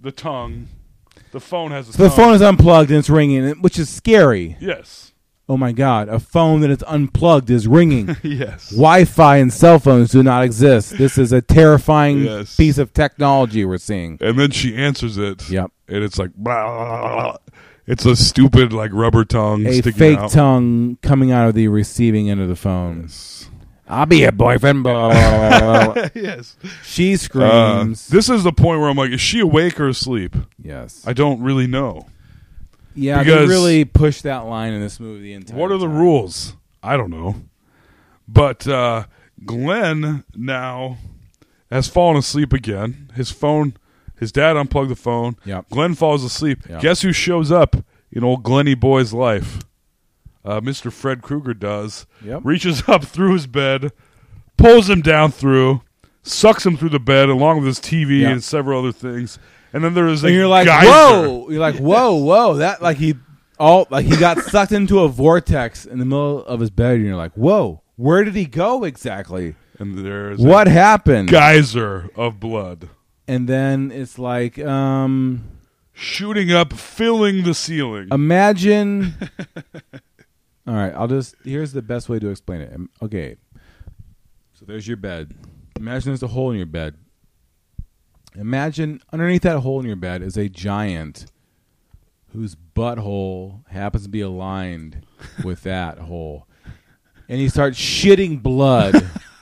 The tongue. The phone has a
So the
tongue.
phone is unplugged and it's ringing, which is scary.
Yes.
Oh my god, a phone that is unplugged is ringing.
Yes.
Wi-Fi and cell phones do not exist. This is a terrifying
Yes.
piece of technology we're seeing.
And then she answers it.
Yep.
And it's like blah, blah, blah, blah. It's a stupid like rubber tongue
A
sticking
fake
out.
tongue coming out of the receiving end of the phone.
Yes.
I'll be your boyfriend. Blah, blah, blah, blah, blah.
yes.
she
Uh,
screams.
this is the point where I'm like, is she awake or asleep?
yes.
I don't really know.
yeah, they
because-
really pushed that line in this movie the entire
What are the
time.
rules? I don't know. But uh, Glenn now has fallen asleep again. His phone, his dad unplugged the phone.
Yep.
Glenn falls asleep.
Yep.
Guess who shows up in old Glenny boy's life? Uh, Mr. Fred Krueger does.
Yep.
Reaches up through his bed, pulls him down through, sucks him through the bed along with his TV
Yep.
and several other things. And then there is a
And you're like,
geyser.
whoa. You're like, whoa, whoa. That, like, he all like he got sucked into a vortex in the middle of his bed, and you're like, "Whoa, where did he go exactly?
And there's
What
a
happened?"
geyser of blood
And then it's like, um,
shooting up, filling the ceiling.
imagine. all right, I'll just. Here's the best way to explain it. Um, Okay, so there's your bed. Imagine there's a hole in your bed. Imagine underneath that hole in your bed is a giant whose butthole happens to be aligned with that hole. And he starts shitting blood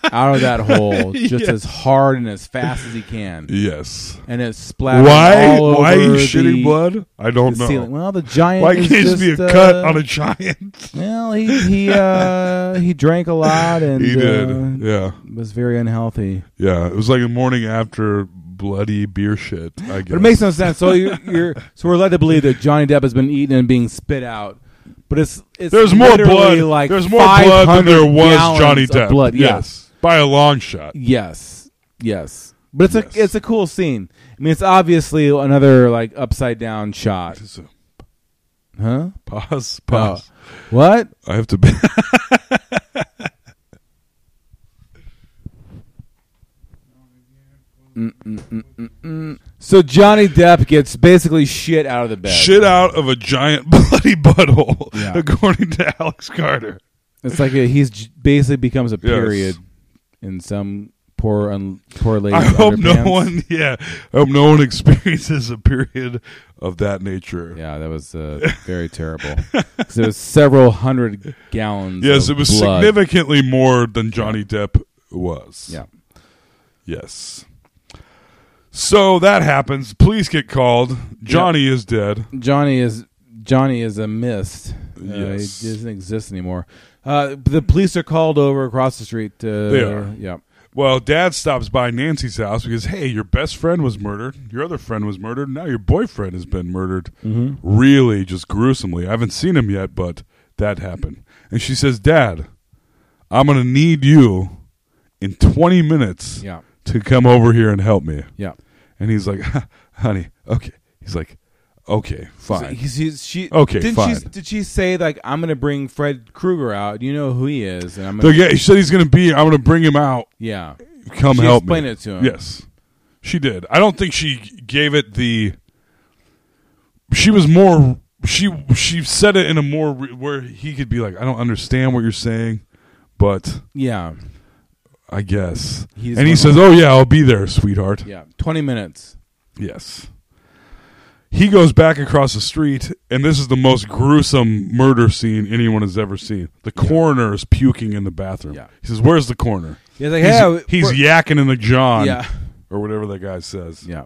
out of that hole just as hard and as fast as he can.
yes.
And it's splattering
Why?
all over
Why are you
the-
shitting blood? I don't
the
know.
ceiling. Well, the giant
Oh, Why
is
can't it
just,
be a
uh,
cut on a giant?
Well, he he uh, he drank a lot and
he
uh,
did. Yeah,
was very unhealthy.
yeah. It was like a morning after bloody beer shit. I guess.
But it makes no sense. So you, you're so we're led to believe that Johnny Depp has been eaten and being spit out. But it's it's
There's more
literally
blood.
Like
There's more blood than
500
there was
gallons
Johnny
of
Depp.
Blood. Yeah.
Yes, by a long shot.
Yes. Yes. But it's
Yes.
a it's a cool scene. I mean, it's obviously another like upside down shot,
So,
huh?
Pause. Pause.
Oh. What?
I have to. Be-
So Johnny Depp gets basically shit out of the bed.
shit out of a giant bloody butthole,
Yeah.
according to Alex Carter.
It's like a, he's j- basically becomes a
Yes.
period in some poor un, poor lady.
I hope no one, yeah, I hope no one experiences a period of that nature.
Yeah, that was uh, very terrible. 'Cause it was several hundred gallons.
Yes,
of
it was
blood.
significantly more than Johnny Depp was.
Yeah.
Yes. So that happens. Police get called. Johnny is dead.
Johnny is Johnny is a mist. Uh,
Yes.
He doesn't exist anymore. Uh, the police are called over across the street. Uh,
They are.
Yeah.
Well, Dad stops by Nancy's house because hey, your best friend was murdered. Your other friend was murdered. Now your boyfriend has been murdered.
Mm-hmm.
Really, just gruesomely. I haven't seen him yet, but that happened. And she says, "Dad, I'm gonna need you in 20 minutes
Yeah.
to come over here and help me."
Yeah.
And he's like, "Honey, okay." He's like, "Okay,
So
fine."
he's- he's- she,
Okay,
didn't
fine.
She, did she say like I'm going to bring Fred Krueger out? You know who he is, and I'm
So,
gonna,
yeah, he said he's gonna be. I'm gonna bring him out.
yeah.
come
She
help
explained
me.
it to him.
Yes, she did. I don't think she gave it the. She was more. She she said it in a more re- where he could be like, I don't understand what you're saying, but
Yeah.
I guess.
He just
and he
went
says,
on.
"Oh yeah, I'll be there, sweetheart."
Yeah. 20 minutes.
Yes. He goes back across the street, and this is the most gruesome murder scene anyone has ever seen. The coroner is puking in the bathroom.
Yeah.
He says, "Where's the coroner?"
He's like, "Yeah,
he's, he's
we're-
yakking in the John,
Yeah.
or whatever that guy says.
Yeah.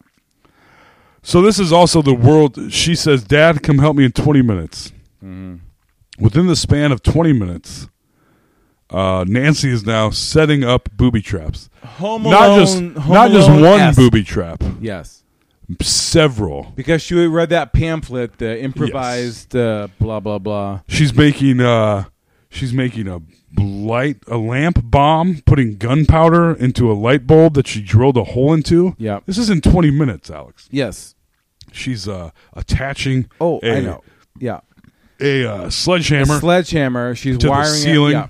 So this is also the world. She says, "Dad, come help me in 20 minutes."
Mm-hmm.
Within the span of 20 minutes, uh, Nancy is now setting up booby traps.
Home
not just
Alone- Home
not just one
Alone-esque.
booby trap,
Yes.
several.
Because she read that pamphlet, the improvised uh, blah, blah, blah.
She's making uh she's making a light a lamp bomb, putting gunpowder into a light bulb that she drilled a hole into.
Yeah.
This is in 20 minutes, Alex.
Yes.
She's uh attaching
Oh, I
a,
know. Yeah.
a uh, sledgehammer
Sledgehammer. She's
to the
wiring
ceiling.
it. Yeah.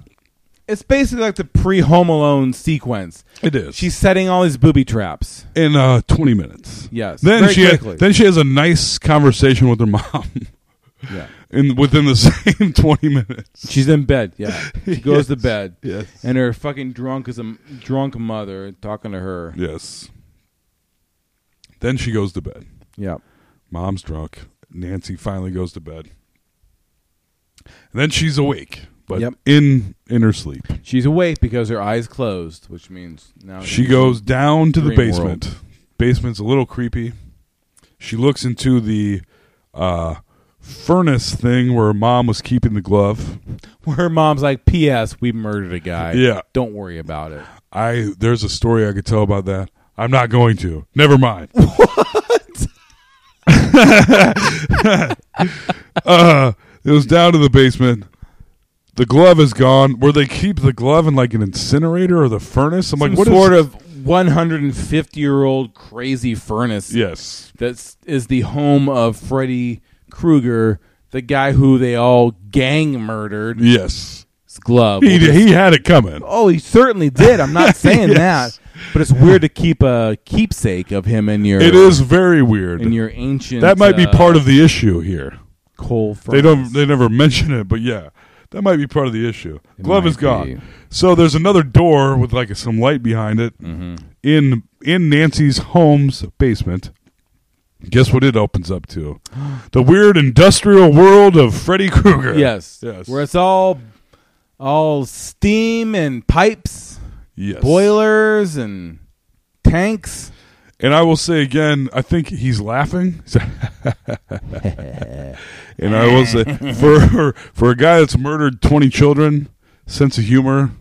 It's basically like the pre Home Alone sequence.
It is.
She's setting all these booby traps.
in uh 20 minutes.
Yes,
Then
very
she
quickly.
then she has a nice conversation with her mom
Yeah.
in within the same 20 minutes.
She's in bed. Yeah. She goes to
Yes.
bed.
Yes.
And her fucking drunk is a m- drunk mother talking to her.
Yes. Then she goes to bed.
Yeah.
Mom's drunk. Nancy finally goes to bed. And then she's awake, but
Yep.
in in her sleep.
She's awake because her eyes closed, which means now
She goes down to the
Dream world.
basement. Basement's a little creepy. She looks into the uh, furnace thing where mom was keeping the glove.
her mom's like, "P.S. We murdered a guy.
Yeah.
don't worry about it."
I there's a story I could tell about that. I'm not going to. Never mind. What? uh, it was down to the basement. The glove is gone. Where they keep the glove in like an incinerator or the furnace? I'm like,
Some
what is-
sort of 150 year old crazy furnace
Yes,
that is the home of Freddy Krueger, the guy who they all gang murdered
Yes.
glove.
He, he had it coming.
oh, he certainly did. I'm not saying
Yes.
that, but it's weird to keep a keepsake of him in your
It is very weird.
in your ancient.
That might be
uh,
part of the issue here.
coal.
They
Furnace.
don't. They never mention it, but yeah, that might be part of the issue. Glove is
might
gone.
be.
So there's another door with like some light behind it
Mm-hmm.
in in Nancy's home's basement. Guess what it opens up to? The weird industrial world of Freddy Krueger.
Yes.
Yes.
Where it's all all steam and pipes,
Yes.
boilers and tanks.
And I will say again, I think he's laughing. and I will say, for for a guy that's murdered twenty children, sense of humor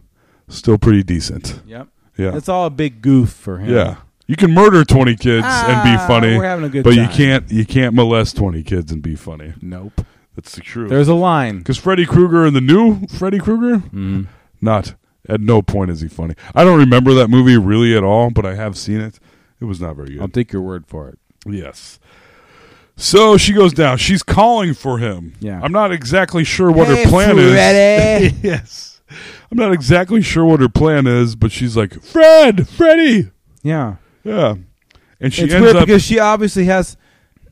still pretty decent.
Yep.
Yeah,
It's all a big goof for him.
yeah. You can murder twenty kids and
Ah,
be funny.
we're having a good
but you
time.
can't you can't molest twenty kids and be funny.
Nope.
That's the truth.
There's a line.
Because Freddy Krueger in the new Freddy Krueger,
Mm-hmm.
not at no point is he funny. I don't remember that movie really at all, but I have seen it. It was not very good.
I'll take your word for it.
Yes. So she goes down. She's calling for him.
Yeah.
I'm not exactly sure what
Hey,
her plan
Freddy.
is. yes. I'm not exactly sure what her plan is, but she's like, Fred, Freddy.
Yeah.
Yeah. And she
it's
ends
weird
up.
because she obviously has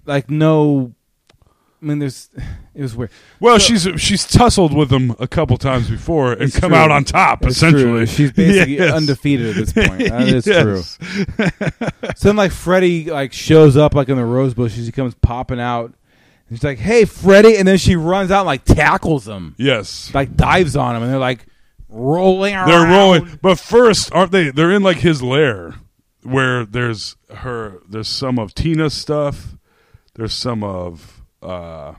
like no I mean there's it was weird.
well, she's she's tussled with him a couple times before and
It's
come
true.
out on top,
It's true.
essentially.
She's basically
Yes.
undefeated at this point. That is true.
Yes.
So then, like Freddie, like shows up like in the rose bush. and She comes popping out. And she's like, "Hey, Freddie!" And then she runs out and like tackles him,
Yes.
like dives on him, and they're like rolling around.
They're rolling, but first, aren't they? They're in like his lair, where there's her. There's some of Tina's stuff. There's some of uh,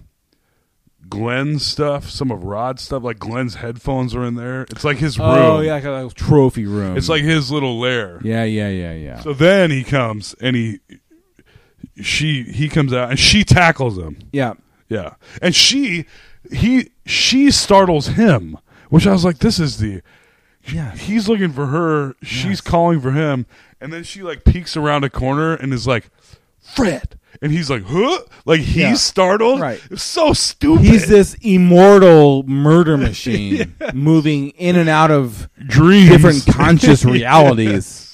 Glenn's stuff. Some of Rod's stuff. Like Glenn's headphones are in there. It's like his room.
Oh yeah, like a like, trophy room.
it's like his little lair.
yeah, yeah, yeah, yeah.
So then he comes and he, she, he comes out and she tackles him.
yeah,
Yeah, and she, he, she startles him, which I was like, this is the,
Yes.
he's looking for her, she's calling for him, and then she like peeks around a corner and is like, Fred, and he's like, huh, like he's
Yeah.
startled,
Right.
It's so stupid.
he's this immortal murder machine moving in and out of
dreams
different conscious realities.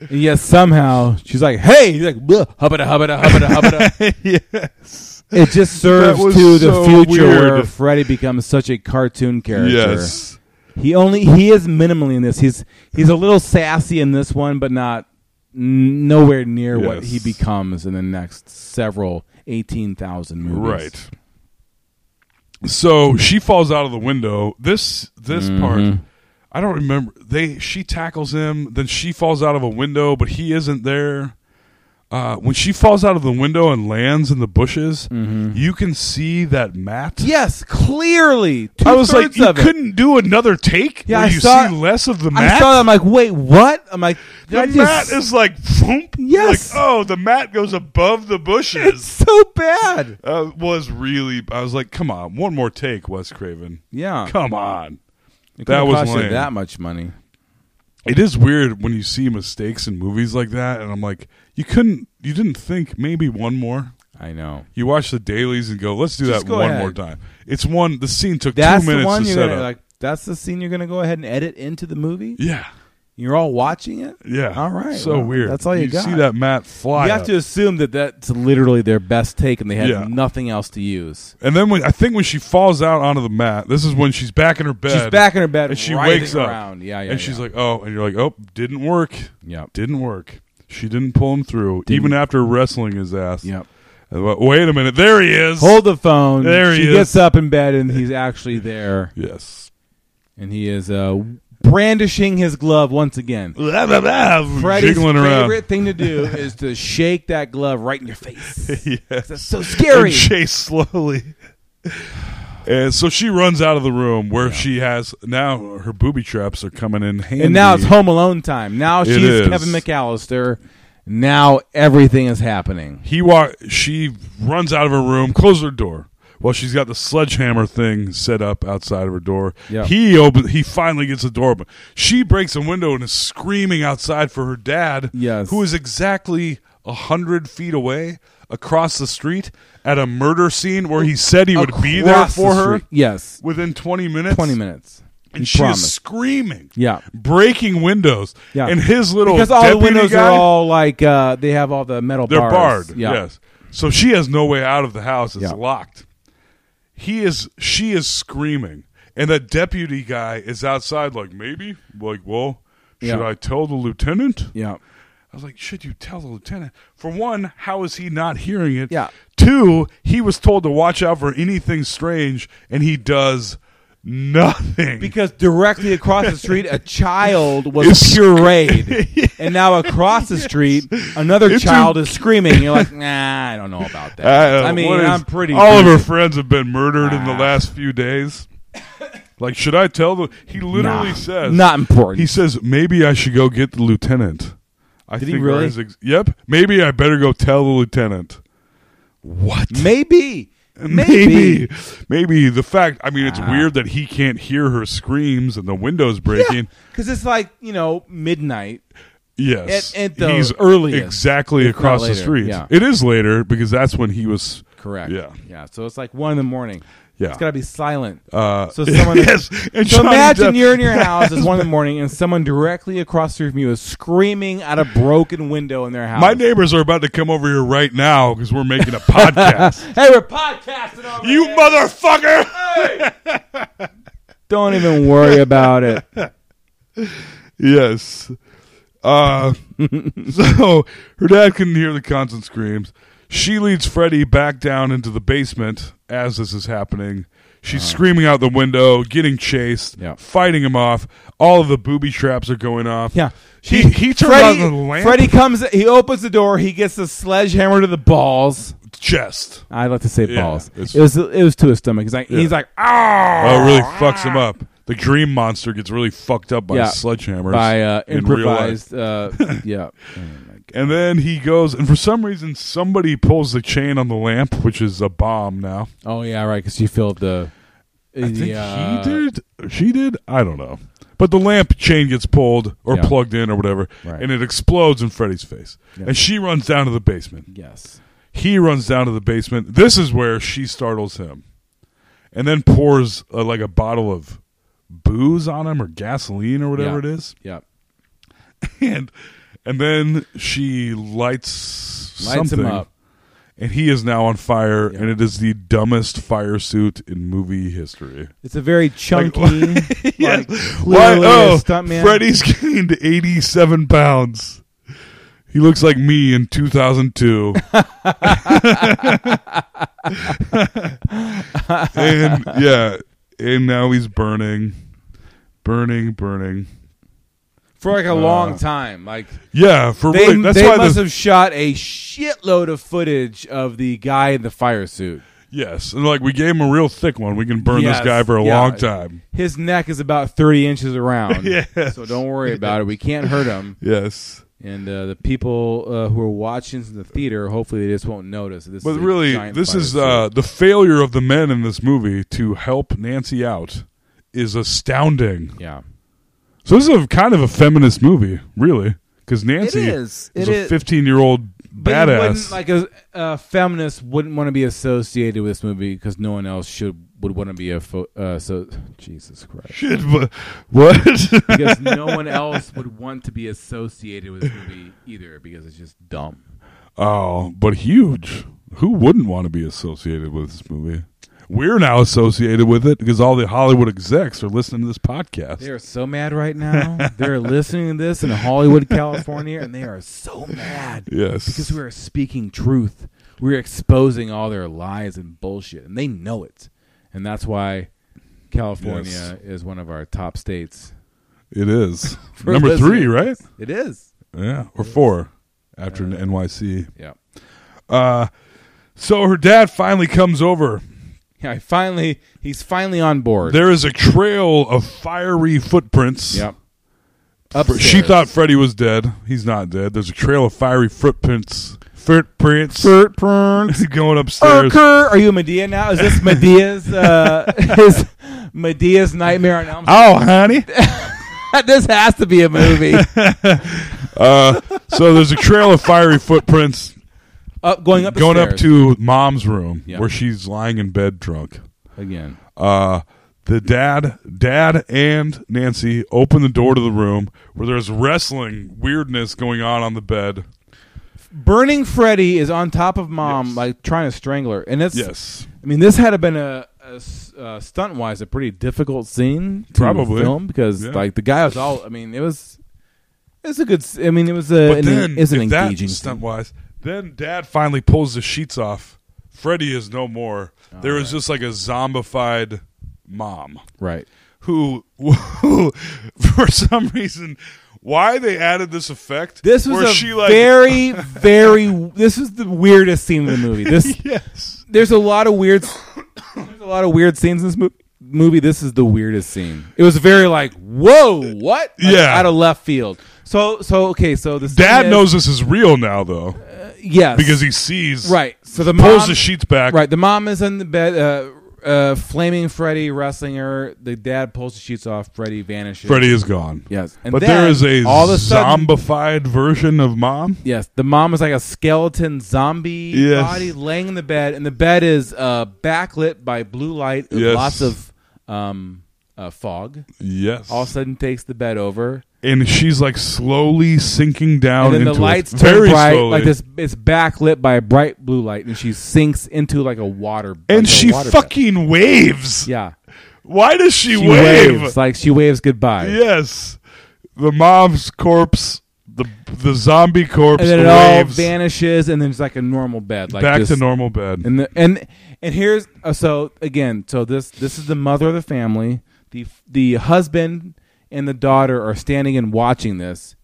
And yet somehow she's like, "Hey," he's like, "Hubbada, hubbada, hubbada, hubbada."
yes,
It just serves
That was
to the
so
future where
weird.
Freddy becomes such a cartoon character.
yes,
He only he is minimally in this. He's he's a little sassy in this one, but not n- nowhere near what
Yes.
he becomes in the next several eighteen thousand movies.
right. So she falls out of the window. This this
Mm-hmm.
part, I don't remember. They she tackles him, then she falls out of a window, but he isn't there. Uh, when she falls out of the window and lands in the bushes,
Mm-hmm.
you can see that mat.
Yes, clearly. Two
I was like, you
of it.
couldn't do another take
Yeah,
where
I
you
saw-
see less of the mat.
I saw that. I'm like, wait, what? I'm like,
the
I
mat
just,
is like, thump,
Yes.
like, oh, the mat goes above the
it's
bushes.
so bad.
uh, was really. I was like, come on, one more take, Wes Craven.
Yeah,
Come on. that
It couldn't
was
cost you
lame.
that much money.
It is weird when you see mistakes in movies like that, and I'm like, you couldn't, you didn't think maybe one more.
I know.
You watch the dailies and go, let's do
Just
that
go
one
ahead.
more time. It's one. The scene took
That's
two minutes
the one
to
you're
set
gonna
up.
like. That's the scene you're gonna go ahead and edit into the movie.
yeah,
You're all watching it.
yeah.
All right.
So
well,
weird.
That's all you, got.
see that Matt fly.
You have
up.
to assume that that's literally their best take, and they had
Yeah.
nothing else to use.
And then when I think when she falls out onto the mat, this is when she's back in her bed.
She's back in her bed,
and she
writhing
wakes up.
around. Yeah, yeah,
And she's
yeah.
like, oh, and you're like, oh, didn't work.
Yep.
Didn't work. She didn't pull him through,
Didn't.
even after wrestling his ass.
Yep.
And I'm like, Wait a minute, there he is.
Hold the phone.
There
she
he is.
gets up in bed, and he's actually there,
Yes.
and he is uh, brandishing his glove once again.
Blah, blah, blah,
Freddy's
jiggling around.
favorite thing to do is to shake that glove right in your face.
yes.
That's so scary.
And chase slowly. And so she runs out of the room where she has now her booby traps are coming in handy.
And now it's Home Alone time. Now she's
is.
Kevin McAllister. Now everything is happening.
He wa- she runs out of her room, closes her door. Well, she's got the sledgehammer thing set up outside of her door.
Yeah.
He open he finally gets the door open. She breaks a window and is screaming outside for her dad,
Yes.
who is exactly a hundred feet away. across the street at a murder scene where he said he would be there
Across the
for her
street. Yes,
within 20 minutes.
twenty minutes. He
And she
promised.
is screaming.
Yeah.
breaking windows.
Yeah.
And his little
because all the
deputy
windows
guy,
are all like uh, they have all the metal.
they're
bars.
barred.
Yeah.
Yes. So she has no way out of the house. It's
Yeah.
locked. He is she is screaming. And that deputy guy is outside like maybe like, well, should
Yeah.
I tell the lieutenant?
Yeah.
I was like, should you tell the lieutenant? For one, how is he not hearing it?
Yeah.
Two, he was told to watch out for anything strange, and he does nothing.
Because directly across the street, a child was
It's-
pureed, and now across the street, another
It's a-
child is screaming. You're like, nah, I don't know about that.
Uh,
I mean,
what is-
I'm pretty.
All of her
busy.
friends have been murdered in the last few days. Like, should I tell the? He literally
Nah,
says,
not important.
He says, maybe I should go get the lieutenant. I
Did he
think
really?
Ryan's ex- yep. Maybe I better go tell the lieutenant. What?
maybe, maybe,
maybe Maybe the fact i mean it's weird that he can't hear her screams and the windows breaking
because it's like you know midnight.
yes
At- at the
he's
earliest,
exactly
if not
across the
later,
street
yeah.
it is later because that's when he was
Correct.
yeah
yeah. So it's like one in the morning.
Yeah.
it's gotta be silent.
uh,
so someone.
yes and
So
Johnny
imagine
Depp-
you're in your house. It's one in the morning, and someone directly across the street from you is screaming out a broken window in their house.
my neighbors are about to come over here right now because we're making a podcast
Hey, we're podcasting over
you
here.
motherfucker
Don't even worry about it.
Yes. Uh, so her dad couldn't hear the constant screams. She leads Freddy back down into the basement as this is happening. She's screaming out the window, getting chased,
Uh-huh. Yeah.
fighting him off. All of the booby traps are going off.
Yeah.
He,
She-
he turns
Freddy,
on the lamp
Freddy comes. He opens the door. He gets a sledgehammer to the balls.
chest.
I like to say
Yeah,
balls.
it's-
It was it was to his stomach. He's like he's like ah.
Oh, it really fucks him up. The dream monster gets really fucked up by
Yeah.
sledgehammers.
by uh,
in real life.
improvised. Uh, yeah.
And then he goes, and for some reason, somebody pulls the chain on the lamp, which is a bomb now.
Oh yeah, right. Because you filled the.
I think
uh,
he did. or She did. I don't know. But the lamp chain gets pulled or
Yeah.
plugged in or whatever,
Right.
and it explodes in Freddy's face. And she runs down to the basement.
Yes.
He runs down to the basement. This is where she startles him, and then pours uh, like a bottle of booze on him or gasoline or whatever
Yeah.
it is,
Yeah.
and and then she lights
Lights
something
him up.
and he is now on fire,
Yeah.
and it is the dumbest fire suit in movie history.
It's a very chunky. Like,
Why?
clearly a
Oh,
stuntman.
Freddy's gained 87 pounds. He looks like me in 2002. and yeah, and now he's burning, burning, burning.
for like a long time. Like
Yeah, for
they,
really, Uh, that's
they
why
must
the,
have shot a shitload of footage of the guy in the fire suit.
yes, and like we gave him a real thick one. We can burn
Yes,
this guy for a
yeah.
long time.
His neck is about thirty inches around.
Yes.
So don't worry about it. We can't hurt him.
Yes.
And uh, the people uh, who are watching this in the theater, hopefully, they just won't notice. that This
But
is a
really,
giant
this
fire
is
suit.
uh, the failure of the men in this movie to help Nancy out is astounding.
yeah.
So this is a kind of a feminist movie, really, because Nancy
is. It
a
is.
fifteen-year-old
But you wouldn't,
badass.
Like a, a feminist wouldn't want to be associated with this movie because no one else should would want to be a fo- uh, so Jesus Christ
Shit, wha- what?
because no one else would want to be associated with this movie either because it's just dumb.
oh, but huge. Who wouldn't want to be associated with this movie? We're now associated with it because all the Hollywood execs are listening to this podcast.
They are so mad right now. They're listening to this in Hollywood, California, and they are so mad.
Yes.
Because we are speaking truth. We're exposing all their lies and bullshit, and they know it. And that's why California
Yes.
is one of our top states.
it is
for
number three,
listening. Uh,
right?
It is.
Yeah, or four after NYC.
Yeah.
So her dad finally comes over.
Yeah, I finally he's finally on board.
There is a trail of fiery footprints.
yep.
Fr-
Upstairs.
She thought Freddy was dead. He's not dead. There's a trail of fiery footprints. Footprints
Footprints.
going upstairs.
Erker, Oh, are you Medea now? Is this Medea's uh his Medea's nightmare on Elm Street?
Oh, honey.
this has to be a movie.
So there's a trail of fiery footprints
up going up the
Going up
stairs
to mom's room
Yeah.
where she's lying in bed drunk.
again.
Uh, the dad, dad, and Nancy open the door to the room where there's wrestling weirdness going on on the bed.
Burning Freddy is on top of mom,
Yes.
like trying to strangle her, and it's
Yes.
I mean, this had been a, a s- uh, stunt wise a pretty difficult scene to
Probably.
film because
Yeah.
like the guy was all. I mean, it was it's a good. s- I mean, it was a
But
an,
then,
is an
if that
engaging
stunt
scene.
wise, then Dad finally pulls the sheets off. Freddy is no more. there is just like a zombified mom
right?
who, who, for some reason, why they added this effect?
This was
where
a
she like
very very. this is the weirdest scene in the movie. This
yes,
there's a lot of weird. s- There's a lot of weird scenes in this movie. Movie. This is the weirdest scene. It was very like, whoa, what? Like,
Yeah.
out of left field. So, so okay, so the
Dad
scene is,
knows this is real now though
yes
because he sees
right. So the
pulls
mom,
the sheets back
Right. The mom is in the bed, uh, uh, flaming Freddy wrestling her. The dad pulls the sheets off. Freddy vanishes.
Freddy is gone.
Yes. And
but
then,
there is a
all of a sudden,
zombified version of mom.
Yes, the mom is like a skeleton zombie
Yes.
body laying in the bed, and the bed is uh, backlit by blue light with
Yes.
lots of um, uh, fog.
Yes.
All of a sudden, takes the bed over,
and she's like slowly sinking down
and then the
into it.
lights turn
very
bright,
slowly.
like this. It's backlit by a bright blue light, and she sinks into like a water. like
and
a
she
water bed.
fucking waves.
yeah.
Why does she,
She
wave?
waves like she waves goodbye.
yes, the mom's corpse, the the zombie corpse,
and then it
waves
all vanishes, and then it's like a normal bed, like
back
just-
to normal bed.
And the, and and here's uh, so again, so this this is the mother of the family. the The husband and the daughter are standing and watching this.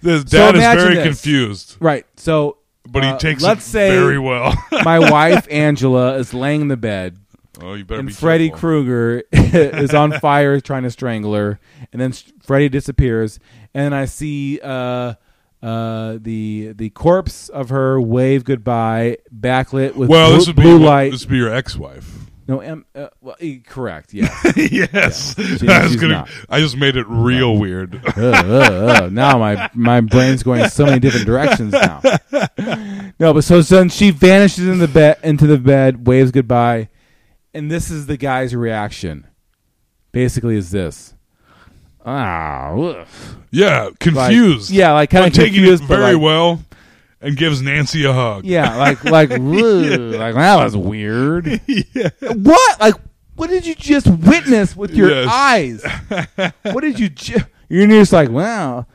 the
so
dad is
imagine
very
this.
confused,
Right. So,
but he
uh,
takes
let's
it
say
very well.
my wife Angela is laying in the bed,
oh, you better be
and Freddy
careful.
Krueger is on fire trying to strangle her, and then s- Freddy disappears, and then I see uh, uh, the the corpse of her wave goodbye, backlit with
Well,
blue,
this would be
blue light.
This would be your ex-wife.
no, em, uh, well, e- correct, yeah.
yes,
She-
I was
she's
gonna.
not.
I just made it real weird.
uh, uh, uh. Now my my brain's going so many different directions now. No, but so then she vanishes in the bed into the bed, waves goodbye, and this is the guy's reaction. Basically, is this? Ah, ugh.
yeah,
Like-
confused.
yeah, like kind
I'm
of
taking
confused,
it
but
very
like-
well, and gives Nancy a hug.
Yeah, like like ugh, like that was weird. What? Like what did you just witness with your
Yes.
eyes? What did you? Ju- You're just like wow.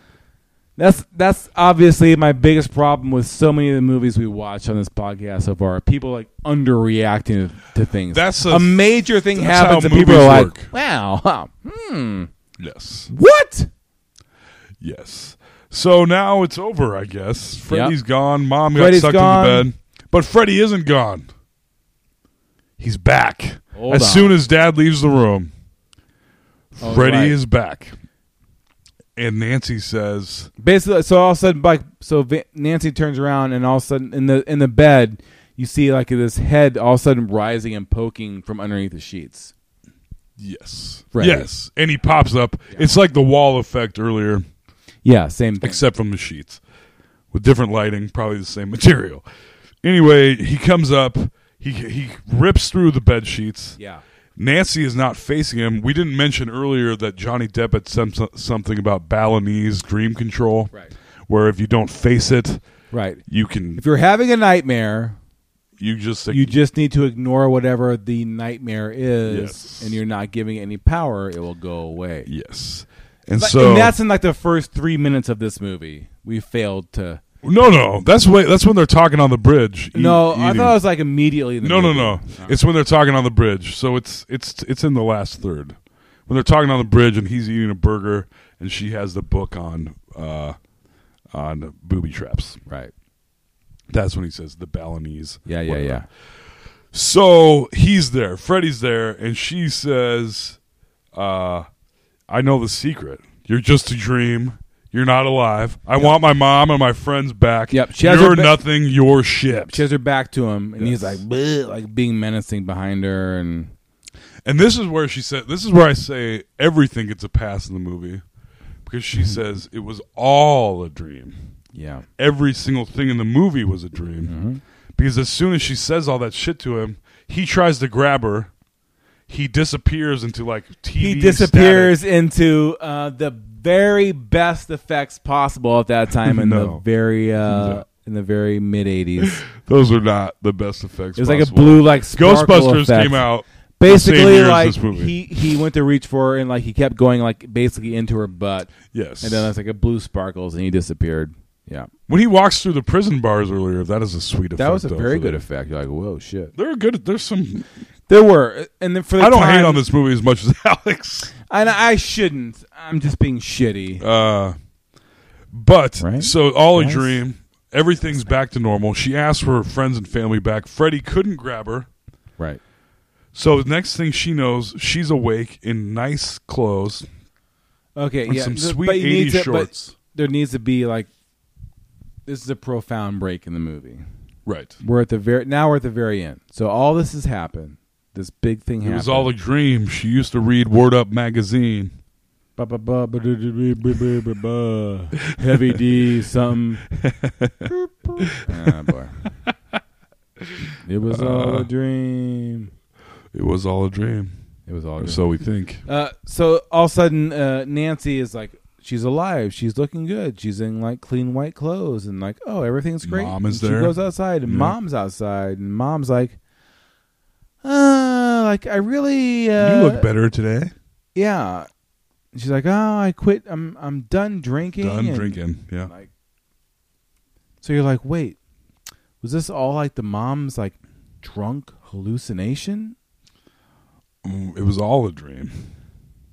That's that's obviously my biggest problem with so many of the movies we watch on this podcast so far. People like underreacting to things.
That's a-
a, major thing
that's
happens,
how
and people
movies
are
work.
like, "Wow, huh, hmm,
Yes.
what?"
Yes. So now it's over, I guess. Freddy's gone. Mom
Freddy's
got sucked
gone.
in the bed. But Freddy isn't gone. He's back.
Hold
as
on.
soon as dad leaves the room,
Oh,
Freddy
right.
is back. And Nancy says,
basically so all of a sudden like so Va- nancy turns around and all of a sudden in the in the bed you see like this head all of a sudden rising and poking from underneath the sheets
Yes.
Freddy.
Yes. And he pops up. It's like the wall effect earlier,
yeah same thing
except from the sheets. With different lighting, probably the same material. Anyway, he comes up. He, he rips through the bed sheets.
yeah
Nancy is not facing him. We didn't mention earlier that Johnny Depp had some, something about Balinese dream control,
Right.
Where if you don't face it,
right
you can
if you're having a nightmare
you just
you just need to ignore whatever the nightmare is
Yes.
and you're not giving it any power it will go away
yes, and
But-
so
and that's in like the first three minutes of this movie we failed to
no, no, that's way that's when they're talking on the bridge. eat-
no i
eating.
thought it was like immediately in the
no, no,
movie.
no. It's when they're talking on the bridge. So it's it's it's in the last third when they're talking on the bridge and he's eating a burger and she has the book on uh, on booby traps.
right
That's when he says the Balinese.
yeah yeah
whatever.
yeah
So he's there, Freddy's there, and she says, uh, I know the secret. You're just a dream. You're not alive. I want my mom and my friends back.
Yep, she has her
You're
ba-
nothing, you're shit.
She has her back to him, and he's
Yes.
like, "Bleh," like being menacing behind her, and
and this is where she said this is where I say everything gets a pass in the movie. Because she
Mm-hmm.
says it was all a dream.
yeah, Mm-hmm.
Every single thing in the movie was a dream. Because as soon as she says all that shit to him, he tries to grab her. He disappears into like TV.
he disappears
static.
into uh, the very best effects possible at that time in the
No.
very uh,
No.
in the very mid '80s.
Those are not the best effects.
It was like a
possible.
blue like sparkle
Ghostbusters
effect.
came out. the same
Basically,
year as
like
this movie.
he he went to reach for her and like he kept going like basically into her butt,
yes.
and then that's like a blue sparkles and he disappeared. Yeah,
when he walks through the prison bars earlier, that is a sweet effect.
that was a
though,
very
for
good
them.
effect. You're like, whoa, shit.
They're good. There's some.
There
uh,
were, and then for the
I don't
time-
hate on this movie as much as Alex.
and I shouldn't. I'm just being shitty.
Uh, but
Right?
so all
Nice.
a dream. Everything's back to normal. She asks for her friends and family back. Freddie couldn't grab her.
right.
So the next thing she knows, she's awake in nice clothes.
Okay,
And
yeah,
some
th-
sweet
but you need
80s
to- but
shorts.
There needs to be like this is a profound break in the movie.
Right.
We're at the very now we're at the very end. So all this has happened. This big thing
It
happened.
was all a dream. She used to read Word Up magazine.
Ba, ba, ba, ba, do, do, do, ba, ba, ba, ba. heavy D something. ah, boy. It was
Uh,
all a dream.
It was all a dream.
It was all a
Or
dream.
so we think.
Uh, so all of a sudden, uh, Nancy is like, she's alive. She's looking good. She's in like clean white clothes and like, oh, everything's great.
Mom is
And
there.
She goes outside and
Yeah.
mom's outside and mom's like, uh, like I really, uh,
you look better today.
Yeah. And She's like, oh, I quit. I'm I'm done drinking.
Done
and-
drinking. Yeah.
Like, so you're like, wait, was this all like the mom's like drunk hallucination?
Mm, It was all a dream.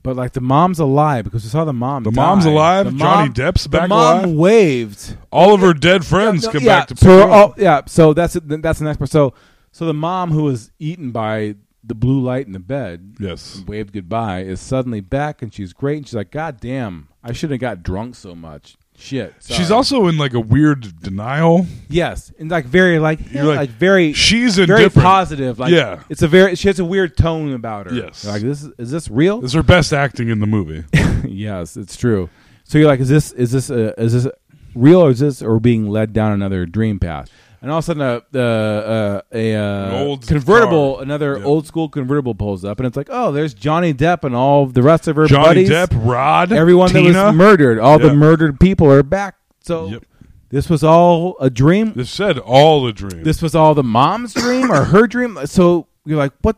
But like the mom's alive because we saw the mom.
The
die.
mom's alive?
The
Johnny Depp's
the
back
mom
alive?
Waved.
All of her dead friends
No,
come
yeah,
back to
so oh.
pick her up.
all- yeah. So that's it- that's the next part. So so the mom who was eaten by the blue light in the bed,
Yes.
waved goodbye, is suddenly back and she's great and she's like, God damn, I shouldn't have got drunk so much. Shit. sorry."
She's also in like a weird denial.
yes, and like very like
You're
like,
like,
very
she's
very
indifferent.
positive. Like
Yeah.
it's a very she has a weird tone about her.
Yes.
like this is this real?
It's her best acting in the movie.
yes, it's true. So you're like, is this is this uh, is this real or is this or being led down another dream path? And all of a sudden, a uh, uh, a
An
uh,
old
convertible,
car.
another
Yeah.
old school convertible pulls up, and it's like, oh, there's Johnny Depp and all of the rest of her
Johnny
buddies,
Depp, Rod,
everyone
Tina.
that was murdered, all the
Yeah.
murdered people are back. So
Yep.
this was all a dream.
They said all a dream.
This was all the mom's dream or her dream. So you're like, what?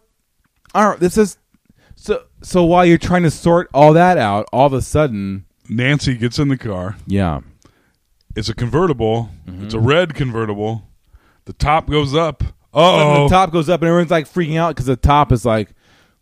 All right, this is so. So while you're trying to sort all that out, all of a sudden,
Nancy gets in the car.
yeah.
It's a convertible. It's a red convertible. The top goes up.
Suddenly
Oh,
The top goes up and everyone's like freaking out because the top is like,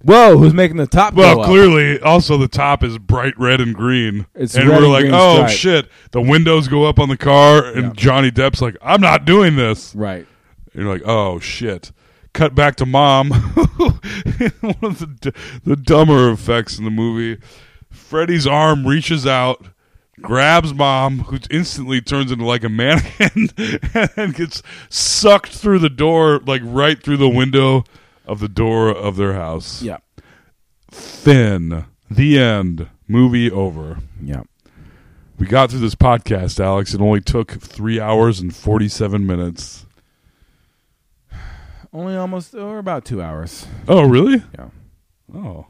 whoa, who's making the top
well,
go up?
clearly, also the top is bright red and green,
It's
and
red
we're
and
like,
green
oh
striped.
shit! The windows go up on the car, and
Yeah.
Johnny Depp's like, I'm not doing this.
Right.
And you're like, oh shit. Cut back to mom. One of the d- the dumber effects in the movie. Freddy's arm reaches out, grabs mom, who instantly turns into like a mannequin and gets sucked through the door, like right through the window of the door of their house.
Yeah.
Thin. The end. Movie over.
Yeah.
We got through this podcast, Alex. It only took three hours and forty seven minutes.
Only almost or about two hours.
Oh, really?
Yeah.
Oh,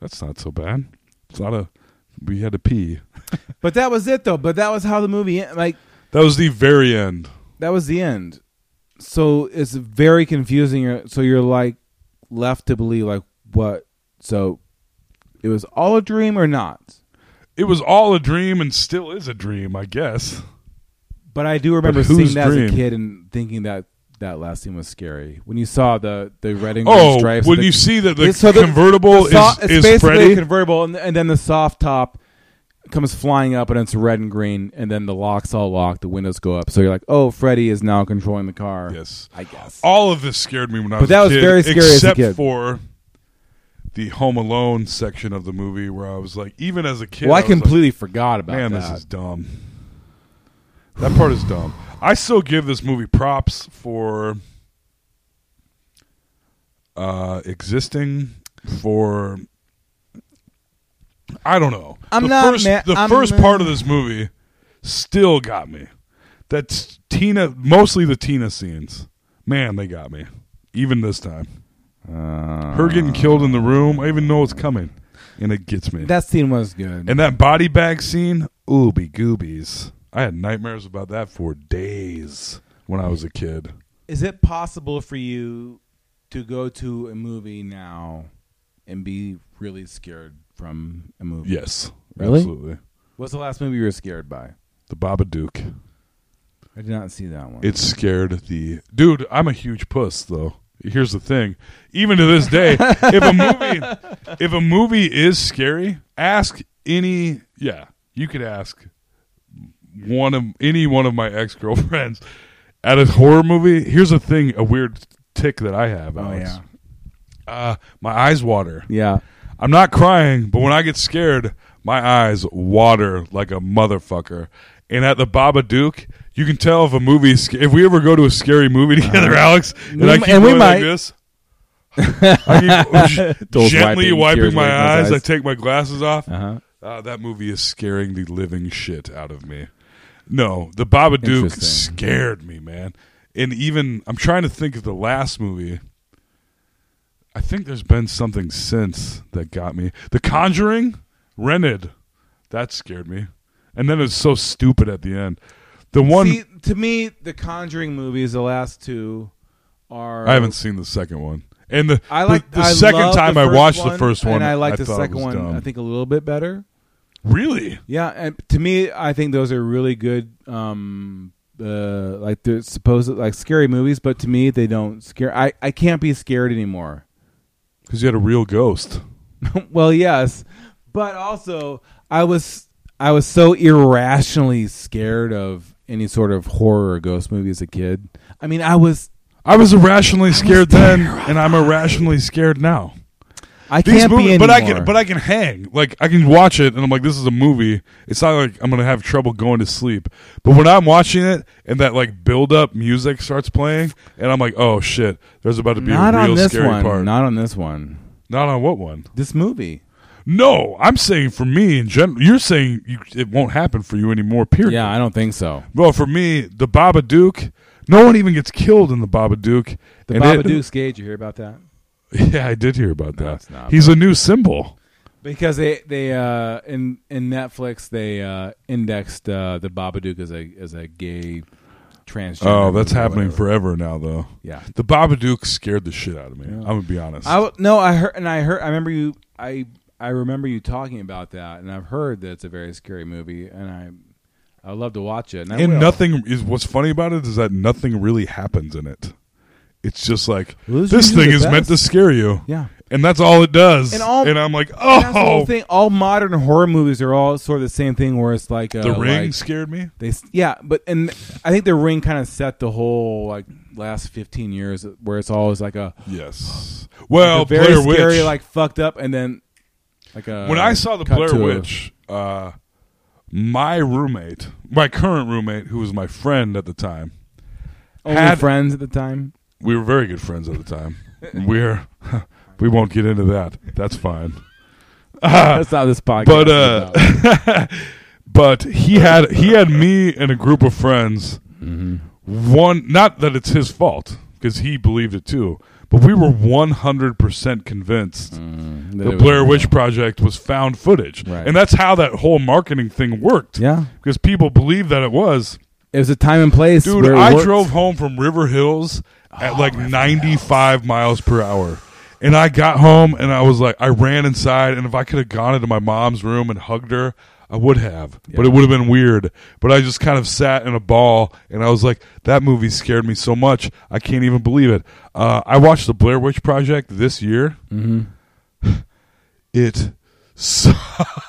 that's not so bad. It's not a. We had to pee.
But that was it though. But that was how the movie en- like
That was the very end.
that was the end. So it's very confusing. You're- So you're like left to believe like what? So it was all a dream or not?
It was all a dream and still is a dream, I guess.
But I do remember
whose
seeing that as
dream?
a kid and thinking that that last scene was scary. When you saw the the red and green
Oh,
stripes,
when
the-
you see that
Yeah,
the
so
convertible
the so- it's
is, is
basically
Freddy,
a convertible, and, and then the soft top comes flying up, and it's red and green, and then the locks all lock, the windows go up, so you're like, oh, Freddy is now controlling the car.
yes,
I guess.
all of this scared me when I
But
was.
that
a
was
kid,
very scary as a
except
kid.
for the Home Alone section of the movie, where I was like, even as a kid,
well, I,
was like,
completely forgot about
Man,
that.
this is dumb. That part is dumb. I still give this movie props for uh existing for I don't know.
I'm
the
not
first,
ma-
the
I'm-
first part of this movie still got me. That's Tina mostly the Tina scenes. Man, they got me. Even this time.
Uh,
Her
Ah.
getting killed in the room. I even know it's coming. And it gets me.
That scene was good.
and that body bag scene, ooby goobies. I had nightmares about that for days when I was a kid.
Is it possible for you to go to a movie now and be really scared from a movie?
Yes.
Really?
Absolutely.
What's the last movie you were scared by?
The Babadook.
I did not see that one.
It scared the dude. I'm a huge puss, though. Here's the thing. Even to this day, if a movie, if a movie is scary, ask any. Yeah, you could ask one of any one of my ex girlfriends at a horror movie. Here's a thing. A weird tick that I have.
oh
Alex.
yeah,
Uh, my eyes water.
yeah.
I'm not crying, but when I get scared, my eyes water like a motherfucker. And at the Baba Duke, you can tell if a movie is sc- if we ever go to a scary movie together, Alex, and
Uh-huh. we
I
m-
keep
and we
going like
might.
this. I keep
Those
gently
wiping,
wiping
tears
my
wiping his
eyes. I
eyes.
take my glasses off.
Uh-huh.
Ah, that movie is scaring the living shit out of me. No, the Baba Duke
Interesting.
scared me, man. And even I'm trying to think of the last movie. I think there's been something since that got me. The Conjuring, Rented, that scared me. And then it's so stupid at the end. The one
See, to me, the Conjuring movies, the last two are.
I haven't seen the second one. And the
I like
the, the
I
second
love
time
the
I
first
watched
one,
the first one,
and I like the
thought it
second
was
one.
dumb.
I think a little bit better.
really,
Yeah, and to me, I think those are really good. Um, uh, like they're supposed like scary movies, but to me, they don't scare. I I can't be scared anymore.
because you had a real ghost.
well, yes, but also I was I was so irrationally scared of any sort of horror or ghost movie as a kid. I mean, I was
I was irrationally scared then, and I'm irrationally scared now.
I
These
can't be
movies,
anymore.
but I can, but I can hang. Like I can watch it, and I'm like, this is a movie. It's not like I'm gonna have trouble going to sleep. But when I'm watching it, and that like build up music starts playing, and I'm like, oh shit, there's about to be
not
a real
on this
scary
one.
part.
Not on this one.
Not on what one?
This movie.
No, I'm saying for me in general. You're saying you, it won't happen for you anymore. Period.
Yeah, I don't think so.
Well, for me, the Baba Duke. No one even gets killed in the Baba Duke.
The
and
Baba
it-
Duke's Gage. You hear about that?
Yeah, I did hear about
No,
that.
it's not,
He's a new symbol.
Because they they uh, in in Netflix they uh, indexed uh, the Babadook as a as a gay transgender.
Oh, that's
movie or
happening
whatever.
forever now, though.
Yeah.
the Babadook scared the shit out of me. I'm gonna be honest.
I w- no, I heard and I heard. I remember you. I I remember you talking about that, and I've heard that it's a very scary movie, and I I would love to watch it. And, I
and
will.
nothing is. What's funny about it is that nothing really happens in it. It's just like
Well, those are
this
usually
thing
the
is meant to
best.
scare you.
Yeah.
and that's all it does.
And
And,
all-
I'm like,
And that's the whole
oh, the,
thing. All modern horror movies are all sort of the same thing, where it's like uh,
ring
like-
scared me.
They s- yeah, but and I think the ring kind of set the whole like last fifteen years where it's always like a
Yes. Well,
a very
Blair
scary
Witch.
like fucked up and then like a
when I saw the
cut
Blair
to a-
Witch, uh, my roommate, my current roommate, who was my friend at the time,
only
had-
friends at the time.
we were very good friends at the time. We're we won't get into that. That's fine.
That's not this podcast.
But
is
uh,
about.
but he had he had me and a group of friends.
Mm-hmm.
One, not that it's his fault because he believed it too, but we were one hundred percent convinced
Mm, That
the
it was-
Blair Witch Project was found footage,
Right.
and that's how that whole marketing thing worked.
Yeah.
because people believed that it was.
It was a time and place.
Dude,
where it
I
worked.
drove home from River Hills at like 95 miles per hour. And I got home and I was like, I ran inside. And if I could have gone into my mom's room and hugged her, I would have. But it would have been weird. But I just kind of sat in a ball and I was like, that movie scared me so much. I can't even believe it. Uh, I watched The Blair Witch Project this year.
Mm-hmm.
It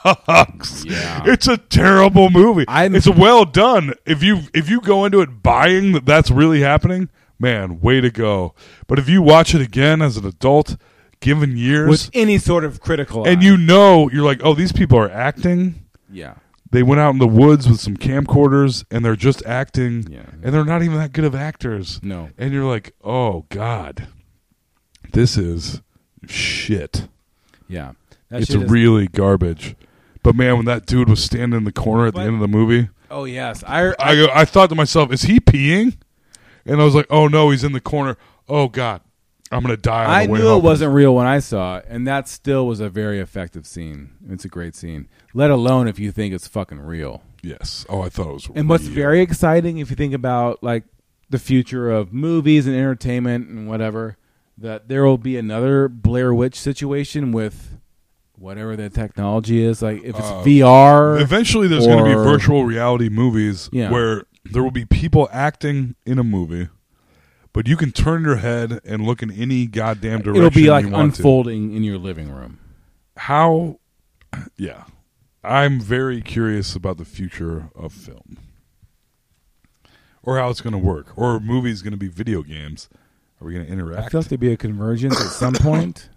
sucks.
Yeah.
It's a terrible movie.
I'm-
it's well done. If you if you go into it buying that that's really happening, man, way to go. But if you watch it again as an adult, given years,
with any sort of critical
and
eye.
you know you're like, oh, these people are acting.
yeah
They went out in the woods with some camcorders and they're just acting,
Yeah.
and they're not even that good of actors.
No.
and you're like, oh god, this is shit
yeah That
it's
shit is-
really garbage. But man, when that dude was standing in the corner at the
But-
end of the movie,
oh yes I
I go, I thought to myself, is he peeing? and I was like, "Oh no, he's in the corner. Oh God, I'm gonna die." On
I
the way
knew
home.
it wasn't real when I saw it, and that still was a very effective scene. It's a great scene. Let alone if you think it's fucking real.
Yes. Oh, I thought it was.
And what's
real.
very exciting, if you think about like the future of movies and entertainment and whatever, that there will be another Blair Witch situation with whatever the technology is. Like if it's VR,
Uh, Eventually, there's going to be
or-
virtual reality movies
Yeah.
where there will be people acting in a movie, but you can turn your head and look in any goddamn direction.
It'll be like
you want
unfolding in your living room.
To. How? Yeah, I'm very curious about the future of film, or how it's going to work, or are movies going to be video games. Are we going to interact?
I feel like there'd be a convergence at some point.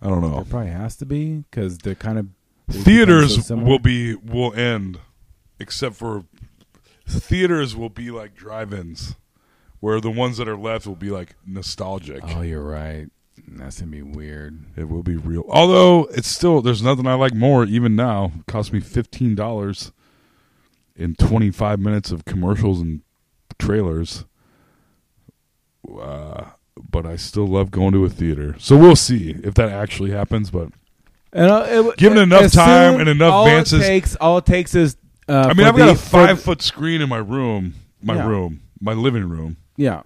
I don't
There
know.
probably has to be because they're kind of they've become so
theaters
similar.
will be will end except for theaters will be like drive-ins where the ones that are left will be like nostalgic
Oh, you're right. That's gonna be weird.
it will be real although it's still there's nothing i like more even now it cost me $15 in 25 minutes of commercials and trailers uh, but i still love going to a theater so we'll see if that actually happens but
And uh, it-
Given
it-
enough
as
time
soon-
and enough
all
advances-
It takes, all it takes is. Uh,
I mean,
for
I've got
the-
a
for-
five foot screen in my room, my
Yeah.
room, my living room
Yeah.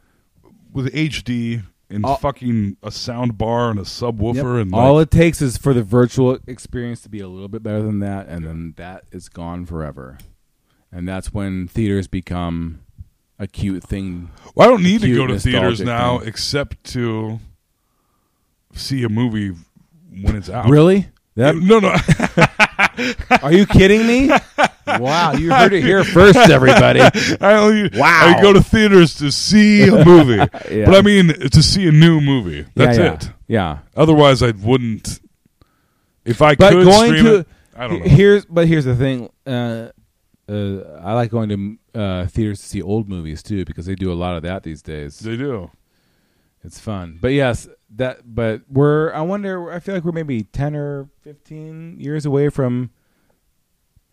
with HD and
All-
fucking a sound bar and a
Yep.
subwoofer and
all
like,
it takes is for the virtual experience to be a little bit better than that, and then that is gone forever. And that's when theaters become a cute thing.
Well, I don't need to go to
cute
theaters
nostalgic
now
thing.
except to see a movie when it's out. Uh,
Really? That,
No, no.
are you kidding me? wow, you heard it here first, everybody.
I only
Wow.
I go to theaters to see a movie, but I mean to see a new movie. That's
yeah, yeah.
it.
Yeah.
Otherwise, I wouldn't. If I
but
could
going
stream
to
it, I don't know.
Here's but here's the thing. Uh, uh, I like going to uh, theaters to see old movies too because they do a lot of that these days.
they do.
It's fun. But yes, that. But we're. I wonder. I feel like we're maybe ten or fifteen years away from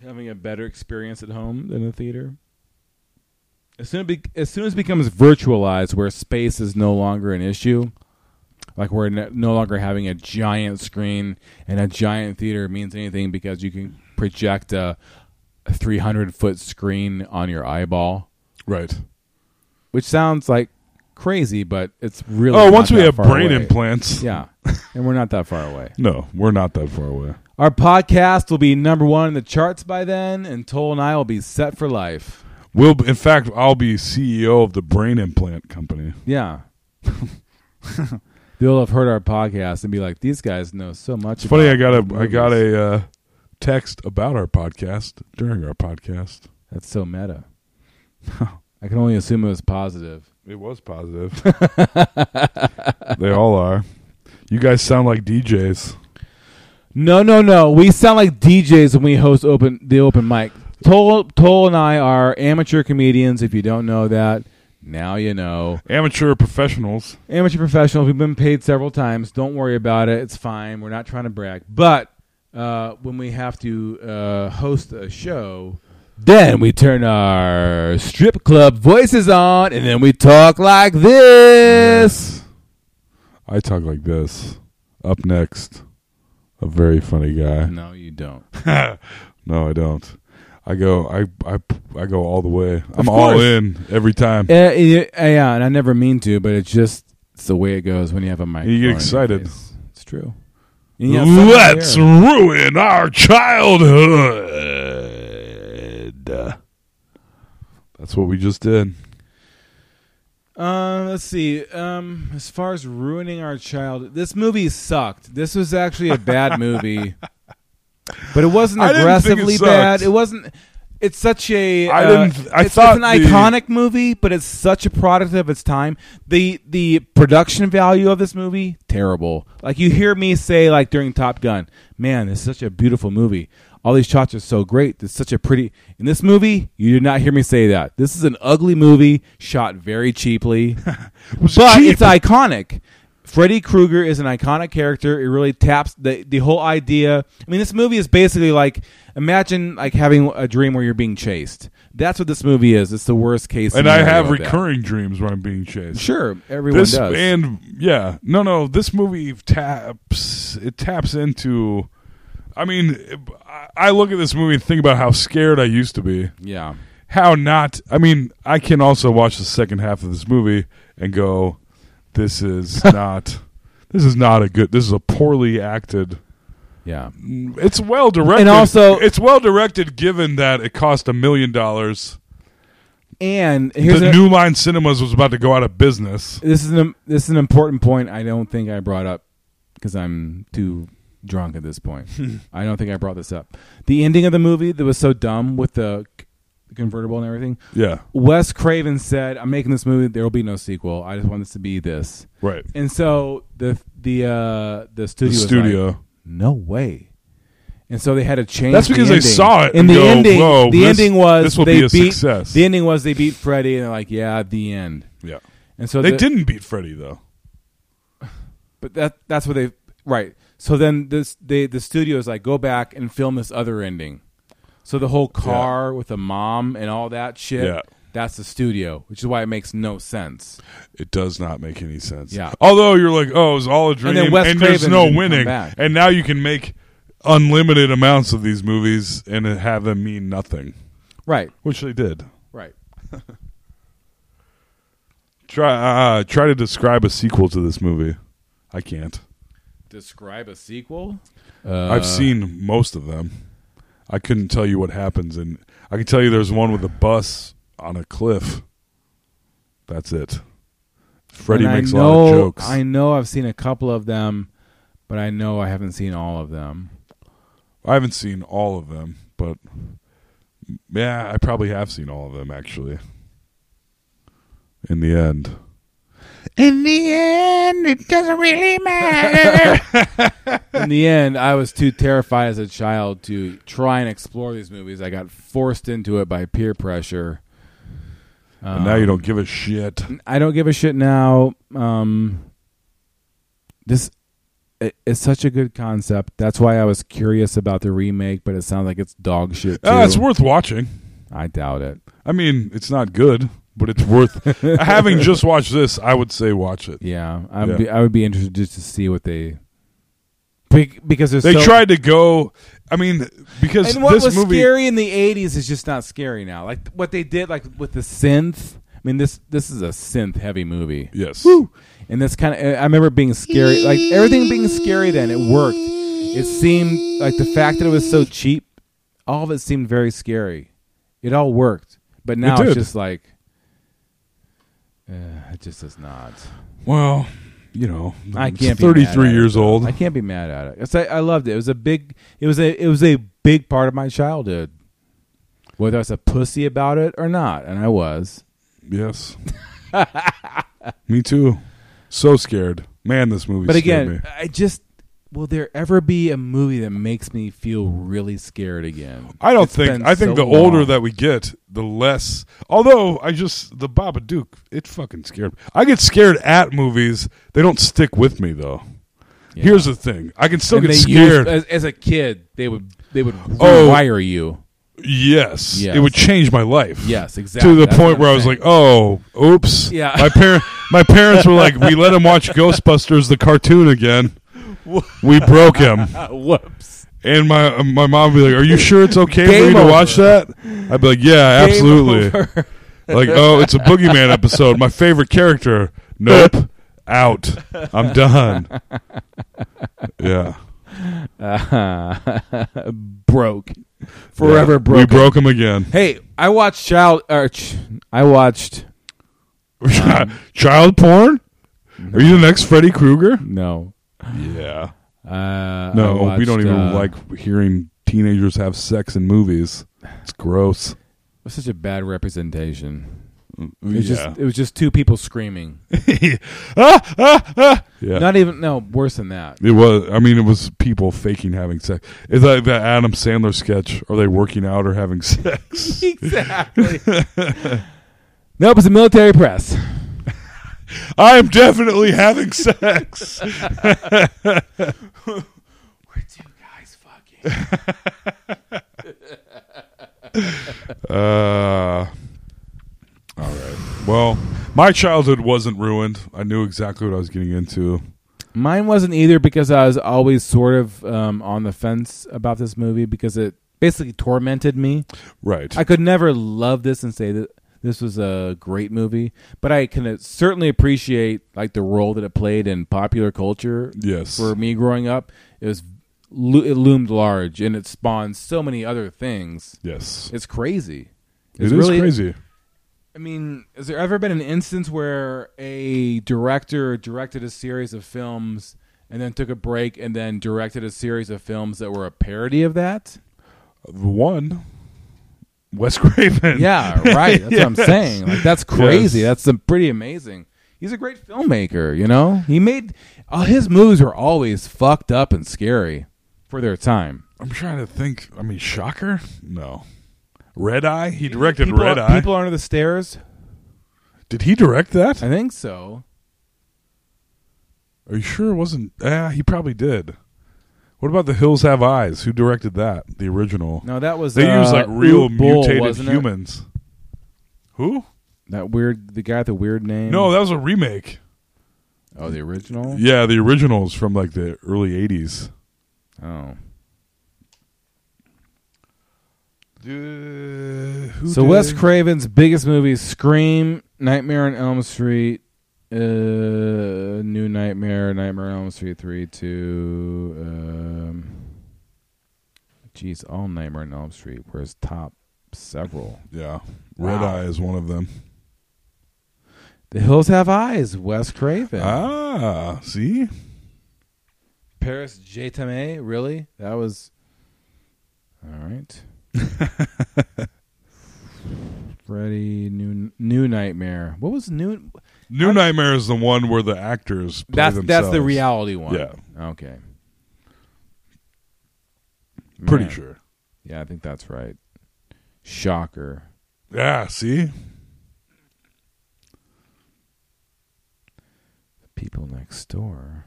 having a better experience at home than a theater. As soon, be, as soon as it becomes virtualized, where space is no longer an issue, like we're no, no longer having a giant screen and a giant theater means anything because you can project a 300 foot screen on your eyeball,
Right.
which sounds like crazy, but it's really.
Oh,
not
once we
that
have
far
brain
away.
implants.
Yeah. and we're not that far away.
No, we're not that far away.
Our podcast will be number one in the charts by then, and Toll and I will be set for life.
We'll, in fact, I'll be CEO of the brain implant company.
Yeah. They'll have heard our podcast and be like, these guys know so much.
It's funny. I got
about
a I got
movies."
a uh, text about our podcast during our podcast.
That's so meta. I can only assume it was positive.
It was positive. they all are. You guys sound like DJs.
No, no, no. We sound like DJs when we host open the open mic. Toll, Toll and I are amateur comedians. If you don't know that, now you know.
Amateur professionals.
amateur professionals. We've been paid several times. Don't worry about it. It's fine. We're not trying to brag. But uh, when we have to uh, host a show, then we turn our strip club voices on, and then we talk like this.
I talk like this. Up next, a very funny guy.
No, you don't.
No, I don't. I go I I I go all the way. I'm all
course.
in every time.
Uh, y- uh, yeah, and I never mean to, but it's just it's the way it goes when you have a mic.
You get excited.
It's true. And you have something to
Let's
hear.
ruin our childhood. That's what we just did.
Um, let's see. Um, as far as ruining our child, this movie sucked. This was actually a bad movie, but it wasn't
I didn't think it
aggressively
sucked.
bad. It wasn't. It's such a.
I
uh,
didn't- I
it's- it's,
thought
an
the-
iconic movie, but it's such a product of its time. the The production value of this movie terrible. Like you hear me say, like during Top Gun, man, it's such a beautiful movie. All these shots are so great. It's such a pretty. In this movie, you did not hear me say that. This is an ugly movie shot very cheaply, but
cheap.
it's iconic. Freddy Krueger is an iconic character. It really taps the the whole idea. I mean, this movie is basically like imagine like having a dream where you're being chased. That's what this movie is. It's the worst case.
And I
scenario
have
of that.
recurring dreams where I'm being chased.
Sure, everyone
This
does.
and yeah, no, no. This movie taps it taps into. I mean, I- I look at this movie and think about how scared I used to be.
yeah,
How not? I mean, I can also watch the second half of this movie and go, "This is not. This is not a good. This is a poorly acted."
yeah.
It's well directed,
And also-
it's well directed. Given that it cost a million dollars,
And here's
the
a-
New Line Cinemas was about to go out of business.
this is an this is an important point. I don't think I brought up because I'm too drunk at this point. I don't think I brought this up. The ending of the movie that was so dumb with the c- convertible and everything.
Yeah,
Wes Craven said, "I'm making this movie. There will be no sequel. I just want this to be this."
right.
And so the the uh, the studio was
studio.
like, no way. And so they had to change.
That's
the
because they
ending.
saw it
And
and
the
go,
ending,
"Whoa,
the
this-
ending was
this will
they
be a
beat,
success.
The ending was they beat Freddy, and they're like, "Yeah, the end."
Yeah,
And so
they
the-
didn't beat Freddy though.
But that that's what they right. So then this they the studio is like go back and film this other ending. So the whole car with the mom and all that shit.
Yeah.
That's the studio, which is why it makes no sense.
It does not make any sense.
Yeah.
Although you're like, oh, it's all a dream,
then Wes
there's
Craven
no
didn't come
winning,
back.
and now you can make unlimited amounts of these movies and have them mean nothing,
Right.
which they did.
Right.
Try uh, try to describe a sequel to this movie. I can't.
Describe a sequel. Uh.
I've seen most of them. I couldn't tell you what happens, and I can tell you there's one with a bus on a cliff. That's it. Freddie
And I
makes a
know,
lot of jokes.
I know I've seen a couple of them, but I know I haven't seen all of them.
I haven't seen all of them, but yeah, I probably have seen all of them actually. In the end. In the end, it doesn't really matter.
In the end, I was too terrified as a child to try and explore these movies. I got forced into it by peer pressure.
and now you don't give a shit.
I don't give a shit now. Um, this it, it's such a good concept. That's why I was curious about the remake, but it sounds like it's dog shit. Too.
Ah, it's worth watching.
I doubt it.
I mean, it's not good, but it's worth having just watched this, I would say watch it.
Yeah, I would
Yeah.
Be, I would be interested just to see what they Be- because there's
They
so,
tried to go I mean, because
And what
this
was
movie
scary in the '80s is just not scary now. Like what they did, like with the synth. I mean this this is a synth heavy movie.
Yes.
And this kind of I remember being scary, like everything being scary. Then it worked. It seemed like the fact that it was so cheap, all of it seemed very scary. It all worked, but now
did.
it's just like uh, it just is not.
Well, you know,
I
Mm, it's
can't. be mad
33
at it,
years
though.
old.
I can't be mad at it. It's, I, I loved it. It was a big. It was a. It was a big part of my childhood. Whether I was a pussy about it or not, and I was.
Yes. Me too. So scared. Man, this movie
But
scared
again,
me.
I just. Will there ever be a movie that makes me feel really scared again?
I don't
It's been
think I think the
so
older
long.
that we get, the less although I just the Baba Duke, it fucking scared me. I get scared at movies. They don't stick with me though. Here's the thing. I can still
And
get
they
scared.
used- as, as a kid, they would they would
Oh.
wire you.
yes,
Yes.
It would change my life.
Yes, exactly.
To the
That's what
point
I'm
where I was
saying.
like, "Oh, oops."
Yeah.
My parent my parents were like, "We let him watch Ghostbusters the cartoon again." We broke him.
whoops.
And my uh, my mom would be like, "Are you sure it's okay for
Game
you to
over.
watch that?" I'd be like, "Yeah, absolutely." Like, "Oh, it's a boogeyman episode. My favorite character. Nope, out. I'm done." Yeah,
broke, forever
Yeah.
broke.
We broke him again.
Hey, I watched child. Or ch- I watched
Child porn? Are you the next Freddy Krueger?
no.
Yeah.
Uh,
No,
I watched,
we don't even
uh,
like hearing teenagers have sex in movies. It's gross.
It was such a bad representation. It was
Yeah.
just it was just two people screaming.
ah, ah, ah. Yeah.
Not even no worse than that.
It was. I mean, it was people faking having sex. It's like that Adam Sandler sketch. Are they working out or having sex?
exactly. nope, it's a military press.
I'm definitely having sex.
We're two guys fucking.
Uh, all right. Well, my childhood wasn't ruined. I knew exactly what I was getting into.
Mine wasn't either because I was always sort of um, on the fence about this movie because it basically tormented me.
Right.
I could never love this and say that this was a great movie, but I can uh, certainly appreciate like the role that it played in popular culture.
Yes.
for me growing up, it was lo- it loomed large and it spawned so many other things.
yes.
It's crazy.
It is crazy.
I mean, has there ever been an instance where a director directed a series of films and then took a break and then directed a series of films that were a parody of that?
One, Wes Craven.
Yeah, right. That's what I'm
Yes.
saying. Like that's crazy.
Yes.
That's some pretty amazing. He's a great filmmaker, you know? He made all his movies were always fucked up and scary for their time.
I'm trying to think. I mean, Shocker? No. Red Eye? He directed
people,
Red Eye.
People under the stairs?
Did he direct that?
I think so.
Are you sure it wasn't? Ah, he probably did. What about The Hills Have Eyes? Who directed that? The original.
No, that was
they
uh,
use like real
Uwe Boll,
mutated
wasn't it?
humans. Who?
That weird the guy with the weird name.
No, that was a remake.
Oh, the original?
Yeah, the original is from like the early '80s.
Oh. Uh,
so
So Wes Craven's biggest movies: Scream, Nightmare on Elm Street, uh, New Nightmare, Nightmare on Elm Street three, two. Um, geez, all Nightmare on Elm Street. Where's top several?
Yeah, Red
Wow.
Eye is one of them.
The Hills Have Eyes. Wes Craven.
Ah, see,
Paris J. Tamé. Really? That was. All right. Freddy, new new nightmare. What was new?
New Nightmare is the one where the actors. Play
That's that's the
themselves.
reality one.
Yeah.
Okay.
Pretty
Man.
sure.
Yeah, I think that's right. Shocker.
Yeah, see,
People next door.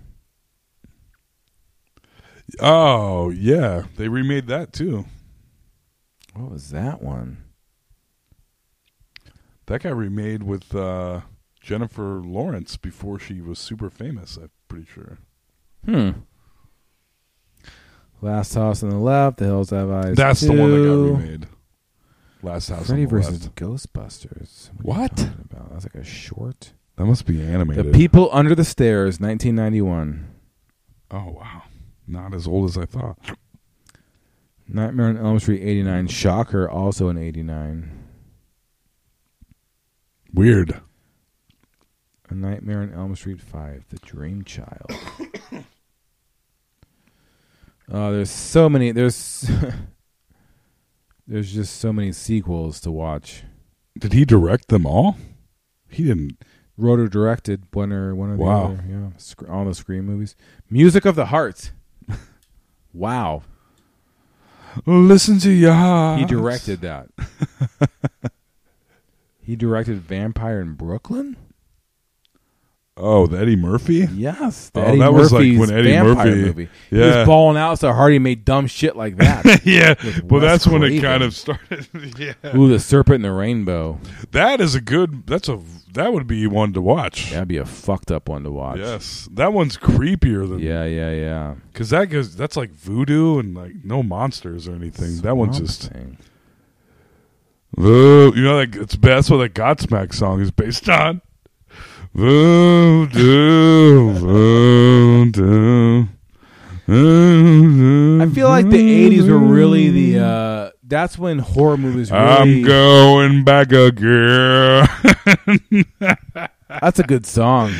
Oh yeah, they remade that too.
What was that one?
That got remade with uh, Jennifer Lawrence before she was super famous. I'm pretty sure.
Hmm. Last house on the left. The hills have eyes.
That's the one that
Two.
got remade. Last House
Freddy
on the
versus
Left.
Ghostbusters. What? are you
What?
talking about? That's like a short.
That must be
The
animated.
People Under the Stairs, 1991.
oh wow, not as old as I thought.
Nightmare on Elm Street, 89. Shocker, also in 89.
Weird.
A Nightmare on Elm Street 5, The Dream Child. Oh, there's so many. There's there's just so many sequels to watch.
Did he direct them all? He didn't.
Wrote or directed one or one of the
Wow.
other. Yeah, Sc- all the Scream movies. Music of the Heart. wow,
Listen to your heart.
he directed that. he directed Vampire in Brooklyn.
Oh, the Eddie Murphy.
Yes,
Oh,
the Eddie
that was like
Murphy's
when Eddie
vampire
Murphy-
movie. He
Yeah.
was balling out so hard he made dumb shit like that.
yeah,
With
well,
Wes
that's when it
Craven.
kind of started. yeah,
Ooh, the serpent and the rainbow.
that is a good. That's a that would be one to watch.
That'd be a fucked up one to watch.
Yes, that one's creepier than
Yeah, yeah, yeah.
because that goes that's like voodoo and like no monsters or anything. that one's
Swamp
just
Thing.
Voo- you know like it's that's what that Godsmack song is based on. Voodoo, voodoo, voodoo.
I feel like the '80s were really the. uh That's when horror movies. Really,
I'm going back again.
That's a good song.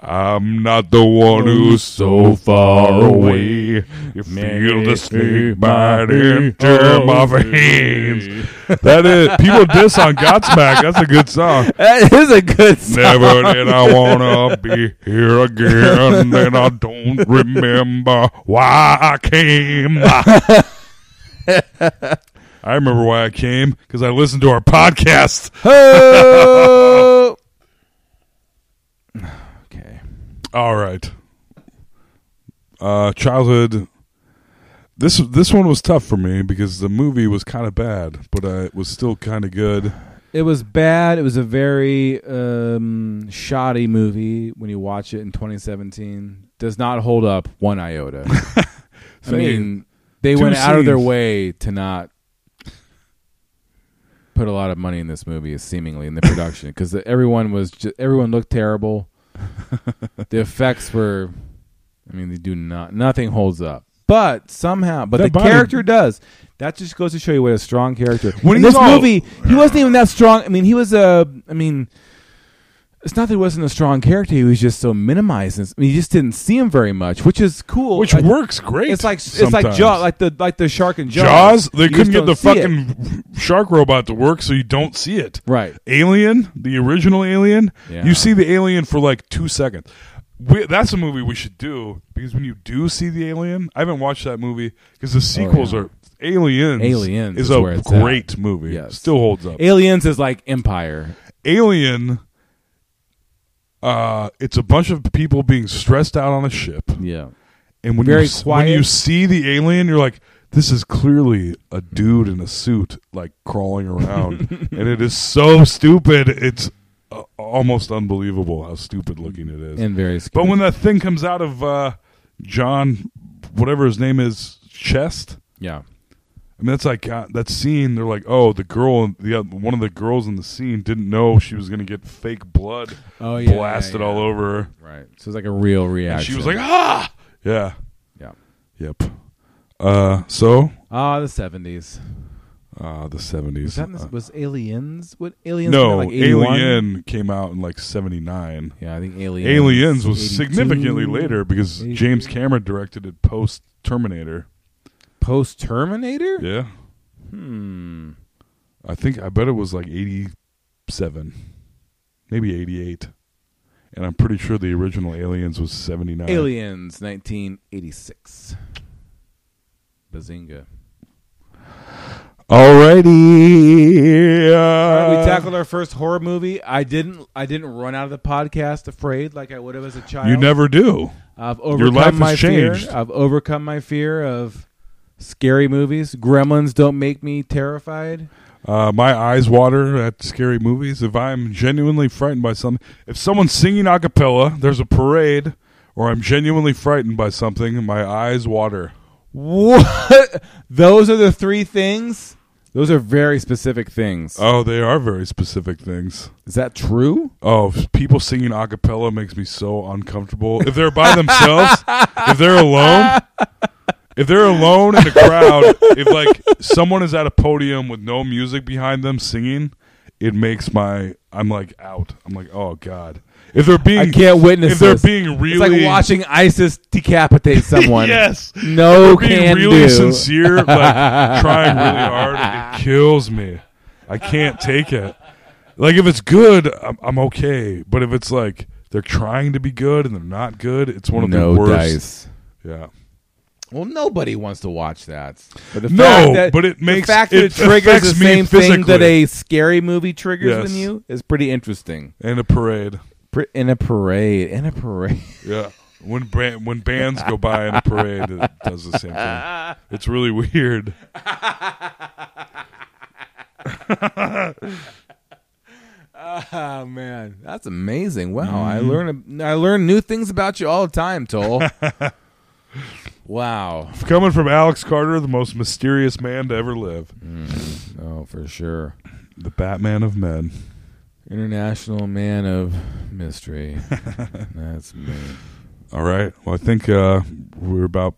I'm not the one who's so far away. You feel the snake bite into my veins. That is people diss on Godsmack. That's a good song.
That is a good song.
Never did I wanna be here again, and I don't remember why I came. I remember why I came because I listened to our podcast.
Oh!
All right. Uh, childhood. This this one was tough for me because the movie was kind of bad, but uh, it was still kind of good.
It was bad. It was a very um, shoddy movie when you watch it in 2017. Does not hold up one iota. I mean, they
Two
went out of their
scenes.
way to not put a lot of money in this movie, seemingly in the production, because everyone was just, everyone looked terrible. the effects were, I mean, they do not nothing holds up. But somehow, but
That
the
body-
character does. That just goes to show you what a strong character.
When
in
he's
this
all-
movie, he wasn't even that strong. I mean, he was a. I mean, it's not that he wasn't a strong character. He was just so minimized. I mean, you just didn't see him very much, which is cool.
which
I-
works great.
It's like it's like
sometimes.
Jaws, like the like the shark and Jaws.
Jaws. They
You just
couldn't get
don't
the
see it.
fucking shark robot to work, so you don't see it.
right.
Alien, the original Alien.
Yeah.
You see the alien for like two seconds. We, that's a movie we should do because when you do see the alien, I haven't watched that movie because the sequels
Oh, yeah.
are Aliens.
Aliens
is,
is
a
where it's at.
great movie.
Yes.
Still holds up.
Aliens is like Empire.
Alien. Uh, it's a bunch of people being stressed out on a ship.
Yeah.
And when
Very
you, s-
quiet.
when you see the alien, you're like, this is clearly a dude in a suit, like crawling around, and it is so stupid. It's uh, almost unbelievable how stupid looking it is.
And very scary.
but when that thing comes out of uh, John, whatever his name is, chest.
yeah.
I mean, that's like God, that scene. They're like, oh, the girl, in- the oth- one of the girls in the scene didn't know she was gonna get fake blood
Oh, yeah,
blasted
yeah, yeah.
all over her.
Right. So it's like a real
And
reaction.
she was like, ah, yeah,
yeah.
yep. Uh, so
Ah, the 70s.
Uh, the seventies.
Was that in this, was Aliens? What Aliens
Uh. no,
came out, like 81?
Alien came out in like seventy nine.
Yeah, I think Aliens.
Aliens was
82.
significantly later because
82.
James Cameron directed it post Terminator.
Post Terminator?
Yeah,
Hmm.
I think I bet it was like eighty seven, maybe eighty eight, and I'm pretty sure the original Aliens was seventy nine.
Aliens 1986. Bazinga.
Alrighty.
All right, we
uh,
tackled our first horror movie. I didn't. I didn't run out of the podcast afraid like I would have as a child.
You never do.
I've overcome
Your life has
my
changed.
fear. I've overcome my fear of scary movies. Gremlins don't make me terrified.
Uh, my eyes water at scary movies. If I'm genuinely frightened by something, if someone's singing a cappella, there's a parade, or I'm genuinely frightened by something, my eyes water.
What? Those are the three things. Those are very specific things.
Oh, they are very specific things.
Is that true?
Oh, if people singing a cappella makes me so uncomfortable. If they're by themselves, if they're alone, if they're alone in a crowd, if like someone is at a podium with no music behind them singing, it makes my I'm like out. I'm like, "Oh god." If they're being
I can't witness.
If they're
this.
being really
it's like watching ISIS decapitate someone.
Yes.
No
If they're being
can
really
do.
sincere, like trying really hard, it kills me. I can't take it. Like if it's good, I'm, I'm okay. But if it's like they're trying to be good and they're not good, it's one of
no
the worst.
dice.
Yeah.
Well, nobody wants to watch that. But the
No,
fact that,
but it makes-
the fact that
it
it, triggers
affects
the
me
same thing that
physically.
a scary movie triggers
Yes.
in you is pretty interesting.
And a parade.
Pr- In a parade, in a parade.
Yeah. When brand, when bands go by in a parade, it does the same thing. It's really weird.
Oh man, that's amazing! Wow, I
Mm-hmm.
learn I learn new things about you all the time, Toll. wow.
Coming from Alex Carter, the most mysterious man to ever live,
Oh, for sure.
the Batman of men.
International man of mystery. that's me.
All right. Well, I think uh, we're about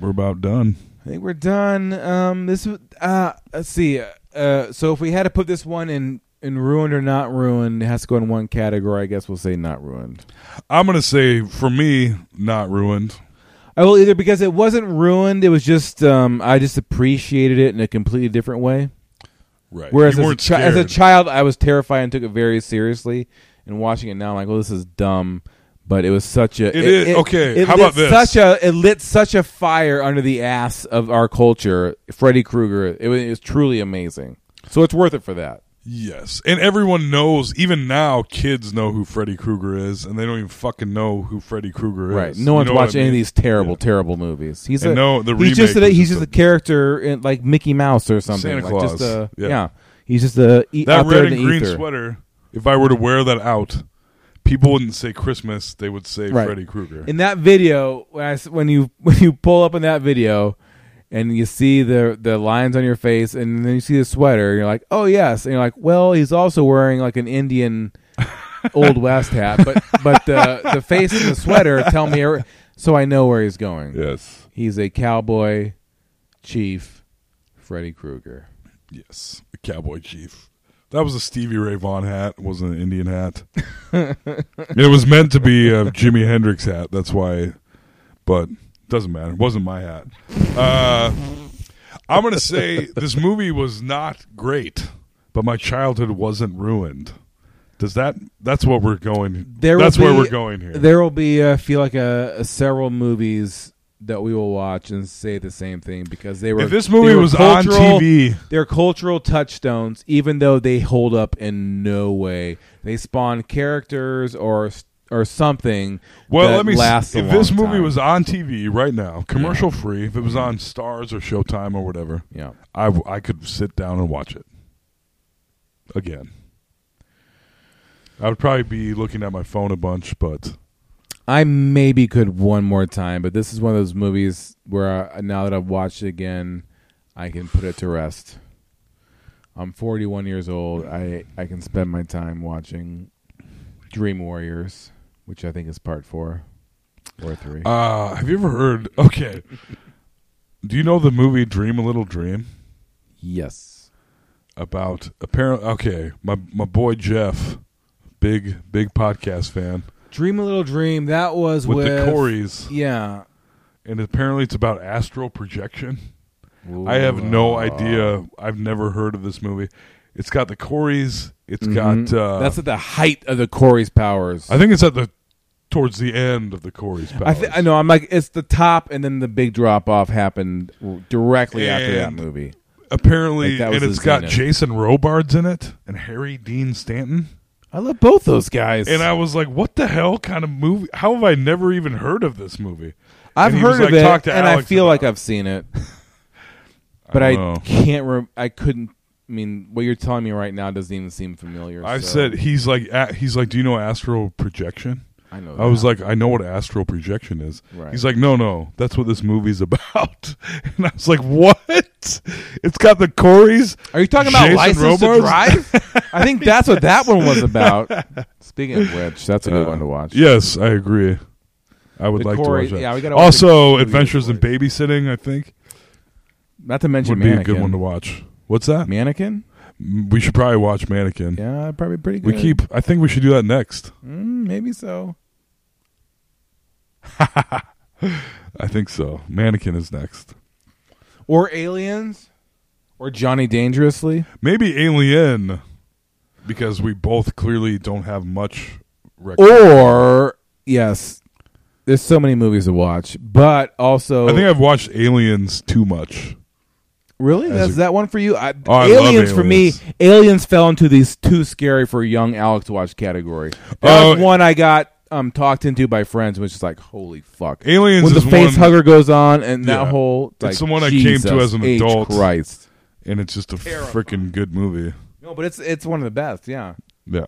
we're about done.
I think we're done. Um, this w- uh, let's see. Uh, so if we had to put this one in in ruined or not ruined, it has to go in one category. I guess we'll say not ruined.
I'm gonna say for me, not ruined.
I will either because it wasn't ruined. It was just um, I just appreciated it in a completely different way.
Right.
Whereas
you
as a,
weren't
chi- as a
scared.
child, I was terrified and took it very seriously. And watching it now, I'm like, well, this is dumb. But it was such a.
It is- okay, how
lit
about this?
Such a it lit such a fire under the ass of our culture. Freddy Krueger. It was, it was truly amazing. So it's worth it for that.
Yes, and everyone knows. Even now, kids know who Freddy Krueger is, and they don't even fucking know who Freddy Krueger is.
Right. No one's
You know what
watched
I
any of
mean?
these terrible,
Yeah.
terrible movies. He's
And
a,
no, the
he's just
remake
a,
was
he's
just
just a
a-
character in, like Mickey Mouse or something.
Santa
like
Claus.
Just a,
Yeah.
yeah. He's just a e-
That
out there
red
in
and
the
green
ether.
sweater. If I were to wear that out, people wouldn't say Christmas; they would say
Right.
Freddy Krueger.
In that video, when, I s when you when you pull up in that video, and you see the the lines on your face, and then you see the sweater, you're like, oh yes, and you're like, well, he's also wearing like an Indian old west hat, but but the the face and the sweater tell me, every- so I know where he's going.
Yes.
He's a cowboy chief, Freddy Krueger.
Yes, the cowboy chief. That was a Stevie Ray Vaughan hat. It wasn't an Indian hat. it was meant to be a Jimi Hendrix hat. That's why, but doesn't matter. It wasn't my hat. Uh, I'm gonna say this movie was not great, but my childhood wasn't ruined. Does that? That's what we're going.
There
that's
will
where
be-
we're going here.
There will be, uh, I feel like, a, a several movies that we will watch and say the same thing because they were.
If this
they
movie
were
was on
cultural-
TV.
they're cultural touchstones, even though they hold up in no way. They spawn characters or or something.
Well,
that
let me.
lasts
s
a
if this
long
movie
time.
was on TV right now, commercial free, if it was on Stars or Showtime or whatever,
yeah,
I, w- I could sit down and watch it again. I would probably be looking at my phone a bunch, but
I maybe could one more time, but this is one of those movies where I, now that I've watched it again, I can put it to rest. I'm 41 years old. I I can spend my time watching Dream Warriors, which I think is part four or three.
uh, have you ever heard? Okay, do you know the movie Dream a Little Dream
yes.
about apparently? Okay, my my boy Jeff, big big podcast fan
Dream a Little Dream. That was
with,
with,
the Coreys,
Yeah.
and apparently it's about astral projection. I have no idea. I've never heard of this movie. It's got the Coreys. It's got uh,
Mm-hmm. That's at the height of the Corey's powers.
I think it's at the towards the end of the Corey's powers.
I, th- I know. I'm like, it's the top, and then the big drop off happened directly after that
And-
movie.
Apparently,
Like, that was
and it's
the
got
zenith.
Jason Robards in it and Harry Dean Stanton.
I love both those guys.
And I was like, "What the hell kind of movie? How have I never even heard of this movie?"
I've
And he was
heard of
like,
it,
"Talk to
and I
Alex
feel
about
like
it."
I've seen it, but I,
don't know.
can't. Rem- I couldn't. I mean, what you're telling me right now doesn't even seem familiar.
I
so-
said he's like a- he's like, "Do you know astral projection?"
I know.
I was like,
that.
"I know what astral projection is."
Right.
He's like, "No, no, that's what this movie's about." And I was like, "What? It's got the Coreys."
Are you talking about
Jason Robards?
license
Uh,
to drive? I think that's what that one was about. Speaking of which, that's a good one to watch.
Yes, I agree. I would
The
like
Corey-
to watch that.
yeah, we gotta watch
also,
the-
Adventures in Babysitting. I think
Not to
would
mention
be
mannequin.
a good one to watch. What's that?
Mannequin.
M- we should probably watch Mannequin.
Yeah, probably pretty
we
good.
keep. I think we should do that next.
Mm, maybe so.
I think so. Mannequin is next.
Or aliens. Or Johnny Dangerously.
Maybe Alien, because we both clearly don't have much. Record.
Or yes. There's so many movies to watch. But also
I think I've watched Aliens too much.
Really?
As
That's
a-
that one for you? I,
Oh, I love
aliens, for me,
Aliens.
aliens fell into these too scary for young Alex to watch category. That was
Oh.
one I got um talked into by friends, which is like, holy fuck.
Aliens
when the
is
face
one-
hugger goes on and
Yeah.
that whole
It's
like,
the one I came to
Jesus
as an
H.
adult.
Christ.
And it's just a freaking good movie.
No, but it's it's one of the best, yeah.
Yeah.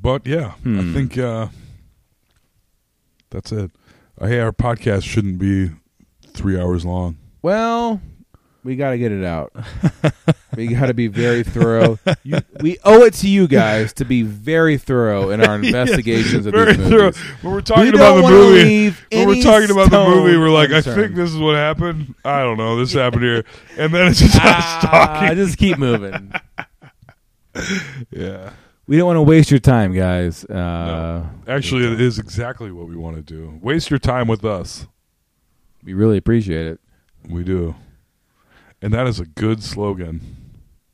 But yeah, I think uh, that's it. Uh, hey, our podcast shouldn't be three hours long.
Well, we got to get it out. we got to be very thorough. You, we owe it to you guys to be very thorough in our investigations of
Very
these
thorough.
movies.
When we're talking
We don't
about the
wanna
movie,
leave
when we're
any
talking about the
stone
movie, we're like, I
unturned.
think this is what happened. I don't know. This happened here, and then it's just us talking.
Ah, just keep moving.
yeah.
We don't want to waste your time, guys. Uh,
Actually, it is exactly what we want to do. Waste your time with us.
We really appreciate it.
We do. And that is a good slogan,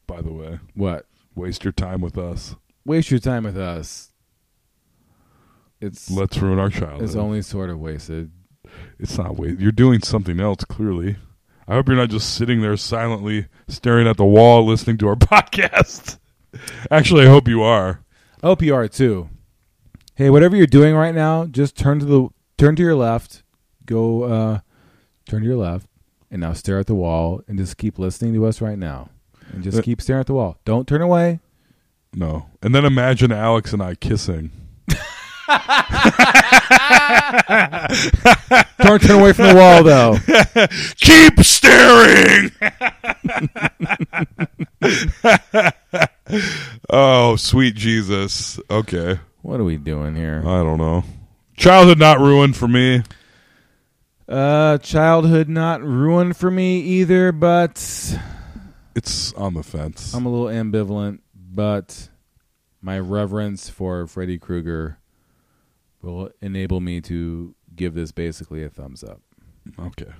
by the way.
What?
Waste your time with us.
Waste your time with us. It's
Let's ruin our childhood.
it's only sort of wasted.
It's not waste. You're doing something else, clearly. I hope you're not just sitting there silently staring at the wall listening to our podcast. Actually, I hope you are.
OPR too. Hey, whatever you're doing right now, just turn to the turn to your left, go uh turn to your left and now stare at the wall and just keep listening to us right now. And just
Uh,
keep staring at the wall. Don't turn away.
No. And then imagine Alex and I kissing.
Don't turn away from the wall though.
Keep staring. oh, sweet Jesus. Okay.
What are we doing here?
I don't know. Childhood not ruined for me.
Uh childhood not ruined for me either, but
It's on the fence.
I'm a little ambivalent, but my reverence for Freddy Krueger will enable me to give this basically a thumbs up.
okay.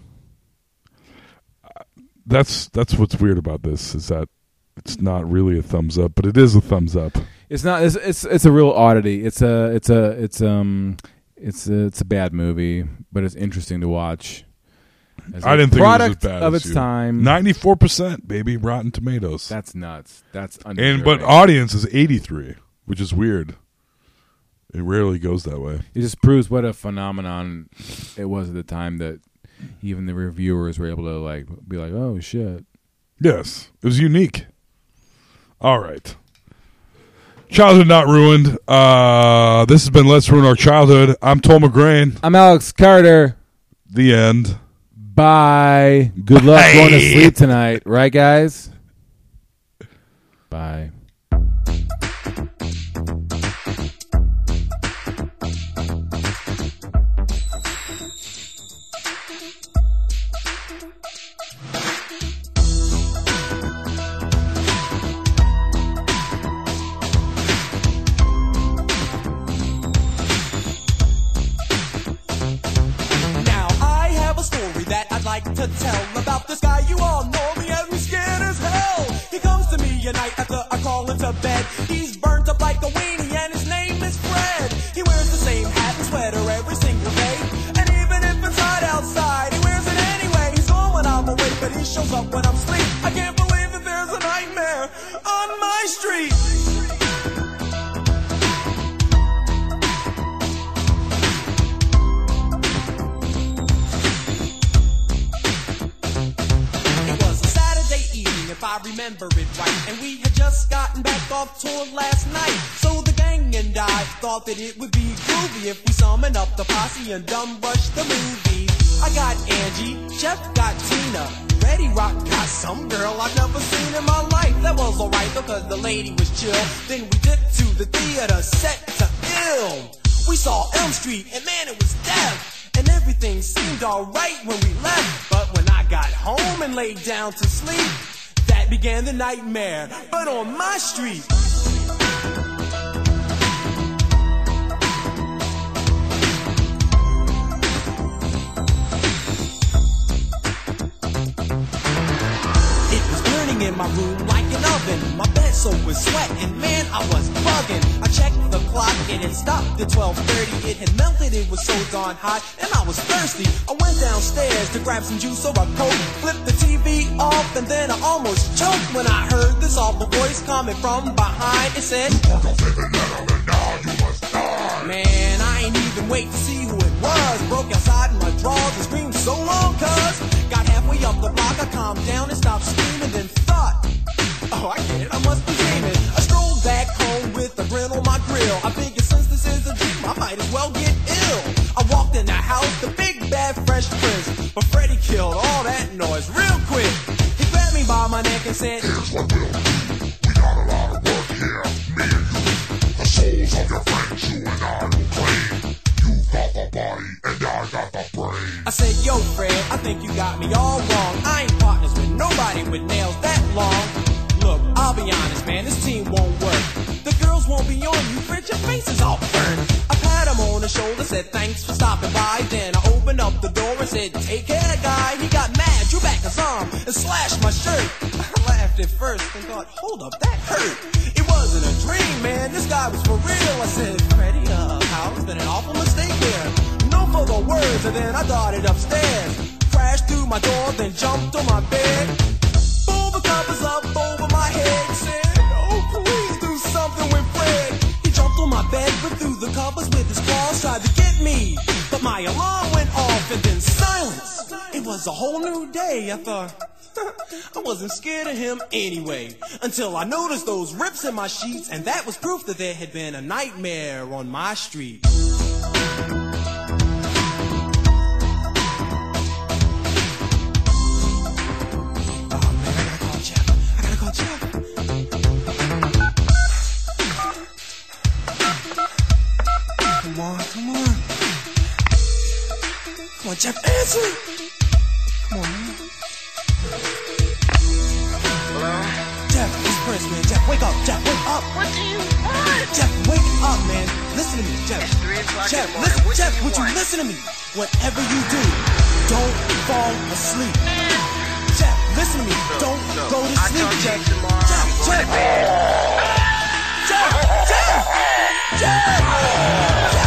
Uh, That's that's what's weird about this is that it's not really a thumbs up, but it is a thumbs up.
It's not. It's it's, it's a real oddity. It's a it's a it's um it's a, it's a bad movie, but it's interesting to watch. As
I
a
didn't think it was
product
as bad
of
as
its
you.
time.
94%, baby, Rotten Tomatoes.
That's nuts. That's
and but
undeserving.
audience is 83, which is weird. It rarely goes that way.
it just proves what a phenomenon it was at the time that even the reviewers were able to like be like, oh shit.
Yes, it was unique. All right. Childhood not ruined. Uh, this has been Let's Ruin Our Childhood. I'm Tom McGrain.
I'm Alex Carter.
The end.
Bye. Good luck going to sleep tonight, right, guys? Bye.
Now I have a story that I'd like to tell about this guy you all know me as me scared as hell. He comes to me at night after I call him to bed. He's burnt up like a weenie and his name is Fred. He wears the same hat and sweater every single day. And even if it's hot outside, he wears it anyway. He's on when I'm awake, but he shows up when I'm asleep. I can't believe that there's a nightmare on my street. It was a Saturday evening, if I remember it right. And we had just gotten back off tour last night. So the gang and I thought that it would be groovy if we summoned up the posse and dumb rush the movie. I got Angie, Jeff got Tina. Ready Rock got some girl I've never seen in my life. That was alright though, cause the lady was chill. Then we dipped to the theater, set to ill. We saw Elm Street, and man, it was death. And everything seemed alright when we left. But when I got home and laid down to sleep, that began the nightmare. But on my street, It was burning in my room like an oven. My bed soaked with sweat, and man, I was bugging. I checked the clock and it stopped at 12:30. It had melted, it was so darn hot, and I was thirsty. I went downstairs to grab some juice or a coke. Flipped the TV off, and then I almost choked when I heard this awful voice coming from behind. It said, Man, I ain't even wait to see who it was. Broke outside in my drawers and screamed so long, cuz. Got halfway up the block, I calmed down and stopped screaming, then thought, oh, I get it, I must be dreaming. I strolled back home with a grin on my grill. I figured since this is a dream, I might as well get ill. I walked in the house, the big bad fresh prince. But Freddy killed all that noise real quick. He grabbed me by my neck and said, I said, yo, Fred, I think you got me all wrong. I ain't partners with nobody with nails that long. Look, I'll be honest, man, this team won't work. The girls won't be on you, Fred, your face is all burned. I pat him on the shoulder, said, thanks for stopping by. Then I opened up the door and said, take care, guy. He got mad, drew back his arm, and slashed my shirt. I laughed at first and thought, hold up, that hurt. It wasn't a dream, man, this guy was for real. I said, Freddy, uh, how's been an awful mistake here? No further words, and then I darted upstairs. Crashed through my my door, then jumped on my bed. Pulled the covers up over my head, said, Oh, please do something with Fred. He jumped on my bed, but through the covers with his claws, tried to get me. But my alarm went off, and then silence. It was a whole new day. I thought, I wasn't scared of him anyway. Until I noticed those rips in my sheets, and that was proof that there had been a nightmare on my street. Come on, come on. Come on, Jeff, answer. Come on, man. Hello? Jeff, it's Prince, man. Jeff, wake up. Jeff, wake up. What do you want? Jeff, wake up, man. Listen to me, Jeff. It's 3 o'clock Jeff, listen, Jeff, would you listen to me? Whatever you do, don't fall asleep. Jeff, listen to me. don't go to sleep, Jeff. Jeff, Jeff. Jeff, Jeff. Jeff. Jeff.